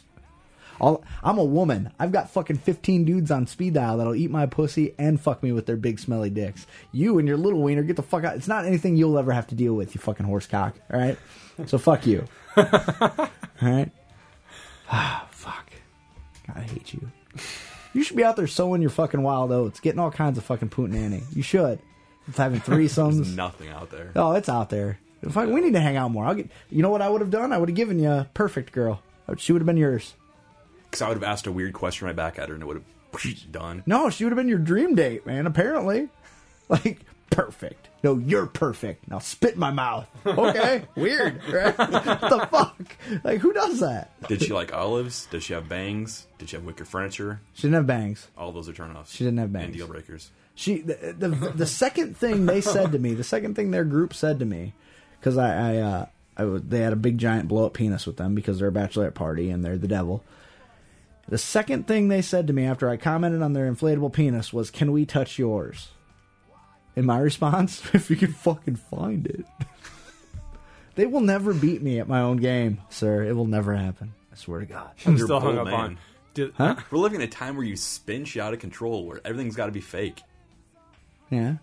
All, I'm a woman. I've got fucking 15 dudes on speed dial that'll eat my pussy and fuck me with their big smelly dicks. You and your little wiener, get the fuck out. It's not anything you'll ever have to deal with, you fucking horse cock. All right? So fuck you. all right? Ah, fuck. God, I hate you. You should be out there sowing your fucking wild oats, getting all kinds of fucking pootinanny. You should. It's having
There's
threesomes.
nothing out there.
Oh, it's out there. If I, we need to hang out more. I'll get. You know what I would have done? I would have given you a perfect girl. Oh, She would have been yours.
Because I would have asked a weird question right back at her, and it would have done.
No, she would have been your dream date, man, apparently. Like, perfect. No, you're perfect. Now spit in my mouth. Okay, weird, right? what the fuck? Like, who does that?
Did she like olives? Did she have bangs? Did she have wicker furniture?
She didn't have bangs.
All those are turnoffs.
She didn't have bangs.
And deal breakers.
She the, the the second thing they said to me, the second thing their group said to me, because I I, uh, I was- they had a big giant blow up penis with them because they're a bachelorette party and they're the devil. The second thing they said to me after I commented on their inflatable penis was, "Can we touch yours?" And my response, "If you can fucking find it." they will never beat me at my own game, sir. It will never happen. I swear to God.
I'm
You're
still
a
hung up
bold
on.
man.
Did-
We're living in a time where you spin shit out of control, where everything's got to be fake.
Yeah,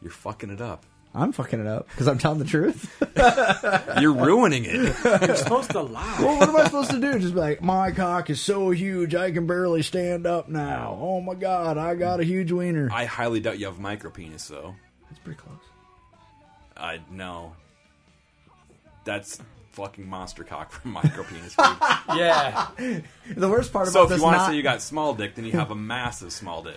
You're fucking it up.
I'm fucking it up because I'm telling the truth.
You're ruining it.
You're supposed to lie.
well, what am I supposed to do? Just be like, my cock is so huge, I can barely stand up now. Oh my god, I got a huge wiener.
I highly doubt you have micro penis, though.
That's pretty close.
I no. That's fucking monster cock from micro penis. dude.
Yeah.
The worst part
so
about
if
this
you want
not
to say you got small dick, then you have a massive small dick.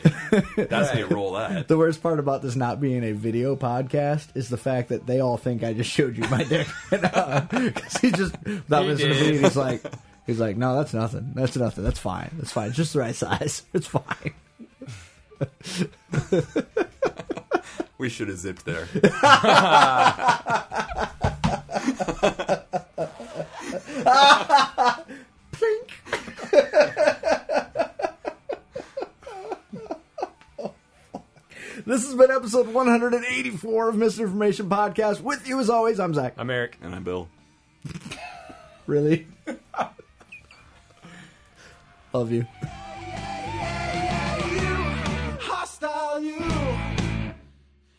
That's how you roll that.
the worst part about this not being a video podcast is the fact that they all think I just showed you my dick because he just without
He
listening to me,
did.
and he's like, he's like, no, that's nothing, that's nothing, that's fine, that's fine, It's just the right size, it's fine.
We should have zipped there.
This has been episode 184 of Misinformation Podcast. With you as always, I'm Zach.
I'm Eric.
And I'm Bill.
Really? Love you.
hostile you.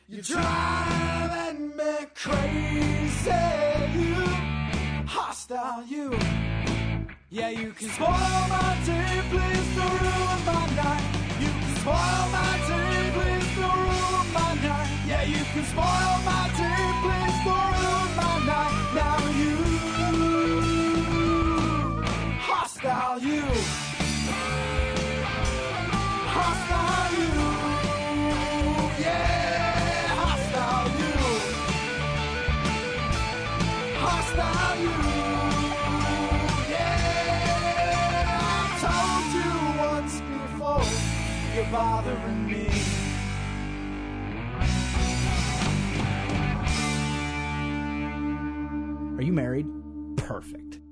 You're driving me crazy. You hostile you. Yeah, you can spoil my day, please don't ruin my night. You can spoil my day, please don't ruin my night. Yeah, you can spoil my day, please don't ruin my night. Now you hostile you hostile you. Yeah, hostile you. Hostile you. Yeah, I told you once before, you're bothering me.
Are you married? Perfect.